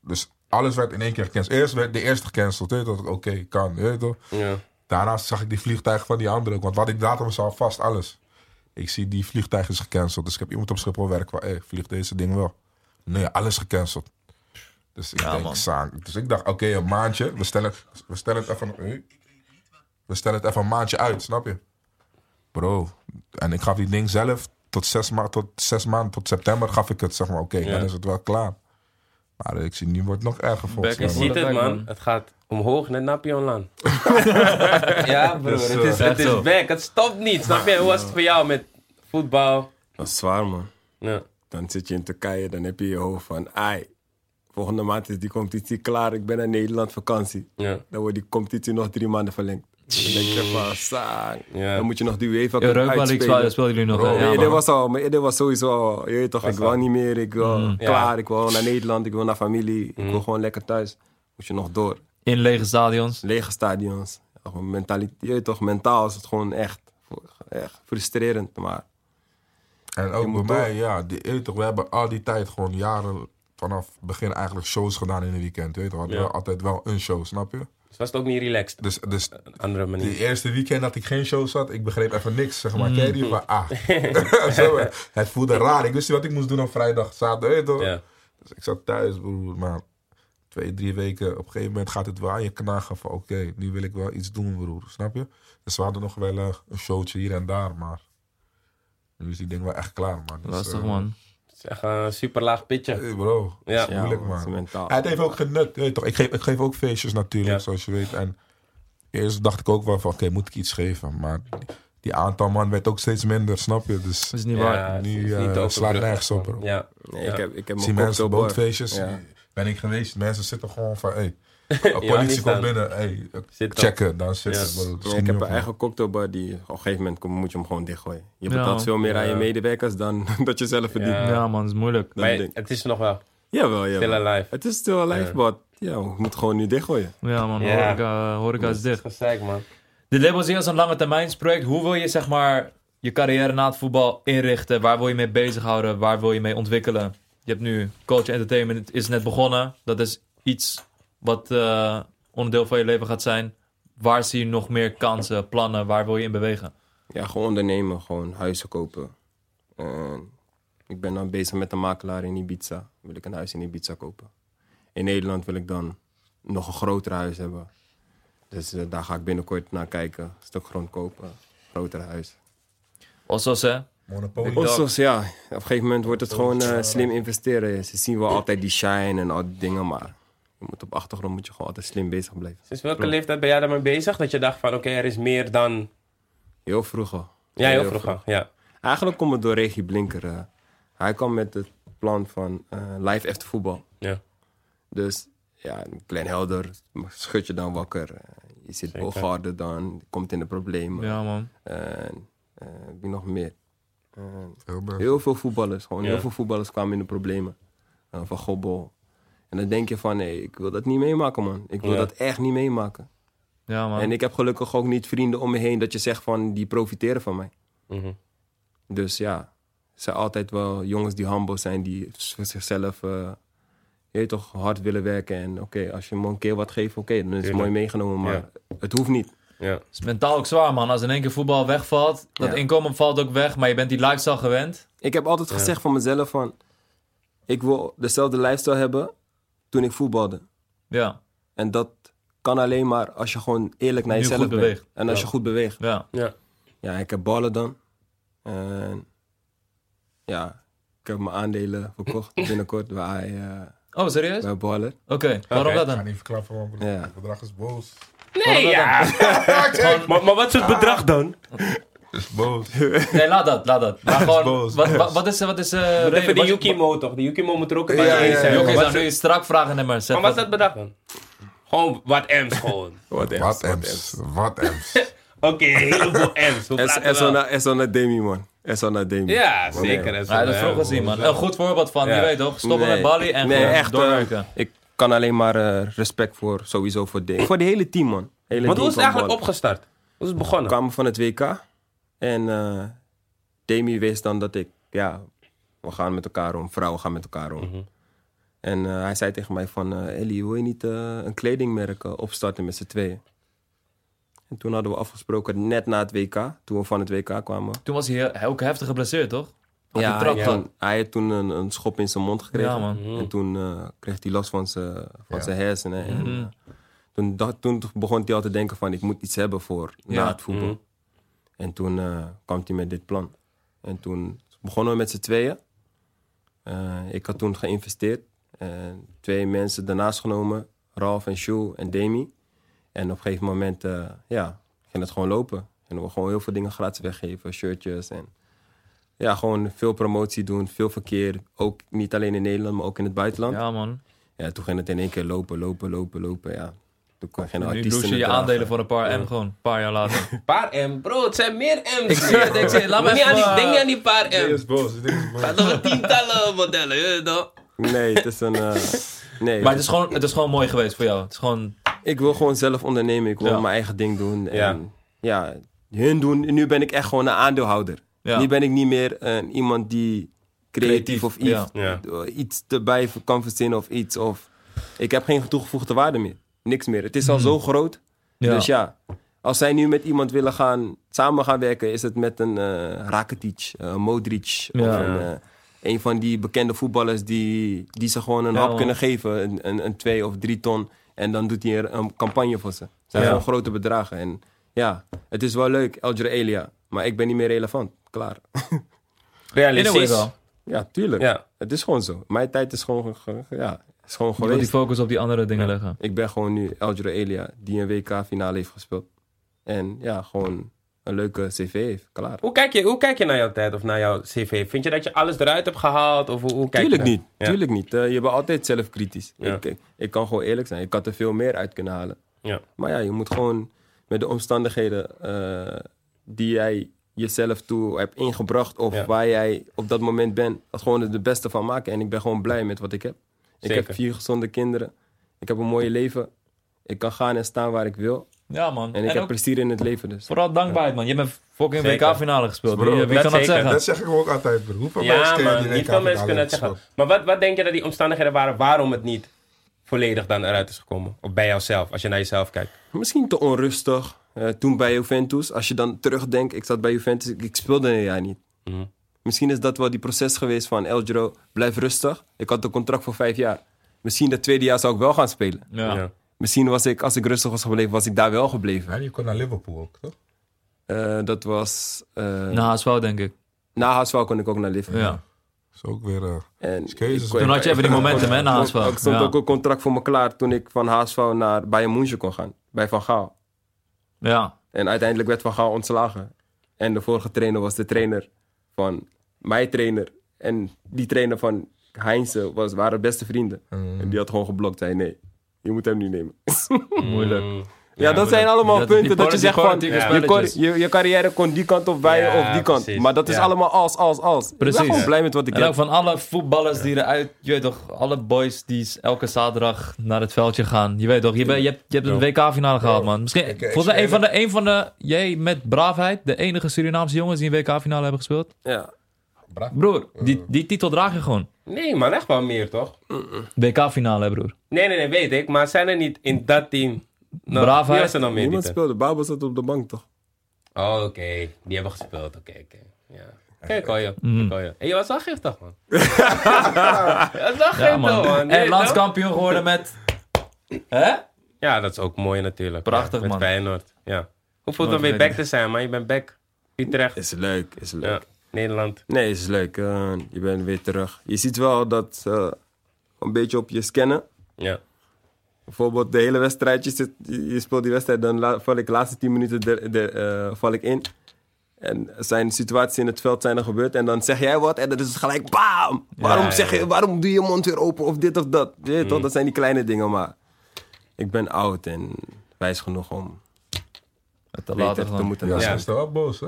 [SPEAKER 4] dus alles werd in één keer gecanceld. Eerst werd de eerste gecanceld, weet je, dat ik, oké, kan, weet je toch?
[SPEAKER 1] Ja.
[SPEAKER 4] Daarnaast zag ik die vliegtuig van die andere ook. Want wat ik datum is al vast, alles. Ik zie die vliegtuig is gecanceld. Dus ik heb iemand op Schiphol werken van, hey, vliegt deze ding wel? Nee, alles gecanceld. Dus ik,
[SPEAKER 2] Ja,
[SPEAKER 4] denk,
[SPEAKER 2] man.
[SPEAKER 4] sa- dus ik dacht, oké, een maandje. We stellen, we stellen het even... hey. We stellen het even een maandje uit, snap je? Bro, en ik gaf die ding zelf tot zes, ma tot zes maanden, tot september gaf ik het, zeg maar. Oké,
[SPEAKER 1] Ja.
[SPEAKER 4] dan is het wel klaar. Maar ik zie, nu wordt het nog erger volgens
[SPEAKER 2] Back
[SPEAKER 1] Je
[SPEAKER 2] is
[SPEAKER 4] mij.
[SPEAKER 1] ziet het,
[SPEAKER 2] Back,
[SPEAKER 1] man.
[SPEAKER 2] man.
[SPEAKER 1] Het gaat omhoog net naar Pionlan. ja, broer.
[SPEAKER 4] Dus,
[SPEAKER 1] het is,
[SPEAKER 2] eh,
[SPEAKER 1] het
[SPEAKER 2] echt
[SPEAKER 1] is
[SPEAKER 2] zo.
[SPEAKER 1] back. Het stopt niet. Snap je? Hoe was het voor jou met voetbal?
[SPEAKER 3] Dat is zwaar, man.
[SPEAKER 1] Ja.
[SPEAKER 3] Dan zit je in Turkije, dan heb je in je hoofd van... Ai, volgende maand is die competitie klaar. Ik ben naar Nederland vakantie.
[SPEAKER 1] Ja.
[SPEAKER 3] Dan wordt die competitie nog drie maanden verlengd. Dan denk je van, saang.
[SPEAKER 1] Ja.
[SPEAKER 3] Dan moet je nog die UEFA Cup
[SPEAKER 2] Europa League
[SPEAKER 3] uitspelen.
[SPEAKER 2] spelen- spelen jullie nog, hè?
[SPEAKER 3] Nee,
[SPEAKER 2] Ja,
[SPEAKER 3] dit
[SPEAKER 2] man.
[SPEAKER 3] was al, maar dit was sowieso al, je weet toch, ik wil niet meer, ik wil
[SPEAKER 2] Mm.
[SPEAKER 3] klaar, ik wil naar Nederland, ik wil naar familie, ik
[SPEAKER 4] Mm.
[SPEAKER 3] wil gewoon lekker thuis. Moet je nog door.
[SPEAKER 2] In lege stadions.
[SPEAKER 3] Lege stadions, gewoon mentaliteit, je weet toch, mentaal is het gewoon echt. echt frustrerend. Maar
[SPEAKER 4] En
[SPEAKER 3] Je
[SPEAKER 4] ook bij
[SPEAKER 3] moet
[SPEAKER 4] mij,
[SPEAKER 3] door.
[SPEAKER 4] ja. Die, je weet toch, we hebben al die tijd gewoon jaren vanaf het begin eigenlijk shows gedaan in een weekend. je Weet toch, hadden
[SPEAKER 1] Ja.
[SPEAKER 4] we altijd wel een show, snap je?
[SPEAKER 1] Dus was het ook niet relaxed.
[SPEAKER 4] Dus, dus
[SPEAKER 1] Een andere manier.
[SPEAKER 4] die eerste weekend dat ik geen shows had, ik begreep even niks. Zeg maar, ken je die? Van, ah. Zo, hè. het voelde raar. Ik wist niet wat ik moest doen op vrijdag, zaterdag. je Weet toch?
[SPEAKER 1] Ja.
[SPEAKER 4] Dus ik zat thuis, broer. Maar twee, drie weken, op een gegeven moment gaat het wel aan je knagen. Van oké, nu wil ik wel iets doen, broer. Snap je? Dus we hadden nog wel eh, een showtje hier en daar, maar... Nu is die ding wel echt klaar, man. Dus,
[SPEAKER 2] Lastig,
[SPEAKER 4] eh,
[SPEAKER 2] man.
[SPEAKER 1] Het is echt een super laag pitje.
[SPEAKER 4] Hey bro,
[SPEAKER 1] Ja.
[SPEAKER 4] ja, is moeilijk
[SPEAKER 3] man, het is
[SPEAKER 4] man.
[SPEAKER 3] mentaal.
[SPEAKER 4] Hij heeft ook genut. je weet toch? Ik, geef, ik geef ook feestjes natuurlijk,
[SPEAKER 1] Ja.
[SPEAKER 4] zoals je weet. En eerst dacht ik ook wel van, oké, moet ik iets geven? Maar die aantal man werd ook steeds minder, snap je? Dus
[SPEAKER 2] Dat is niet
[SPEAKER 1] Ja,
[SPEAKER 2] waar.
[SPEAKER 1] het is
[SPEAKER 4] nu
[SPEAKER 1] niet te
[SPEAKER 4] eh, het slaat
[SPEAKER 1] overbruggen.
[SPEAKER 4] nergens op, bro.
[SPEAKER 1] Ja.
[SPEAKER 3] nee,
[SPEAKER 1] Ja.
[SPEAKER 3] ik heb, ik heb
[SPEAKER 4] Ik zie
[SPEAKER 3] mijn
[SPEAKER 4] mensen
[SPEAKER 3] cocktail
[SPEAKER 4] op
[SPEAKER 3] bar.
[SPEAKER 4] bootfeestjes.
[SPEAKER 3] Ja.
[SPEAKER 4] Ben ik geweest, mensen zitten gewoon van, hey,
[SPEAKER 1] niet
[SPEAKER 4] politie
[SPEAKER 1] staan.
[SPEAKER 4] komt binnen, hey,
[SPEAKER 1] Zit dan.
[SPEAKER 4] checken, dan zit
[SPEAKER 1] Ja.
[SPEAKER 4] het, bro. Het is
[SPEAKER 3] Dus ik
[SPEAKER 4] niet
[SPEAKER 3] heb
[SPEAKER 4] op,
[SPEAKER 3] een
[SPEAKER 4] man.
[SPEAKER 3] eigen cocktailbar die op een gegeven moment kom- moet je hem gewoon dichtgooien. Je
[SPEAKER 2] Ja.
[SPEAKER 3] betaalt veel meer aan je
[SPEAKER 1] Ja.
[SPEAKER 3] medewerkers dan dat je zelf verdient.
[SPEAKER 1] Nou, eh, Ja.
[SPEAKER 3] Ja.
[SPEAKER 2] Ja, man, dat is moeilijk.
[SPEAKER 3] Dat
[SPEAKER 1] Maar
[SPEAKER 3] ding.
[SPEAKER 1] het is nog wel.
[SPEAKER 3] Jawel, jawel.
[SPEAKER 1] Still alive.
[SPEAKER 3] Het is still alive,
[SPEAKER 1] Ja.
[SPEAKER 3] but ja, we moeten gewoon nu dichtgooien.
[SPEAKER 2] Ja, man,
[SPEAKER 1] Ja.
[SPEAKER 2] horeca, horeca is
[SPEAKER 1] Het is
[SPEAKER 2] dicht.
[SPEAKER 1] gezeik, man.
[SPEAKER 2] Dit label zie je als een lange termijnsproject. Hoe wil je, zeg maar, je carrière na het voetbal inrichten? Waar wil je mee bezighouden? Waar wil je mee ontwikkelen? Je hebt nu Coach Entertainment is net begonnen. Dat is iets wat eh, onderdeel van je leven gaat zijn. Waar zie je nog meer kansen, plannen? Waar wil je in bewegen?
[SPEAKER 3] Ja, gewoon ondernemen, gewoon huizen kopen. En ik ben dan bezig met een makelaar in Ibiza. Wil ik een huis in Ibiza kopen. In Nederland wil ik dan nog een groter huis hebben. Dus eh, daar ga ik binnenkort naar kijken. Een stuk grond kopen, groter huis.
[SPEAKER 2] Ossos, hè?
[SPEAKER 4] Monopoly.
[SPEAKER 2] Big dog.
[SPEAKER 3] Ossos, ja. Op een gegeven moment wordt het gewoon eh, slim investeren. Ze zien wel altijd die shine en al die dingen, maar je moet op achtergrond moet je gewoon altijd slim bezig blijven.
[SPEAKER 1] Sinds Dus welke leeftijd ben jij daarmee bezig? Dat je dacht van, oké, er is meer dan...
[SPEAKER 3] Heel vroeger.
[SPEAKER 1] Ja, heel vroeg al. Ja.
[SPEAKER 3] Eigenlijk komt het door Regie Blinker. eh. hij kwam met het plan van eh, live after voetbal.
[SPEAKER 1] Ja.
[SPEAKER 3] Dus ja, een klein helder, schud je dan wakker. Eh, je zit
[SPEAKER 1] Zeker.
[SPEAKER 3] hoogharder dan, je komt in de problemen.
[SPEAKER 2] Ja, man.
[SPEAKER 3] En eh, wie nog meer? Eh,
[SPEAKER 4] Heel best.
[SPEAKER 3] heel veel voetballers, gewoon
[SPEAKER 1] Ja.
[SPEAKER 3] heel veel voetballers kwamen in de problemen. Eh, van Gobbel. En dan denk je van, nee, ik wil dat niet meemaken, man. Ik wil
[SPEAKER 1] Ja. Ah.
[SPEAKER 3] dat echt niet meemaken.
[SPEAKER 2] Ja, man.
[SPEAKER 3] En ik heb gelukkig ook niet vrienden om me heen dat je zegt van, die profiteren van mij.
[SPEAKER 1] Mhm.
[SPEAKER 3] Dus ja, het zijn altijd wel jongens die humble zijn, die voor zichzelf eh, je weet toch hard willen werken. En oké, als je me een keer wat geeft, oké, dan is het
[SPEAKER 1] Tuurlijk.
[SPEAKER 3] mooi meegenomen, maar
[SPEAKER 1] Ja.
[SPEAKER 3] het hoeft niet.
[SPEAKER 1] ja.
[SPEAKER 2] Het is mentaal ook zwaar, man. Als in één keer voetbal wegvalt, dat
[SPEAKER 3] Ja.
[SPEAKER 2] inkomen valt ook weg, maar je bent die lifestyle gewend.
[SPEAKER 3] Ik heb altijd gezegd van mezelf van, ik wil dezelfde lifestyle hebben toen ik voetbalde.
[SPEAKER 2] Ja,
[SPEAKER 3] En dat kan alleen maar als je gewoon eerlijk naar
[SPEAKER 2] Nu
[SPEAKER 3] jezelf
[SPEAKER 2] goed
[SPEAKER 3] bent.
[SPEAKER 2] beweegt.
[SPEAKER 3] En als
[SPEAKER 1] Ja.
[SPEAKER 3] je goed beweegt.
[SPEAKER 2] ja.
[SPEAKER 3] Ja, ik heb ballen dan. En ja, ik heb mijn aandelen verkocht binnenkort bij, eh
[SPEAKER 2] Oh, serieus?
[SPEAKER 3] bij ballen.
[SPEAKER 2] Oké, waarom
[SPEAKER 1] Oké.
[SPEAKER 2] dat
[SPEAKER 4] Ik ga
[SPEAKER 2] dan?
[SPEAKER 4] niet verklappen, man, bro.
[SPEAKER 3] Ja.
[SPEAKER 4] Het bedrag is boos.
[SPEAKER 1] Nee, ja. maar, maar wat is het bedrag dan?
[SPEAKER 4] Het is boos.
[SPEAKER 2] Nee, laat dat, laat dat. Maar gewoon,
[SPEAKER 4] boos.
[SPEAKER 2] wat, wat, wat is... Wat is eh, reden-
[SPEAKER 1] Even die
[SPEAKER 2] wat-
[SPEAKER 1] Yukimo toch? Die Yukimo moet er ook een
[SPEAKER 4] Ja,
[SPEAKER 1] beetje
[SPEAKER 4] ja,
[SPEAKER 1] in
[SPEAKER 4] ja.
[SPEAKER 1] zijn.
[SPEAKER 2] Jokies,
[SPEAKER 1] Maar
[SPEAKER 2] dan
[SPEAKER 1] wat-
[SPEAKER 2] doe je strak vragen naar me. Zeg
[SPEAKER 1] Maar wat is
[SPEAKER 2] wat-
[SPEAKER 1] dat bedrag dan? Gewoon wat M's gewoon.
[SPEAKER 3] Wat
[SPEAKER 4] Wat ems? Wat ems?
[SPEAKER 1] Oké, heel heleboel M's. We praten wel.
[SPEAKER 3] SO naar Demi, man. SO naar Demi.
[SPEAKER 1] Ja, zeker. is
[SPEAKER 2] Ja,
[SPEAKER 1] wel,
[SPEAKER 2] dat is
[SPEAKER 1] ja.
[SPEAKER 2] vroeg gezien, man. Een goed voorbeeld van,
[SPEAKER 1] Ja.
[SPEAKER 2] je weet toch, stoppen
[SPEAKER 3] Nee.
[SPEAKER 2] met Bali en
[SPEAKER 3] Nee,
[SPEAKER 2] gewoon
[SPEAKER 3] echt,
[SPEAKER 2] doorwerken.
[SPEAKER 3] eh, ik kan alleen maar eh, respect voor, sowieso voor Demi. Voor de hele team, man. Hele
[SPEAKER 1] Want hoe
[SPEAKER 3] team
[SPEAKER 1] is het
[SPEAKER 3] van
[SPEAKER 1] eigenlijk
[SPEAKER 3] Ballen.
[SPEAKER 1] opgestart? Hoe is het
[SPEAKER 3] We
[SPEAKER 1] begonnen?
[SPEAKER 3] kwamen van het WK. En eh Demi wist dan dat ik, ja, we gaan met elkaar om. Vrouwen gaan met elkaar om.
[SPEAKER 2] Mhm.
[SPEAKER 3] En eh, hij zei tegen mij van, eh Ellie, wil je niet eh, een kledingmerk eh, opstarten met z'n tweeën? En toen hadden we afgesproken, net na het WK, toen we van het WK kwamen.
[SPEAKER 2] Toen was hij heel- ook heftig geblesseerd, toch? Op die
[SPEAKER 3] hij,
[SPEAKER 2] trap
[SPEAKER 3] had
[SPEAKER 2] dan.
[SPEAKER 3] toen- hij had toen een, een schop in zijn mond gekregen.
[SPEAKER 2] Ja, man. Mhm.
[SPEAKER 3] En toen eh, kreeg hij last van zijn van
[SPEAKER 4] Ja.
[SPEAKER 3] zijn hersenen. En,
[SPEAKER 2] Mhm.
[SPEAKER 3] eh, toen, dacht, toen begon hij al te denken van, ik moet iets hebben voor
[SPEAKER 2] Ja. Mhm.
[SPEAKER 3] na het voetbal.
[SPEAKER 1] Mhm.
[SPEAKER 3] En toen eh, kwam hij met dit plan. En toen begonnen we met z'n tweeën. Eh, ik had toen geïnvesteerd. En twee mensen daarnaast genomen. Ralf en Sjoe en Demi. En op een gegeven moment eh, ja, ging het gewoon lopen. En we gewoon heel veel dingen gratis weggeven. Shirtjes en ja, gewoon veel promotie doen. Veel verkeer. Ook niet alleen in Nederland, maar ook in het buitenland. Ja.
[SPEAKER 2] Ja, man.
[SPEAKER 3] toen ging het in één keer lopen, lopen, lopen, lopen. Ja. Toen kon geen
[SPEAKER 2] Nu
[SPEAKER 3] artiesten
[SPEAKER 2] loes je
[SPEAKER 3] het
[SPEAKER 2] je
[SPEAKER 3] dragen.
[SPEAKER 2] aandelen voor een paar M gewoon, een paar jaar later.
[SPEAKER 1] Een paar M, bro. Het zijn meer M's.
[SPEAKER 2] Ik zie het, ik zie het. Laat me
[SPEAKER 1] Denk niet aan die-
[SPEAKER 2] even, eh,
[SPEAKER 1] Denk niet aan die paar
[SPEAKER 4] Dit
[SPEAKER 1] M's.
[SPEAKER 4] is boos. Dit is boos.
[SPEAKER 1] Dat zijn tientallen modellen, je weet toch?
[SPEAKER 3] Nee, het is een... eh, nee,
[SPEAKER 2] Maar het is, gewoon, het is gewoon mooi geweest voor jou. Het is gewoon...
[SPEAKER 3] Ik wil gewoon zelf ondernemen. Ik wil
[SPEAKER 2] Ja.
[SPEAKER 3] mijn eigen ding doen. En
[SPEAKER 1] Ja.
[SPEAKER 3] ja. hun doen. Nu ben ik echt gewoon een aandeelhouder.
[SPEAKER 2] Ja.
[SPEAKER 3] Nu ben ik niet meer een- iemand die creatief,
[SPEAKER 2] Creatief,
[SPEAKER 3] of iets,
[SPEAKER 2] ja.
[SPEAKER 1] Ja.
[SPEAKER 3] eh, iets erbij kan verzinnen of iets. Of, ik heb geen toegevoegde waarde meer. Niks meer. Het is
[SPEAKER 2] Hmm.
[SPEAKER 3] al zo groot.
[SPEAKER 2] Ja.
[SPEAKER 3] Dus ja, als zij nu met iemand willen gaan, samen gaan werken, is het met een eh Rakitic, eh, Modric
[SPEAKER 2] Ja.
[SPEAKER 3] of een, eh, een van die bekende voetballers die, die ze gewoon een
[SPEAKER 2] Ja,
[SPEAKER 3] hap
[SPEAKER 2] man.
[SPEAKER 3] kunnen geven. Een, een, een twee of drie ton. En dan doet hij er een campagne voor ze. Het zijn
[SPEAKER 2] Ja.
[SPEAKER 3] gewoon grote bedragen. En ja, het is wel leuk, Alger Elia. Maar ik ben niet meer relevant. Klaar.
[SPEAKER 2] In a way
[SPEAKER 1] Realistisch.
[SPEAKER 2] wel.
[SPEAKER 3] Ja, tuurlijk.
[SPEAKER 1] Ja.
[SPEAKER 3] Het is gewoon zo. Mijn tijd is gewoon, ge- ge- ja, is gewoon
[SPEAKER 2] Je wil die
[SPEAKER 3] geweest.
[SPEAKER 2] focus op die andere dingen leggen.
[SPEAKER 3] Ik ben gewoon nu Alger Elia, die een WK-finale heeft gespeeld. En ja, gewoon een leuke CV heeft. Klaar.
[SPEAKER 1] Hoe kijk, je, hoe kijk je naar jouw tijd of naar jouw cv? Vind je dat je alles eruit hebt gehaald? Of hoe, hoe kijk
[SPEAKER 3] Tuurlijk
[SPEAKER 1] je
[SPEAKER 3] niet.
[SPEAKER 1] Ja.
[SPEAKER 3] Tuurlijk niet. Eh, je bent altijd zelfkritisch.
[SPEAKER 1] Ja.
[SPEAKER 3] Ik, ik, ik kan gewoon eerlijk zijn. Ik had er veel meer uit kunnen halen.
[SPEAKER 1] Ja.
[SPEAKER 3] Maar ja, je moet gewoon met de omstandigheden eh, die jij jezelf toe hebt ingebracht... of
[SPEAKER 1] Ja.
[SPEAKER 3] waar jij op dat moment bent, dat gewoon er de beste van maken. En ik ben gewoon blij met wat ik heb. Ik
[SPEAKER 1] Zeker.
[SPEAKER 3] heb vier gezonde kinderen. Ik heb een mooi leven. Ik kan gaan en staan waar ik wil.
[SPEAKER 2] Ja, man.
[SPEAKER 3] En
[SPEAKER 2] En,
[SPEAKER 3] ik heb
[SPEAKER 2] ook
[SPEAKER 3] plezier in het leven dus.
[SPEAKER 2] vooral dankbaarheid, man. Je bent fucking
[SPEAKER 1] Zeker.
[SPEAKER 2] WK-finale gespeeld.
[SPEAKER 4] Bro,
[SPEAKER 2] Wie, wie
[SPEAKER 1] dat
[SPEAKER 2] kan dat
[SPEAKER 1] zeker.
[SPEAKER 2] zeggen?
[SPEAKER 4] Dat zeg ik ook altijd, bro. Hoeveel mensen
[SPEAKER 1] Ja,
[SPEAKER 4] ken je
[SPEAKER 1] maar
[SPEAKER 4] die
[SPEAKER 1] niet
[SPEAKER 4] WK
[SPEAKER 1] veel mensen kunnen
[SPEAKER 4] finale
[SPEAKER 1] het zeggen.
[SPEAKER 4] hebben gespeeld?
[SPEAKER 1] Maar wat, wat denk je dat die omstandigheden waren waarom het niet volledig dan eruit is gekomen? Of bij jouzelf, als je naar jezelf kijkt.
[SPEAKER 3] Misschien te onrustig. Eh, toen bij Juventus, als je dan terugdenkt, ik zat bij Juventus, ik, ik speelde een jaar niet.
[SPEAKER 1] Mhm.
[SPEAKER 3] Misschien is dat wel die proces geweest van El Giro, blijf rustig. Ik had een contract voor vijf jaar. Misschien dat tweede jaar zou ik wel gaan spelen.
[SPEAKER 2] Ja.
[SPEAKER 1] Ja.
[SPEAKER 3] Misschien was ik, als ik rustig was gebleven, was ik daar wel gebleven.
[SPEAKER 4] Ja, je kon naar Liverpool ook, toch?
[SPEAKER 3] Eh, dat was... eh,
[SPEAKER 2] Na HSV, denk ik.
[SPEAKER 3] Na HSV kon ik ook naar Liverpool.
[SPEAKER 2] Ja.
[SPEAKER 4] Dat is ook weer... eh,
[SPEAKER 3] En
[SPEAKER 4] is keuzes.
[SPEAKER 3] ik-
[SPEAKER 4] Toen
[SPEAKER 2] Toen had je even die momentum, hè, na HSV.
[SPEAKER 3] Ik- Ik stond
[SPEAKER 2] Ja.
[SPEAKER 3] ook een contract voor me klaar toen ik van HSV naar Bayern München kon gaan. Bij Van Gaal.
[SPEAKER 2] Ja.
[SPEAKER 3] En uiteindelijk werd Van Gaal ontslagen. En de vorige trainer was de trainer van mijn trainer. En die trainer van Heinze was, waren beste vrienden.
[SPEAKER 4] Mm.
[SPEAKER 3] En die had gewoon geblokt. Zei nee, je moet hem niet nemen.
[SPEAKER 2] Moeilijk.
[SPEAKER 1] Mm.
[SPEAKER 3] Ja, dat zijn allemaal
[SPEAKER 2] dat- die
[SPEAKER 3] punten dat je
[SPEAKER 2] politi-
[SPEAKER 3] zegt van...
[SPEAKER 2] politieke
[SPEAKER 3] Je, kon-
[SPEAKER 2] spelletjes.
[SPEAKER 3] je, je carrière kon die kant op bij
[SPEAKER 1] Ja,
[SPEAKER 3] of die kant.
[SPEAKER 1] precies.
[SPEAKER 3] Maar dat is
[SPEAKER 1] Ja.
[SPEAKER 3] allemaal als, als, als. Ik
[SPEAKER 2] Precies.
[SPEAKER 3] ben gewoon blij met wat ik
[SPEAKER 2] En ook
[SPEAKER 3] heb.
[SPEAKER 2] van alle voetballers die eruit, je weet toch, alle boys die s- elke zaterdag naar het veldje gaan. Je weet toch, je, bent- je, hebt, je hebt een WK-finale gehaald, man. Misschien,
[SPEAKER 4] Ik- ik
[SPEAKER 2] volgens mij, een
[SPEAKER 4] speel-
[SPEAKER 2] van, de, een van de, jij met braafheid, de enige Surinaamse jongens die een WK-finale hebben gespeeld.
[SPEAKER 3] Ja.
[SPEAKER 4] Bra-
[SPEAKER 2] Broer, die, die titel draag je gewoon.
[SPEAKER 1] Nee man, echt wel meer toch?
[SPEAKER 2] WK-finale, broer.
[SPEAKER 1] Nee, nee, nee, weet ik. Maar zijn er niet in dat team...
[SPEAKER 3] Nou,
[SPEAKER 1] nog-
[SPEAKER 2] Braafheid.
[SPEAKER 1] Wie was er nog meer?
[SPEAKER 3] Niemand
[SPEAKER 1] die tijd?
[SPEAKER 3] speelde. Babel zat op de bank toch?
[SPEAKER 1] Oh, oké. Die hebben gespeeld. Oké, oké. Ja. Kijk al je. Kijk al je. Hé, je was wel giftig, man. je was wel giftig,
[SPEAKER 2] Mm. Ja,
[SPEAKER 1] man.
[SPEAKER 2] man.
[SPEAKER 1] Nee,
[SPEAKER 2] En
[SPEAKER 1] toch?
[SPEAKER 2] landskampioen geworden met... Hè?
[SPEAKER 1] Ja, dat is ook mooi natuurlijk.
[SPEAKER 2] Prachtig,
[SPEAKER 1] ja, met
[SPEAKER 2] man.
[SPEAKER 1] Feyenoord, ja. Hoe voelt het om
[SPEAKER 2] Nooit
[SPEAKER 1] weer back te zijn, man? Je bent back. Utrecht.
[SPEAKER 3] Is leuk, is leuk.
[SPEAKER 1] Ja, Nederland.
[SPEAKER 3] Nee, is leuk. Eh, je bent weer terug. Je ziet wel dat eh, een beetje op je scannen.
[SPEAKER 1] Ja.
[SPEAKER 3] Bijvoorbeeld de hele wedstrijd, je, zit- je- je speelt die wedstrijd, dan la- val ik de laatste 10 minuten de, de, eh, val ik in. En er zijn situaties in het veld zijn er gebeurd en dan zeg jij wat en dat is het gelijk BAM! Waarom,
[SPEAKER 1] ja,
[SPEAKER 3] zeg je, waarom doe je mond weer open of dit of dat? Je weet
[SPEAKER 4] Mm.
[SPEAKER 3] toch, dat zijn die kleine dingen, maar ik ben oud en wijs genoeg om
[SPEAKER 2] Te laten
[SPEAKER 3] beter te
[SPEAKER 2] gewoon.
[SPEAKER 3] moeten
[SPEAKER 4] Ja,
[SPEAKER 3] nadenken.
[SPEAKER 4] ze was wel boos, hè?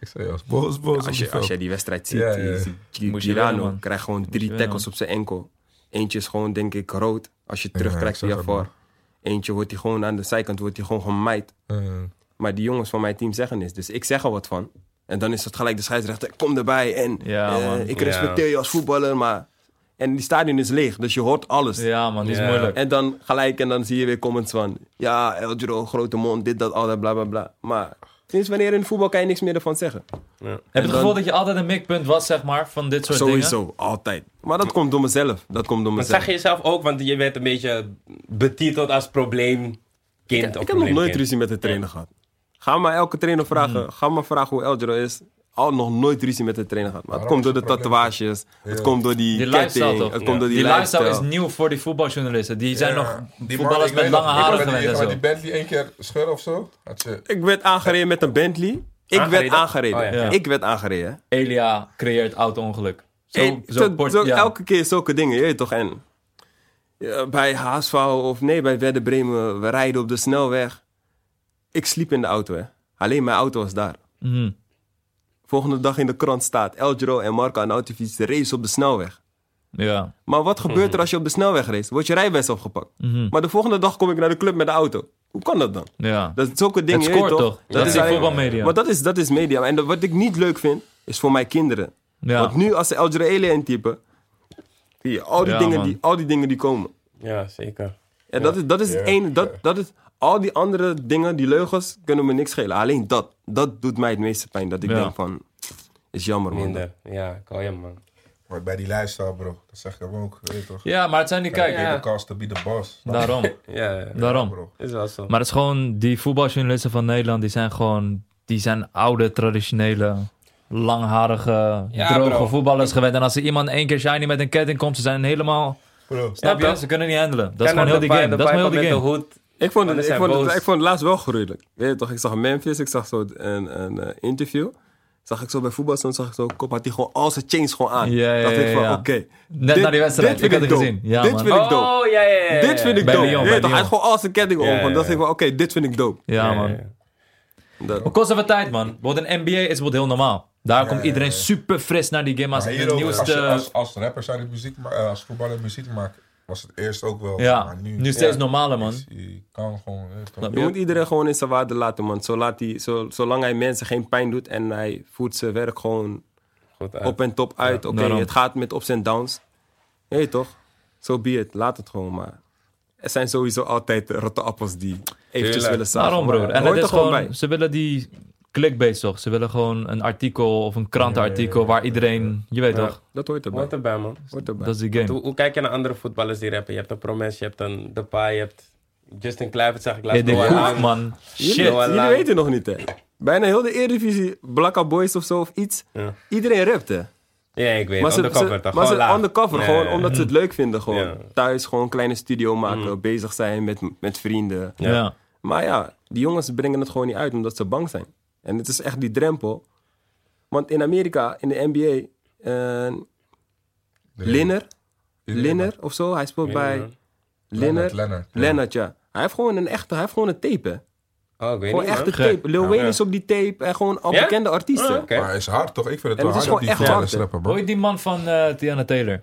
[SPEAKER 4] Ik zei, ja, was boos, boos. op
[SPEAKER 3] Als
[SPEAKER 4] die
[SPEAKER 3] je, als
[SPEAKER 4] veld.
[SPEAKER 3] jij die wedstrijd ziet,
[SPEAKER 4] Ja,
[SPEAKER 3] je
[SPEAKER 4] ja.
[SPEAKER 3] ziet Gi-
[SPEAKER 2] Moet je
[SPEAKER 3] Girano
[SPEAKER 2] winnen, man.
[SPEAKER 3] krijgt gewoon
[SPEAKER 2] je
[SPEAKER 3] drie
[SPEAKER 2] winnen,
[SPEAKER 3] tackles op zijn enkel. Eentje is gewoon, denk ik, rood. Als je terugkrijgt,
[SPEAKER 4] ik
[SPEAKER 3] ja,
[SPEAKER 4] zag
[SPEAKER 3] voor.
[SPEAKER 4] het, man.
[SPEAKER 3] Eentje wordt hij gewoon aan de zijkant, wordt hij gewoon gemaaid.
[SPEAKER 4] Eh,
[SPEAKER 3] Maar die jongens van mijn team zeggen niks. Dus ik zeg er wat van. En dan is het gelijk de scheidsrechter, kom erbij. En
[SPEAKER 2] Ja,
[SPEAKER 3] eh,
[SPEAKER 2] man.
[SPEAKER 3] ik respecteer je als voetballer, maar... En die stadion is leeg, dus je hoort alles.
[SPEAKER 2] Ja, man, die is
[SPEAKER 1] Ja.
[SPEAKER 2] moeilijk.
[SPEAKER 3] En dan gelijk, en dan zie je weer comments van... Ja, El Giro, grote mond, dit, dat, al dat, bla, bla, bla. Maar sinds wanneer in voetbal kan je niks meer ervan zeggen?
[SPEAKER 2] Heb je het
[SPEAKER 3] dan-
[SPEAKER 2] gevoel dat je altijd een mikpunt was, zeg maar, van dit soort dingen?
[SPEAKER 3] Sowieso, altijd. Maar dat komt door mezelf. Dat komt door
[SPEAKER 1] Dat
[SPEAKER 3] mezelf.
[SPEAKER 1] zag je jezelf ook, want je werd een beetje betiteld als probleemkind. of
[SPEAKER 3] ik heb nog nooit
[SPEAKER 1] probleemkind.
[SPEAKER 3] ruzie met de trainer gehad. Ga maar elke trainer vragen.
[SPEAKER 2] Hmm.
[SPEAKER 3] Ga maar vragen hoe Elgero is. Al nog nooit ruzie met de trainer gehad. Maar het komt
[SPEAKER 4] Waarom
[SPEAKER 3] door
[SPEAKER 4] is
[SPEAKER 3] de
[SPEAKER 4] het probleem?
[SPEAKER 3] tatoeages. Het komt door die,
[SPEAKER 2] Die lifestyle
[SPEAKER 3] ketting.
[SPEAKER 2] toch?
[SPEAKER 3] Het
[SPEAKER 2] Ja.
[SPEAKER 3] komt door die,
[SPEAKER 2] Die lifestyle is
[SPEAKER 3] lifestyle.
[SPEAKER 2] nieuw voor die voetbaljournalisten. Die zijn
[SPEAKER 4] ja,
[SPEAKER 2] nog
[SPEAKER 4] die
[SPEAKER 2] voetballers
[SPEAKER 4] man,
[SPEAKER 2] met
[SPEAKER 4] ik weet
[SPEAKER 2] lange
[SPEAKER 4] nog, ik
[SPEAKER 2] haren
[SPEAKER 4] was met die-
[SPEAKER 2] gewend en
[SPEAKER 4] met
[SPEAKER 2] zo.
[SPEAKER 4] die Bentley één keer scheur of zo. Had je,
[SPEAKER 3] Ik werd aangereden met een Bentley. Ik werd
[SPEAKER 1] Aangereden?
[SPEAKER 3] aangereden.
[SPEAKER 1] Oh, ja.
[SPEAKER 2] Ja.
[SPEAKER 3] Ik werd aangereden.
[SPEAKER 2] Elia creëert auto-ongeluk. Zo,
[SPEAKER 3] Hey,
[SPEAKER 2] zo,
[SPEAKER 3] zo-
[SPEAKER 2] port-
[SPEAKER 3] zo-
[SPEAKER 2] ja.
[SPEAKER 3] Elke keer zulke dingen, je weet toch? En ja, bij HSV of nee, bij Werder Bremen, we rijden op de snelweg. Ik sliep in de auto, hè. Alleen mijn auto was daar.
[SPEAKER 2] Mhm.
[SPEAKER 3] Volgende dag in de krant staat El Giro en Marco aan de autofiets de race op de snelweg.
[SPEAKER 2] ja.
[SPEAKER 3] Maar wat gebeurt er als je op de snelweg race? Wordt je rijbewijs opgepakt.
[SPEAKER 2] Mhm.
[SPEAKER 3] Maar de volgende dag kom ik naar de club met de auto. Hoe kan dat dan?
[SPEAKER 2] Ja.
[SPEAKER 3] Dat is zulke dingen.
[SPEAKER 2] het
[SPEAKER 3] je weet
[SPEAKER 2] scoort toch? Dat is die
[SPEAKER 3] alleen-
[SPEAKER 2] voetbalmedia.
[SPEAKER 3] Maar dat is, dat is media. En dat- wat ik niet leuk vind, is voor mijn kinderen.
[SPEAKER 2] Ja.
[SPEAKER 3] Want nu als ze El Jaraele intypen, zie je al die,
[SPEAKER 2] Ja,
[SPEAKER 3] dingen,
[SPEAKER 2] man.
[SPEAKER 3] die, al die dingen die komen.
[SPEAKER 1] Ja, zeker.
[SPEAKER 3] En dat is, dat is het
[SPEAKER 4] Ja.
[SPEAKER 3] ene. Dat, dat is, al die andere dingen, die leugens, kunnen me niks schelen. Alleen dat, dat doet mij het meeste pijn. Dat ik
[SPEAKER 2] Ja.
[SPEAKER 3] denk van, is jammer man.
[SPEAKER 1] Minder. Ja, ik hou je man.
[SPEAKER 4] Maar bij die lifestyle, bro, dat zeg ik hem ook, weet je toch?
[SPEAKER 2] Ja, maar het zijn die kijk.
[SPEAKER 1] Ja.
[SPEAKER 4] Get the cost to be the boss.
[SPEAKER 2] Daarom.
[SPEAKER 1] Ja, ja.
[SPEAKER 2] Daarom.
[SPEAKER 4] Bro.
[SPEAKER 1] is wel zo.
[SPEAKER 2] Maar het is gewoon, die voetbaljournalisten van Nederland, die zijn gewoon, die zijn oude, traditionele, langharige,
[SPEAKER 1] Ja,
[SPEAKER 2] droge
[SPEAKER 1] bro.
[SPEAKER 2] voetballers gewend. En als er iemand één keer shiny met een ketting komt, ze zijn helemaal,
[SPEAKER 4] Bro.
[SPEAKER 2] snap je?
[SPEAKER 1] je?
[SPEAKER 2] Ze kunnen niet handelen. Dat is gewoon heel die
[SPEAKER 1] Ken
[SPEAKER 2] game.
[SPEAKER 1] de
[SPEAKER 2] Dat is
[SPEAKER 1] vibe-
[SPEAKER 2] gewoon
[SPEAKER 1] de
[SPEAKER 2] heel die
[SPEAKER 1] vibe
[SPEAKER 2] game.
[SPEAKER 1] met de hoed.
[SPEAKER 3] Ik
[SPEAKER 1] Maar
[SPEAKER 3] vond, het,
[SPEAKER 1] dan
[SPEAKER 3] ik,
[SPEAKER 1] zijn
[SPEAKER 3] vond het,
[SPEAKER 1] boos.
[SPEAKER 3] ik vond het laatst wel gruwelijk. Weet je toch, ik zag Memphis, ik zag zo een, een eh, interview. Zag ik zo bij voetbal, stond, zag ik zo kop, had hij gewoon al zijn chains gewoon aan.
[SPEAKER 2] Ja, ja,
[SPEAKER 3] Dacht ik
[SPEAKER 2] ja,
[SPEAKER 3] van,
[SPEAKER 2] ja.
[SPEAKER 3] oké.
[SPEAKER 2] Net
[SPEAKER 3] dit-
[SPEAKER 2] naar die wedstrijd.
[SPEAKER 3] dit
[SPEAKER 2] Ik had het
[SPEAKER 3] vind dope.
[SPEAKER 2] gezien. Ja,
[SPEAKER 3] dit
[SPEAKER 2] man.
[SPEAKER 3] vind ik dope.
[SPEAKER 1] Oh, ja, ja, ja.
[SPEAKER 3] dit vind ik
[SPEAKER 2] Bij
[SPEAKER 3] dope.
[SPEAKER 2] Lyon,
[SPEAKER 3] Weet
[SPEAKER 2] bij
[SPEAKER 3] je toch, hij had
[SPEAKER 2] Lyon.
[SPEAKER 3] gewoon al zijn ketting om.
[SPEAKER 1] Ja,
[SPEAKER 3] Van,
[SPEAKER 1] ja,
[SPEAKER 3] dacht
[SPEAKER 1] ja.
[SPEAKER 3] ik van, oké, dit vind ik dope.
[SPEAKER 2] Ja, man.
[SPEAKER 3] Dat-
[SPEAKER 2] Het kost even tijd, man. Wordt een NBA is het wordt heel normaal. Daar komt
[SPEAKER 4] ja,
[SPEAKER 2] iedereen super fris naar die game als
[SPEAKER 4] Maar
[SPEAKER 2] het
[SPEAKER 4] hier ook, als, je-
[SPEAKER 2] nieuwste...
[SPEAKER 4] als, als rapper zou dit muziek, ma- eh, als voetballer muziek maken, was het eerst ook wel.
[SPEAKER 2] Ja,
[SPEAKER 4] maar nu,
[SPEAKER 2] nu steeds normaler, man.
[SPEAKER 4] Je kan gewoon. weet je toch?
[SPEAKER 2] Snap
[SPEAKER 3] Je moet iedereen gewoon in zijn waarde laten, man. Zo laat hij, zo, zolang hij mensen geen pijn doet en hij voert zijn werk gewoon
[SPEAKER 1] Goed uit.
[SPEAKER 3] op en top uit. Oké,
[SPEAKER 2] daarom.
[SPEAKER 3] het gaat met ups en downs. Hé, toch? Zo be it. Laat het gewoon maar. Er zijn sowieso altijd rotte appels die eventjes
[SPEAKER 1] Tuurlijk.
[SPEAKER 3] willen zagen.
[SPEAKER 2] Daarom,
[SPEAKER 3] maar
[SPEAKER 2] broer. En
[SPEAKER 3] hoort
[SPEAKER 2] het is
[SPEAKER 3] er gewoon
[SPEAKER 2] gewoon,
[SPEAKER 3] bij.
[SPEAKER 2] ze willen die clickbait toch? Ze willen gewoon een artikel of een krantenartikel waar iedereen, je weet
[SPEAKER 1] Ja.
[SPEAKER 2] toch,
[SPEAKER 3] Dat hoort erbij.
[SPEAKER 1] Wat erbij, man.
[SPEAKER 3] Hoort erbij.
[SPEAKER 2] dat is die game.
[SPEAKER 1] Hoe, hoe kijk je naar andere voetballers die rappen? Je hebt een Promes, je hebt een Depay, je hebt Justin Kluivert, zag ik
[SPEAKER 2] Ja,
[SPEAKER 1] laatst.
[SPEAKER 2] dit
[SPEAKER 1] Noah
[SPEAKER 2] hoeft,
[SPEAKER 1] Lang.
[SPEAKER 2] man.
[SPEAKER 3] Jullie,
[SPEAKER 2] Shit.
[SPEAKER 1] Noah
[SPEAKER 3] jullie
[SPEAKER 1] Lang.
[SPEAKER 3] weten nog niet, hè? Bijna heel de Eredivisie, Blakka Boys of zo of iets.
[SPEAKER 1] Ja.
[SPEAKER 3] Iedereen rapt, hè?
[SPEAKER 1] Ja, ik weet.
[SPEAKER 3] Maar ze,
[SPEAKER 1] undercover
[SPEAKER 3] ze,
[SPEAKER 1] toch?
[SPEAKER 3] maar
[SPEAKER 1] Gewoon
[SPEAKER 3] ze
[SPEAKER 1] laag.
[SPEAKER 3] undercover,
[SPEAKER 1] Nee.
[SPEAKER 3] gewoon omdat ze het leuk vinden. Gewoon.
[SPEAKER 1] Ja. Mm.
[SPEAKER 3] Thuis gewoon een kleine studio maken, bezig zijn met, met vrienden.
[SPEAKER 2] Ja. Ja.
[SPEAKER 3] Maar ja, die jongens brengen het gewoon niet uit omdat ze bang zijn. En het is echt die drempel. Want in Amerika, in de NBA, eh,
[SPEAKER 4] Nee.
[SPEAKER 3] Linner,
[SPEAKER 4] Iedereen
[SPEAKER 3] Linner of zo, hij speelt bij
[SPEAKER 1] Lennart.
[SPEAKER 4] Leonard,
[SPEAKER 3] Linner,
[SPEAKER 4] Leonard.
[SPEAKER 3] Lennart, ja. Hij heeft gewoon een echte, hij heeft gewoon een tape, hè.
[SPEAKER 1] Oh, ik weet
[SPEAKER 3] Gewoon
[SPEAKER 1] niet,
[SPEAKER 3] echt
[SPEAKER 1] man.
[SPEAKER 3] een
[SPEAKER 2] Gek.
[SPEAKER 3] tape. Lil Wayne is op die tape en gewoon al
[SPEAKER 1] Ja?
[SPEAKER 3] bekende artiesten.
[SPEAKER 1] Ah, oké.
[SPEAKER 4] Maar hij is hard toch? Ik vind het
[SPEAKER 3] En
[SPEAKER 4] wel
[SPEAKER 3] het is
[SPEAKER 4] hard dat die
[SPEAKER 3] gewoon echt hard,
[SPEAKER 4] voetballers
[SPEAKER 3] hè?
[SPEAKER 4] rappen, bro.
[SPEAKER 2] Hoor je die man van eh Tiana Taylor?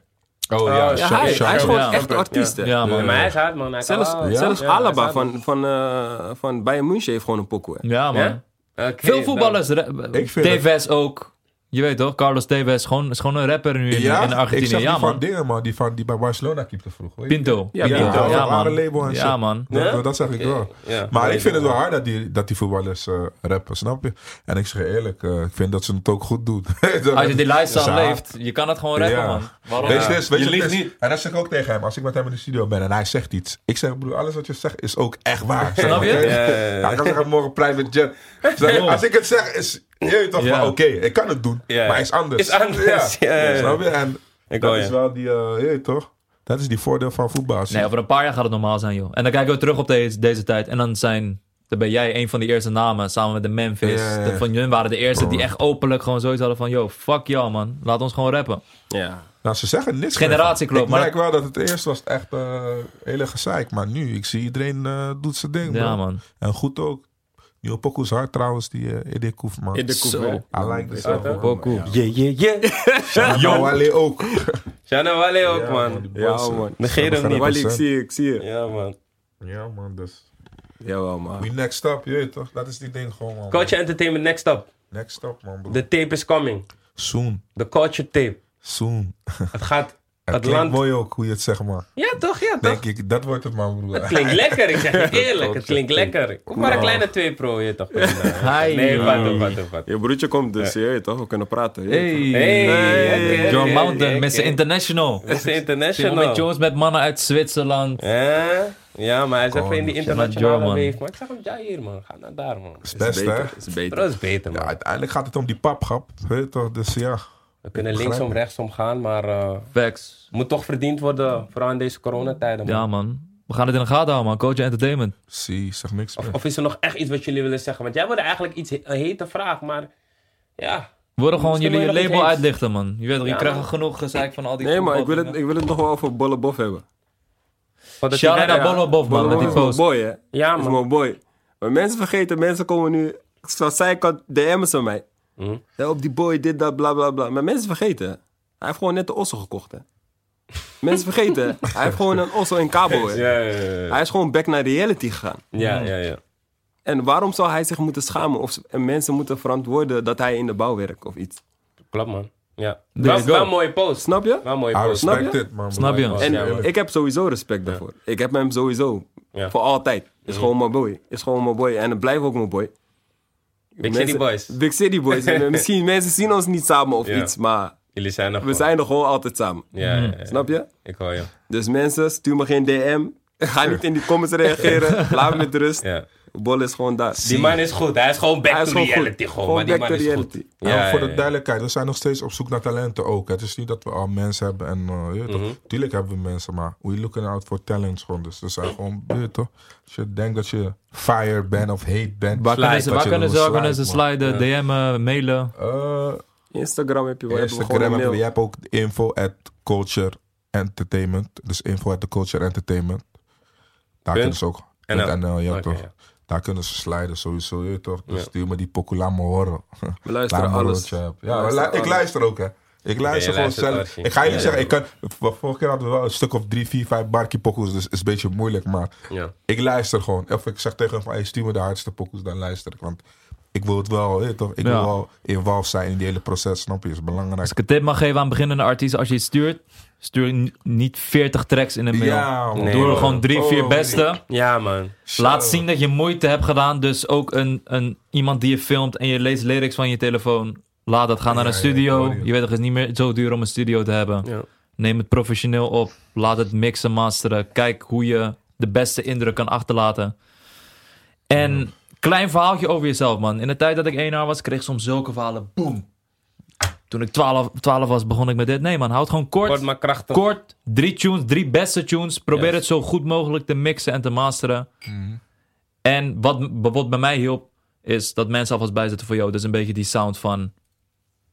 [SPEAKER 4] Oh
[SPEAKER 1] ja,
[SPEAKER 3] Ja, hij, hij is gewoon
[SPEAKER 2] Ja.
[SPEAKER 3] echt artiest, hè.
[SPEAKER 2] Ja,
[SPEAKER 1] Maar hij
[SPEAKER 2] man.
[SPEAKER 1] is hard, man. Hij kan
[SPEAKER 3] Zelfs,
[SPEAKER 1] wel-
[SPEAKER 4] Ja?
[SPEAKER 3] zelfs
[SPEAKER 1] Ja, hij
[SPEAKER 3] Alaba
[SPEAKER 1] is hard,
[SPEAKER 3] van, van, eh, van Bayern München heeft gewoon een pokoe. hè.
[SPEAKER 2] Ja, man.
[SPEAKER 1] Ja? Oké,
[SPEAKER 2] Veel
[SPEAKER 1] dan-
[SPEAKER 2] voetballers. ra-
[SPEAKER 4] Ik vind
[SPEAKER 2] Tevez ook. Je weet toch, Carlos Tevez gewoon, is gewoon een rapper nu in,
[SPEAKER 4] Ja,
[SPEAKER 2] in
[SPEAKER 4] ik zag
[SPEAKER 2] Argentinië.
[SPEAKER 4] die
[SPEAKER 2] Ja,
[SPEAKER 4] van
[SPEAKER 2] man.
[SPEAKER 4] dingen, man. Die, van, die bij Barcelona keepte vroeg. hoor.
[SPEAKER 2] Pinto.
[SPEAKER 3] Ja,
[SPEAKER 2] Pinto.
[SPEAKER 3] Pinto.
[SPEAKER 2] Ja,
[SPEAKER 4] Ja, rare label
[SPEAKER 2] man.
[SPEAKER 4] en
[SPEAKER 2] Ja,
[SPEAKER 4] shit.
[SPEAKER 2] man.
[SPEAKER 4] Dat,
[SPEAKER 1] Ja?
[SPEAKER 4] dat zeg ik wel.
[SPEAKER 1] Ja.
[SPEAKER 4] Maar ik vind het wel hard dat die, dat die voetballers eh, rappen, snap je? En ik zeg je eerlijk, eh, ik vind dat ze het ook goed doen.
[SPEAKER 2] Als je die
[SPEAKER 4] Ze
[SPEAKER 2] lifestyle
[SPEAKER 4] haat.
[SPEAKER 2] leeft, je kan het gewoon rappen,
[SPEAKER 4] Ja.
[SPEAKER 2] man. Waarom?
[SPEAKER 4] Weet je, dit is- weet
[SPEAKER 2] Je
[SPEAKER 4] je, wat
[SPEAKER 2] liegt
[SPEAKER 4] het is?
[SPEAKER 2] niet.
[SPEAKER 4] En dat zeg ik ook tegen hem. Als ik met hem in de studio ben en hij zegt iets. Ik zeg, broer, alles wat je zegt is ook echt waar. Zeg maar,
[SPEAKER 2] je?
[SPEAKER 4] weet
[SPEAKER 1] Ja, ja, ja.
[SPEAKER 4] Ja, ik kan zeggen, morgen private jet. Zeg, als ik het zeg, is je weet toch
[SPEAKER 2] Ja.
[SPEAKER 4] van, oké, ik kan het doen.
[SPEAKER 1] Ja.
[SPEAKER 4] Maar hij is anders.
[SPEAKER 1] Is anders, ja, ja, ja.
[SPEAKER 4] Snap je? En
[SPEAKER 1] Ik
[SPEAKER 4] dat
[SPEAKER 1] hoor
[SPEAKER 4] is
[SPEAKER 1] je.
[SPEAKER 4] wel die, eh, je weet toch? Dat is die voordeel van voetbal. Als je-
[SPEAKER 2] Nee, over een paar jaar gaat het normaal zijn, joh. En dan kijken we terug op deze, deze tijd. En dan, zijn, dan ben jij een van die eerste namen, samen met de Memphis.
[SPEAKER 4] Ja, ja, ja.
[SPEAKER 2] De- Van hun waren de eerste die echt openlijk gewoon zoiets hadden van... Yo, fuck jou, man. Laat ons gewoon rappen.
[SPEAKER 3] Ja.
[SPEAKER 4] Nou, ze zeggen niks.
[SPEAKER 2] Generatiekloof,
[SPEAKER 4] meer.
[SPEAKER 2] Oh,
[SPEAKER 4] Ik
[SPEAKER 2] maar
[SPEAKER 4] merk wel dat het eerst was echt eh hele gezeik. Maar nu, ik zie iedereen eh, doet zijn ding,
[SPEAKER 2] Ja,
[SPEAKER 4] bro.
[SPEAKER 2] man.
[SPEAKER 4] En goed ook. Nieuwe pokoe is hard trouwens, die eh Eddie Koef, man.
[SPEAKER 3] de
[SPEAKER 2] Zo.
[SPEAKER 3] koek.
[SPEAKER 4] I like this album.
[SPEAKER 2] Pokoe.
[SPEAKER 1] Yeah, yeah, yeah.
[SPEAKER 4] Ja, Wale ook.
[SPEAKER 1] Shannon Wale ook,
[SPEAKER 4] man, die
[SPEAKER 1] man.
[SPEAKER 4] boys,
[SPEAKER 3] Ja,
[SPEAKER 4] eh.
[SPEAKER 3] man.
[SPEAKER 1] Negeer hem
[SPEAKER 4] Ja,
[SPEAKER 1] niet.
[SPEAKER 4] maar-
[SPEAKER 3] Wally, ik zie je, ik zie je.
[SPEAKER 1] Ja, man.
[SPEAKER 4] Ja, man, dus.
[SPEAKER 3] Jawel, man.
[SPEAKER 4] We next up, je weet toch? Dat is die ding gewoon, man.
[SPEAKER 1] Culture Entertainment, next up.
[SPEAKER 4] Next up, man, bro.
[SPEAKER 1] The tape is coming.
[SPEAKER 4] Soon,
[SPEAKER 1] The culture tape.
[SPEAKER 4] soon.
[SPEAKER 1] Het gaat
[SPEAKER 4] Het
[SPEAKER 1] het
[SPEAKER 4] klinkt
[SPEAKER 1] land...
[SPEAKER 4] mooi ook, hoe je het zegt, maar.
[SPEAKER 1] Ja, toch? Ja, toch?
[SPEAKER 4] Denk ik, dat wordt het, man, broer.
[SPEAKER 1] Klinkt lekker, ik zeg je eerlijk. Het klinkt lekker. Kom maar een kleine 2 pro, je toch?
[SPEAKER 2] Hi.
[SPEAKER 1] Nee, wat doen, wat doen, wat doen.
[SPEAKER 3] Je broertje komt dus, je weet toch? We kunnen praten. je weet
[SPEAKER 2] Hey.
[SPEAKER 1] Hey, oké, oké,
[SPEAKER 2] John
[SPEAKER 1] oké,
[SPEAKER 2] Mountain,
[SPEAKER 1] oké.
[SPEAKER 2] Mr. International.
[SPEAKER 1] Dit is
[SPEAKER 2] Zit met
[SPEAKER 1] international.
[SPEAKER 2] Jones met mannen uit Zwitserland.
[SPEAKER 1] Eh? Ja, maar hij is even in die
[SPEAKER 2] John,
[SPEAKER 1] internationale
[SPEAKER 2] man.
[SPEAKER 1] weef. Maar ik zeg hem, ja hier man, ga naar daar man.
[SPEAKER 4] is
[SPEAKER 3] toch? Is
[SPEAKER 4] best, hè?
[SPEAKER 3] beter, is beter.
[SPEAKER 1] Dat is beter
[SPEAKER 4] Ja,
[SPEAKER 1] man.
[SPEAKER 4] uiteindelijk gaat het om die papgap, je weet toch? Dus ja.
[SPEAKER 1] We kunnen linksom, rechtsom gaan, maar eh
[SPEAKER 2] Facts.
[SPEAKER 1] moet toch verdiend worden. Vooral in deze coronatijden man.
[SPEAKER 2] Ja, man. We gaan het in de gaten houden, man. Coach Entertainment.
[SPEAKER 4] Zie, zeg niks meer.
[SPEAKER 1] Of is er nog echt iets wat jullie willen zeggen? Want jij wilde eigenlijk iets, een hete vraag, maar ja.
[SPEAKER 2] We worden gewoon
[SPEAKER 1] Misschien
[SPEAKER 2] jullie
[SPEAKER 1] wil je nog iets
[SPEAKER 2] label
[SPEAKER 1] eens.
[SPEAKER 2] uitlichten, man. Je weet toch, je
[SPEAKER 1] Ja,
[SPEAKER 2] krijgt
[SPEAKER 1] man.
[SPEAKER 2] al genoeg gezeik van al die
[SPEAKER 3] Nee, maar ik wil,
[SPEAKER 2] voetbaldingen.
[SPEAKER 3] het, ik wil het nog wel over Bolle Bof hebben.
[SPEAKER 1] Wat het
[SPEAKER 2] Shout-out
[SPEAKER 1] hier-
[SPEAKER 2] naar Bollo Bof, man, met
[SPEAKER 3] Bolle Bof
[SPEAKER 2] die
[SPEAKER 3] is mijn
[SPEAKER 2] post.
[SPEAKER 3] boy, hè?
[SPEAKER 1] Ja
[SPEAKER 3] Is
[SPEAKER 1] man.
[SPEAKER 3] mijn boy. Maar mensen vergeten, mensen komen nu... Zoals zij kan DM'en ze mij.
[SPEAKER 1] Hm?
[SPEAKER 3] Hè, op die boy, dit, dat, bla, bla, bla. Maar mensen vergeten. hè. Hij heeft gewoon net de ossen gekocht, hè? Mensen vergeten, hij heeft gewoon een ossel in kabel. hè.
[SPEAKER 1] Ja, ja, ja.
[SPEAKER 3] Hij is gewoon back naar reality gegaan.
[SPEAKER 1] Ja, ja, ja.
[SPEAKER 3] En waarom zou hij zich moeten schamen of s- en mensen moeten verantwoorden dat hij in de bouw werkt of iets?
[SPEAKER 1] Klopt, man. Ja.
[SPEAKER 2] There
[SPEAKER 1] Wel,
[SPEAKER 2] you go.
[SPEAKER 1] wel een mooie post.
[SPEAKER 3] Snap je?
[SPEAKER 1] Wel een mooie
[SPEAKER 4] I
[SPEAKER 1] post.
[SPEAKER 3] snap
[SPEAKER 4] respect
[SPEAKER 3] je?
[SPEAKER 4] it, man.
[SPEAKER 2] Snap je?
[SPEAKER 4] Like,
[SPEAKER 3] En
[SPEAKER 1] Ja, hoor.
[SPEAKER 3] ik heb sowieso respect daarvoor. Ik heb hem sowieso.
[SPEAKER 1] Ja. Mhm.
[SPEAKER 3] Voor altijd. Is gewoon mijn boy. Is gewoon mijn boy. En het blijft ook mijn boy.
[SPEAKER 1] Big City Boys.
[SPEAKER 3] Big City Boys. En, eh, misschien mensen zien ons niet samen of
[SPEAKER 1] Ja.
[SPEAKER 3] iets, maar
[SPEAKER 1] Jullie zijn er
[SPEAKER 3] we
[SPEAKER 1] gewoon.
[SPEAKER 3] zijn er gewoon altijd samen.
[SPEAKER 1] Ja,
[SPEAKER 2] Mm.
[SPEAKER 1] ja, ja.
[SPEAKER 3] Snap je?
[SPEAKER 1] Ik hoor je.
[SPEAKER 3] Dus mensen, stuur me geen DM. Ga niet in die comments reageren. Laat me met rust.
[SPEAKER 1] Ja.
[SPEAKER 3] Bol is gewoon daar.
[SPEAKER 1] Die man is goed. Hij is gewoon back
[SPEAKER 3] Hij is
[SPEAKER 1] to
[SPEAKER 3] gewoon goed.
[SPEAKER 1] reality. Gewoon,
[SPEAKER 3] Gewoon
[SPEAKER 1] maar die
[SPEAKER 3] back
[SPEAKER 1] man
[SPEAKER 3] to
[SPEAKER 1] is
[SPEAKER 3] reality.
[SPEAKER 1] goed.
[SPEAKER 4] Ja, Nou, voor de duidelijkheid, we zijn nog steeds op zoek naar talenten ook. Het is niet dat we al mensen hebben en eh, je weet toch,
[SPEAKER 2] Mhm.
[SPEAKER 4] tuurlijk hebben we mensen, maar we looking out for talents gewoon. Dus er zijn gewoon, je weet toch, als je denkt dat je fire bent of hate bent,
[SPEAKER 2] Waar kunnen ze,
[SPEAKER 4] dat
[SPEAKER 2] waar
[SPEAKER 4] je
[SPEAKER 2] kunnen
[SPEAKER 4] wil
[SPEAKER 2] ze, waar kunnen ze
[SPEAKER 4] sliden, man.
[SPEAKER 2] sliden, DM'en, mailen?
[SPEAKER 4] Eh,
[SPEAKER 3] Instagram heb je wel. hebben we gewoon
[SPEAKER 4] Instagram,
[SPEAKER 3] een
[SPEAKER 4] heb je,
[SPEAKER 3] mail.
[SPEAKER 4] je hebt ook info at culture entertainment. Dus info at the culture entertainment. Daar
[SPEAKER 1] Punt?
[SPEAKER 4] kunnen ze ook.
[SPEAKER 1] NL.
[SPEAKER 4] NL, ja
[SPEAKER 1] Oké,
[SPEAKER 4] toch.
[SPEAKER 1] ja.
[SPEAKER 4] Daar kunnen ze sliden sowieso, je weet toch. Dus
[SPEAKER 1] Ja.
[SPEAKER 4] stuur me die pokoe, laat me horen.
[SPEAKER 3] We luisteren
[SPEAKER 4] Laat me
[SPEAKER 3] alles.
[SPEAKER 4] horen wat je hebt.
[SPEAKER 3] We
[SPEAKER 4] Ja,
[SPEAKER 3] luisteren
[SPEAKER 4] ik
[SPEAKER 3] alles.
[SPEAKER 4] luister ook hè. Ik
[SPEAKER 1] je
[SPEAKER 4] luister gewoon
[SPEAKER 1] luistert
[SPEAKER 4] zelf.
[SPEAKER 1] Archie.
[SPEAKER 4] Ik ga
[SPEAKER 1] Ja,
[SPEAKER 4] jullie
[SPEAKER 1] ja.
[SPEAKER 4] zeggen, ik kan, vor- vorige keer hadden we wel een stuk of drie, vier, vijf barkie pokoes. Dus het is een beetje moeilijk, maar
[SPEAKER 1] Ja.
[SPEAKER 4] ik luister gewoon. Of ik zeg tegen hem van, hey, stuur me de hardste pokoes, dan luister ik. Want ik wil het wel, je weet toch. Ik
[SPEAKER 2] Ja.
[SPEAKER 4] wil wel involved zijn in die hele proces, snap je. is belangrijk.
[SPEAKER 2] Als ik een tip mag geven aan beginnende artiesten, als je iets stuurt, stuur n- niet 40 tracks in een mail.
[SPEAKER 4] Ja, man.
[SPEAKER 1] Nee,
[SPEAKER 2] Doe er
[SPEAKER 1] hoor.
[SPEAKER 2] gewoon drie,
[SPEAKER 4] Oh,
[SPEAKER 2] vier
[SPEAKER 4] nee.
[SPEAKER 2] beste.
[SPEAKER 1] Ja, man.
[SPEAKER 2] Laat zien dat je moeite hebt gedaan. Dus ook een, een, iemand die je filmt en je leest lyrics van je telefoon. Laat dat gaan naar
[SPEAKER 4] Ja,
[SPEAKER 2] een
[SPEAKER 4] ja, ik
[SPEAKER 2] studio.
[SPEAKER 4] hoor je.
[SPEAKER 2] je weet toch, het is niet meer zo duur om een studio te hebben.
[SPEAKER 1] Ja.
[SPEAKER 2] Neem het professioneel op. Laat het mixen, masteren. Kijk hoe je de beste indruk kan achterlaten. En klein verhaaltje over jezelf, man. In de tijd dat ik één jaar was, kreeg ik soms zulke verhalen. Boom. Toen ik 12, 12 was, begon ik met dit. Nee, man, houd gewoon
[SPEAKER 1] Kort maar krachtig.
[SPEAKER 2] Kort, drie tunes, drie beste tunes. Probeer
[SPEAKER 1] Yes.
[SPEAKER 2] het zo goed mogelijk te mixen en te masteren. En wat, m- wat bij mij hielp, is dat mensen alvast bijzetten voor jou. Dus een beetje die sound van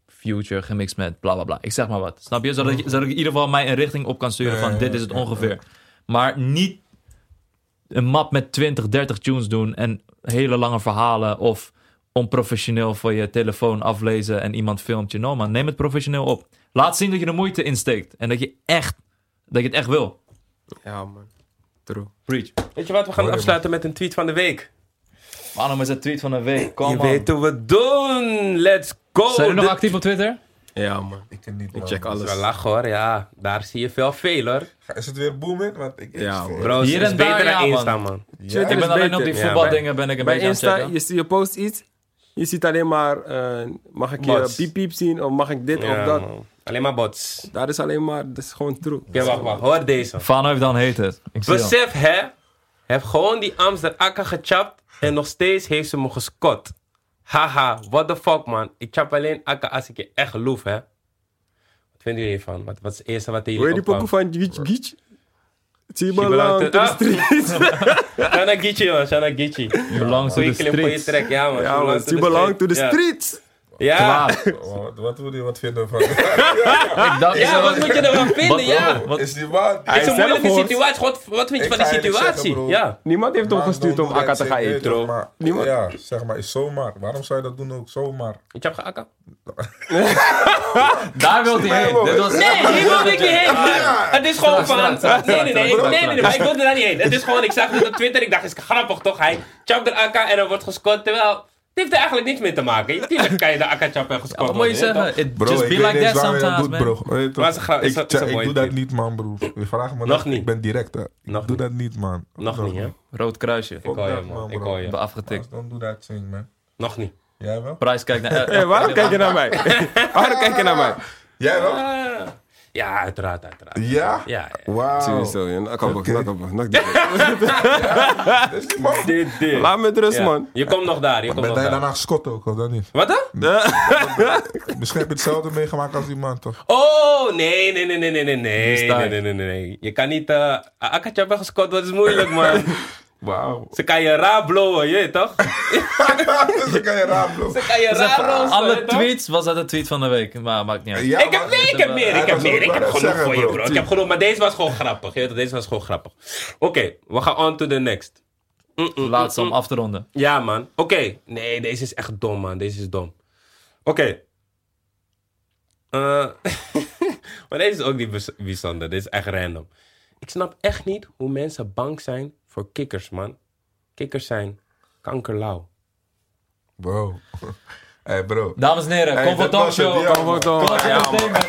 [SPEAKER 2] Future gemixt met bla bla bla. Ik zeg maar wat. Snap je? Zodat, ik- zodat ik in ieder geval mij een richting op kan sturen van
[SPEAKER 4] Ja, ja,
[SPEAKER 2] dit is het ongeveer. Maar niet een map met 20, 30 tunes doen en hele lange verhalen of onprofessioneel voor je telefoon aflezen en iemand filmt je. No man, neem het professioneel op. Laat zien dat je er moeite in steekt en dat je echt, dat je het echt wil.
[SPEAKER 3] Ja, man. True.
[SPEAKER 2] Preach.
[SPEAKER 1] Weet je wat? We gaan
[SPEAKER 4] Hoor je,
[SPEAKER 1] afsluiten met een tweet van de week.
[SPEAKER 2] Waarom is het tweet van de week? Kom
[SPEAKER 1] Je
[SPEAKER 2] man.
[SPEAKER 1] weet hoe we doen. Let's go.
[SPEAKER 2] Zijn jullie
[SPEAKER 1] Dit-
[SPEAKER 2] nog actief op Twitter?
[SPEAKER 3] Ja, man.
[SPEAKER 4] Ik kan niet,
[SPEAKER 3] Ik
[SPEAKER 4] man.
[SPEAKER 3] check
[SPEAKER 1] Dat is wel
[SPEAKER 3] alles.
[SPEAKER 1] lach hoor, ja. Daar zie je veel veel hoor.
[SPEAKER 4] Is het weer booming? Want ik, ik-
[SPEAKER 3] Ja,
[SPEAKER 4] ik-
[SPEAKER 1] Bro,
[SPEAKER 2] Hier
[SPEAKER 1] Hier is
[SPEAKER 2] en daar,
[SPEAKER 1] beter
[SPEAKER 2] ja,
[SPEAKER 1] dan
[SPEAKER 2] man.
[SPEAKER 1] Insta, man.
[SPEAKER 4] Ja,
[SPEAKER 3] Twitter
[SPEAKER 2] Ik ben
[SPEAKER 3] is
[SPEAKER 2] alleen op die
[SPEAKER 3] beter.
[SPEAKER 1] Ja,
[SPEAKER 2] voetbaldingen ben ik een
[SPEAKER 3] Bij
[SPEAKER 2] beetje
[SPEAKER 3] Insta,
[SPEAKER 2] aan het
[SPEAKER 3] je, je post iets. Je ziet alleen maar, eh, mag ik je
[SPEAKER 1] Bots.
[SPEAKER 3] piep piep zien of mag ik dit
[SPEAKER 1] Ja,
[SPEAKER 3] of dat.
[SPEAKER 1] man. Alleen maar bots. Oké,
[SPEAKER 3] Daar is alleen maar, dat is gewoon true.
[SPEAKER 1] wacht, wacht. Hoor deze.
[SPEAKER 2] Van heeft dan heet het. Ik zie hem.
[SPEAKER 1] Besef, hè? Heeft gewoon die Amster akka gechapt en nog steeds heeft ze me gescot. Haha, what the fuck, man. Ik chap alleen akka als ik je echt loef, hè? Wat vinden jullie hiervan? Wat, wat is het eerste wat
[SPEAKER 3] Hoor je
[SPEAKER 1] jullie
[SPEAKER 3] die pokoe
[SPEAKER 1] opkwam?
[SPEAKER 3] van Gietj Gietj?
[SPEAKER 1] Shibalang to-
[SPEAKER 3] Tibalang to the
[SPEAKER 1] Ah.
[SPEAKER 3] streets.
[SPEAKER 1] Shana Gichi, man. Shana Gichi.
[SPEAKER 2] Belongs to
[SPEAKER 1] Goeie
[SPEAKER 2] the
[SPEAKER 1] clip, goeie
[SPEAKER 2] streets.
[SPEAKER 1] track. Ja, man.
[SPEAKER 3] Ja, man.
[SPEAKER 1] She
[SPEAKER 3] Tibalang to the
[SPEAKER 1] Ja.
[SPEAKER 3] streets.
[SPEAKER 1] Ja.
[SPEAKER 2] Klaar.
[SPEAKER 4] Wat, wat, wil je- wat vinden we
[SPEAKER 2] Ik dacht,
[SPEAKER 1] Ja, wat moet je nou- ervan
[SPEAKER 2] Wat-
[SPEAKER 1] vinden? Ja.
[SPEAKER 4] van? is die waar?
[SPEAKER 1] Het is een
[SPEAKER 3] zelf
[SPEAKER 1] moeilijke
[SPEAKER 3] hoort.
[SPEAKER 1] situatie. Wat, wat vind je
[SPEAKER 4] Ik
[SPEAKER 1] van de
[SPEAKER 4] ga eerlijk zeggen,
[SPEAKER 1] situatie?
[SPEAKER 4] broer.
[SPEAKER 1] ja.
[SPEAKER 3] Niemand heeft hem
[SPEAKER 4] Man,
[SPEAKER 3] gestuurd
[SPEAKER 4] don't
[SPEAKER 3] om
[SPEAKER 4] do
[SPEAKER 3] Akka
[SPEAKER 4] that
[SPEAKER 3] te
[SPEAKER 4] shit,
[SPEAKER 3] gaan
[SPEAKER 4] weet
[SPEAKER 3] eten.
[SPEAKER 4] toch, maar-
[SPEAKER 3] Niemand-
[SPEAKER 4] Ja, zeg maar, is zomaar. Waarom zou je dat doen ook zomaar?
[SPEAKER 1] Ik heb geakka.
[SPEAKER 2] Daar wil hij heen. Dit was
[SPEAKER 1] Nee, hier wil ik niet heen. Maar het is gewoon van. Nee, nee, nee. Nee, nee, nee, maar ik wilde daar niet heen. Het is gewoon, ik zag het op Twitter. Ik dacht, is grappig toch? Hij chapt de AK en er wordt gescoord. Terwijl, het heeft er eigenlijk niks mee te maken. Natuurlijk kan je de AK chappen en gescoord
[SPEAKER 2] Wat
[SPEAKER 1] worden,
[SPEAKER 2] moet je zeggen?
[SPEAKER 1] toch?
[SPEAKER 2] It
[SPEAKER 4] Bro,
[SPEAKER 2] just
[SPEAKER 4] ik
[SPEAKER 2] be
[SPEAKER 4] weet
[SPEAKER 2] like that
[SPEAKER 4] niet eens waarom je
[SPEAKER 2] sometimes, man.
[SPEAKER 4] dat doet, bro. Weet je toch?
[SPEAKER 1] Maar is een grap- is
[SPEAKER 4] Ik,
[SPEAKER 1] een- is een
[SPEAKER 4] ik
[SPEAKER 1] mooie
[SPEAKER 4] doe dat
[SPEAKER 1] tip.
[SPEAKER 4] niet, man, broer. Je vraagt me
[SPEAKER 1] Nog
[SPEAKER 4] dat.
[SPEAKER 1] niet.
[SPEAKER 4] Ik ben direct, hè. Ik
[SPEAKER 1] Nog
[SPEAKER 4] doe dat niet, man.
[SPEAKER 1] Nog niet, hè? Ik
[SPEAKER 2] Rood kruisje.
[SPEAKER 4] Fuck
[SPEAKER 1] hoor je,
[SPEAKER 4] that,
[SPEAKER 1] man. Ik
[SPEAKER 4] bro.
[SPEAKER 1] hoor
[SPEAKER 2] Ik
[SPEAKER 1] je.
[SPEAKER 2] ben afgetikt.
[SPEAKER 4] Don't do that thing, man.
[SPEAKER 1] Nog niet.
[SPEAKER 4] Jij wel?
[SPEAKER 2] Prijs kijkt naar...
[SPEAKER 3] Hé, waarom kijk je naar mij? Waarom kijk je naar mij?
[SPEAKER 4] Jij wel?
[SPEAKER 1] Ah. Ja, uiteraard, uiteraard.
[SPEAKER 4] Ja?
[SPEAKER 1] Ja, ja.
[SPEAKER 4] Wauw.
[SPEAKER 3] Sowieso, joh. Akka bak,
[SPEAKER 4] Oké.
[SPEAKER 3] nak op, nak dit.
[SPEAKER 4] Dat is die man.
[SPEAKER 1] Dit, dit.
[SPEAKER 3] Laat me met rust,
[SPEAKER 1] Ja.
[SPEAKER 3] man.
[SPEAKER 1] Je komt nog daar, je komt
[SPEAKER 4] Ben
[SPEAKER 1] nog
[SPEAKER 4] jij
[SPEAKER 1] daar.
[SPEAKER 4] daarna geschot ook, of dat niet?
[SPEAKER 1] Wat dan?
[SPEAKER 4] Misschien heb je hetzelfde meegemaakt als die man, toch?
[SPEAKER 1] Oh, nee, nee, nee, nee, nee, nee, nee,
[SPEAKER 2] daar.
[SPEAKER 1] nee, nee, nee, nee. Je kan niet, eh akka chappen gescoord, dat is moeilijk, man.
[SPEAKER 4] Wauw.
[SPEAKER 1] Ze kan je raar blowen, je weet toch?
[SPEAKER 4] Dus ik kan je raar, bro.
[SPEAKER 1] Ze kan je raar roosteren,
[SPEAKER 2] Alle
[SPEAKER 1] je toch?
[SPEAKER 2] tweets was dat de tweet van de week. Maar maakt niet uit.
[SPEAKER 4] Ja,
[SPEAKER 1] ik heb,
[SPEAKER 4] maar-
[SPEAKER 1] nee, ik heb meer, ik
[SPEAKER 4] Ja,
[SPEAKER 1] heb
[SPEAKER 4] dat wil
[SPEAKER 1] meer.
[SPEAKER 4] ik
[SPEAKER 1] Ik heb
[SPEAKER 4] wel
[SPEAKER 1] genoeg
[SPEAKER 4] zeggen,
[SPEAKER 1] voor je,
[SPEAKER 4] bro.
[SPEAKER 1] bro. Ik heb genoeg, maar deze was gewoon grappig. je weet het, Deze was gewoon grappig. Oké, we gaan on to the next.
[SPEAKER 2] Laatste om af te ronden.
[SPEAKER 1] Ja, man. Oké. Nee, deze is echt dom, man. Deze is dom. Oké. Eh, Maar deze is ook niet bijz- bijzonder. Dit is echt random. Ik snap echt niet hoe mensen bang zijn voor kikkers, man. Kikkers zijn kankerlauw.
[SPEAKER 4] Bro. hey bro.
[SPEAKER 2] Dames en heren,
[SPEAKER 4] Hey,
[SPEAKER 2] kom voor
[SPEAKER 4] dat was het,
[SPEAKER 2] talkshow.
[SPEAKER 4] ja,
[SPEAKER 3] Kom
[SPEAKER 4] man.
[SPEAKER 3] op dan.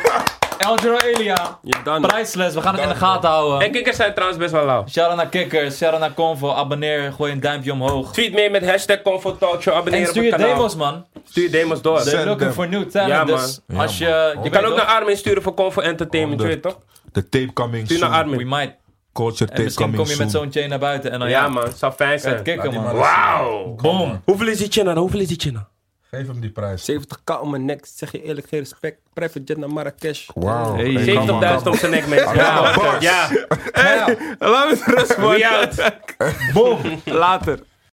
[SPEAKER 2] Eljero Elia.
[SPEAKER 3] Ja, dan.
[SPEAKER 2] Prijsles, we gaan het in de gaten houden.
[SPEAKER 1] En kikkers zijn trouwens best wel lauw.
[SPEAKER 2] Shout-out naar Kikkers, shout-out naar Convo. Abonneer, gooi een duimpje omhoog.
[SPEAKER 1] Tweet mee met hashtag ComfortTalkShow. Abonneer
[SPEAKER 2] En
[SPEAKER 1] op
[SPEAKER 2] stuur
[SPEAKER 1] het
[SPEAKER 2] je
[SPEAKER 1] kanaal.
[SPEAKER 2] demos, man.
[SPEAKER 1] Stuur je demos door.
[SPEAKER 2] They're
[SPEAKER 4] Send
[SPEAKER 2] looking
[SPEAKER 4] them.
[SPEAKER 2] for new talent.
[SPEAKER 1] Ja,
[SPEAKER 2] dus
[SPEAKER 4] man.
[SPEAKER 2] als
[SPEAKER 4] Ja,
[SPEAKER 2] je...
[SPEAKER 4] man.
[SPEAKER 2] je
[SPEAKER 4] Je
[SPEAKER 1] Je
[SPEAKER 2] weet
[SPEAKER 1] kan ook
[SPEAKER 2] toch,
[SPEAKER 1] naar Armin sturen voor Comfort Entertainment, je weet toch?
[SPEAKER 4] De tape coming
[SPEAKER 1] Stuur naar
[SPEAKER 4] soon.
[SPEAKER 2] We
[SPEAKER 1] Armin.
[SPEAKER 2] might.
[SPEAKER 4] Culture
[SPEAKER 2] En
[SPEAKER 4] tape
[SPEAKER 2] misschien
[SPEAKER 4] coming
[SPEAKER 2] kom je met
[SPEAKER 4] soon.
[SPEAKER 2] zo'n chain naar buiten en dan
[SPEAKER 1] Ja,
[SPEAKER 2] ja,
[SPEAKER 1] man. Zou fijn
[SPEAKER 2] kan je het
[SPEAKER 1] zijn.
[SPEAKER 2] kicken,
[SPEAKER 4] die
[SPEAKER 2] man.
[SPEAKER 4] man-
[SPEAKER 1] Wauw.
[SPEAKER 2] Boom.
[SPEAKER 1] Hoeveel is die channel? Hoeveel is die channel?
[SPEAKER 4] Geef hem die prijs.
[SPEAKER 3] 70k om mijn nek, zeg je eerlijk, geen respect. Private jet naar Marrakesh.
[SPEAKER 4] Wauw.
[SPEAKER 2] Hey,
[SPEAKER 4] Hey, kom maar,
[SPEAKER 1] 70.000
[SPEAKER 4] kom
[SPEAKER 1] op zijn nek, mensen. Ja,
[SPEAKER 4] maar.
[SPEAKER 1] ja.
[SPEAKER 4] maar. Ja.
[SPEAKER 3] Laat me rust,
[SPEAKER 1] We out.
[SPEAKER 3] Later.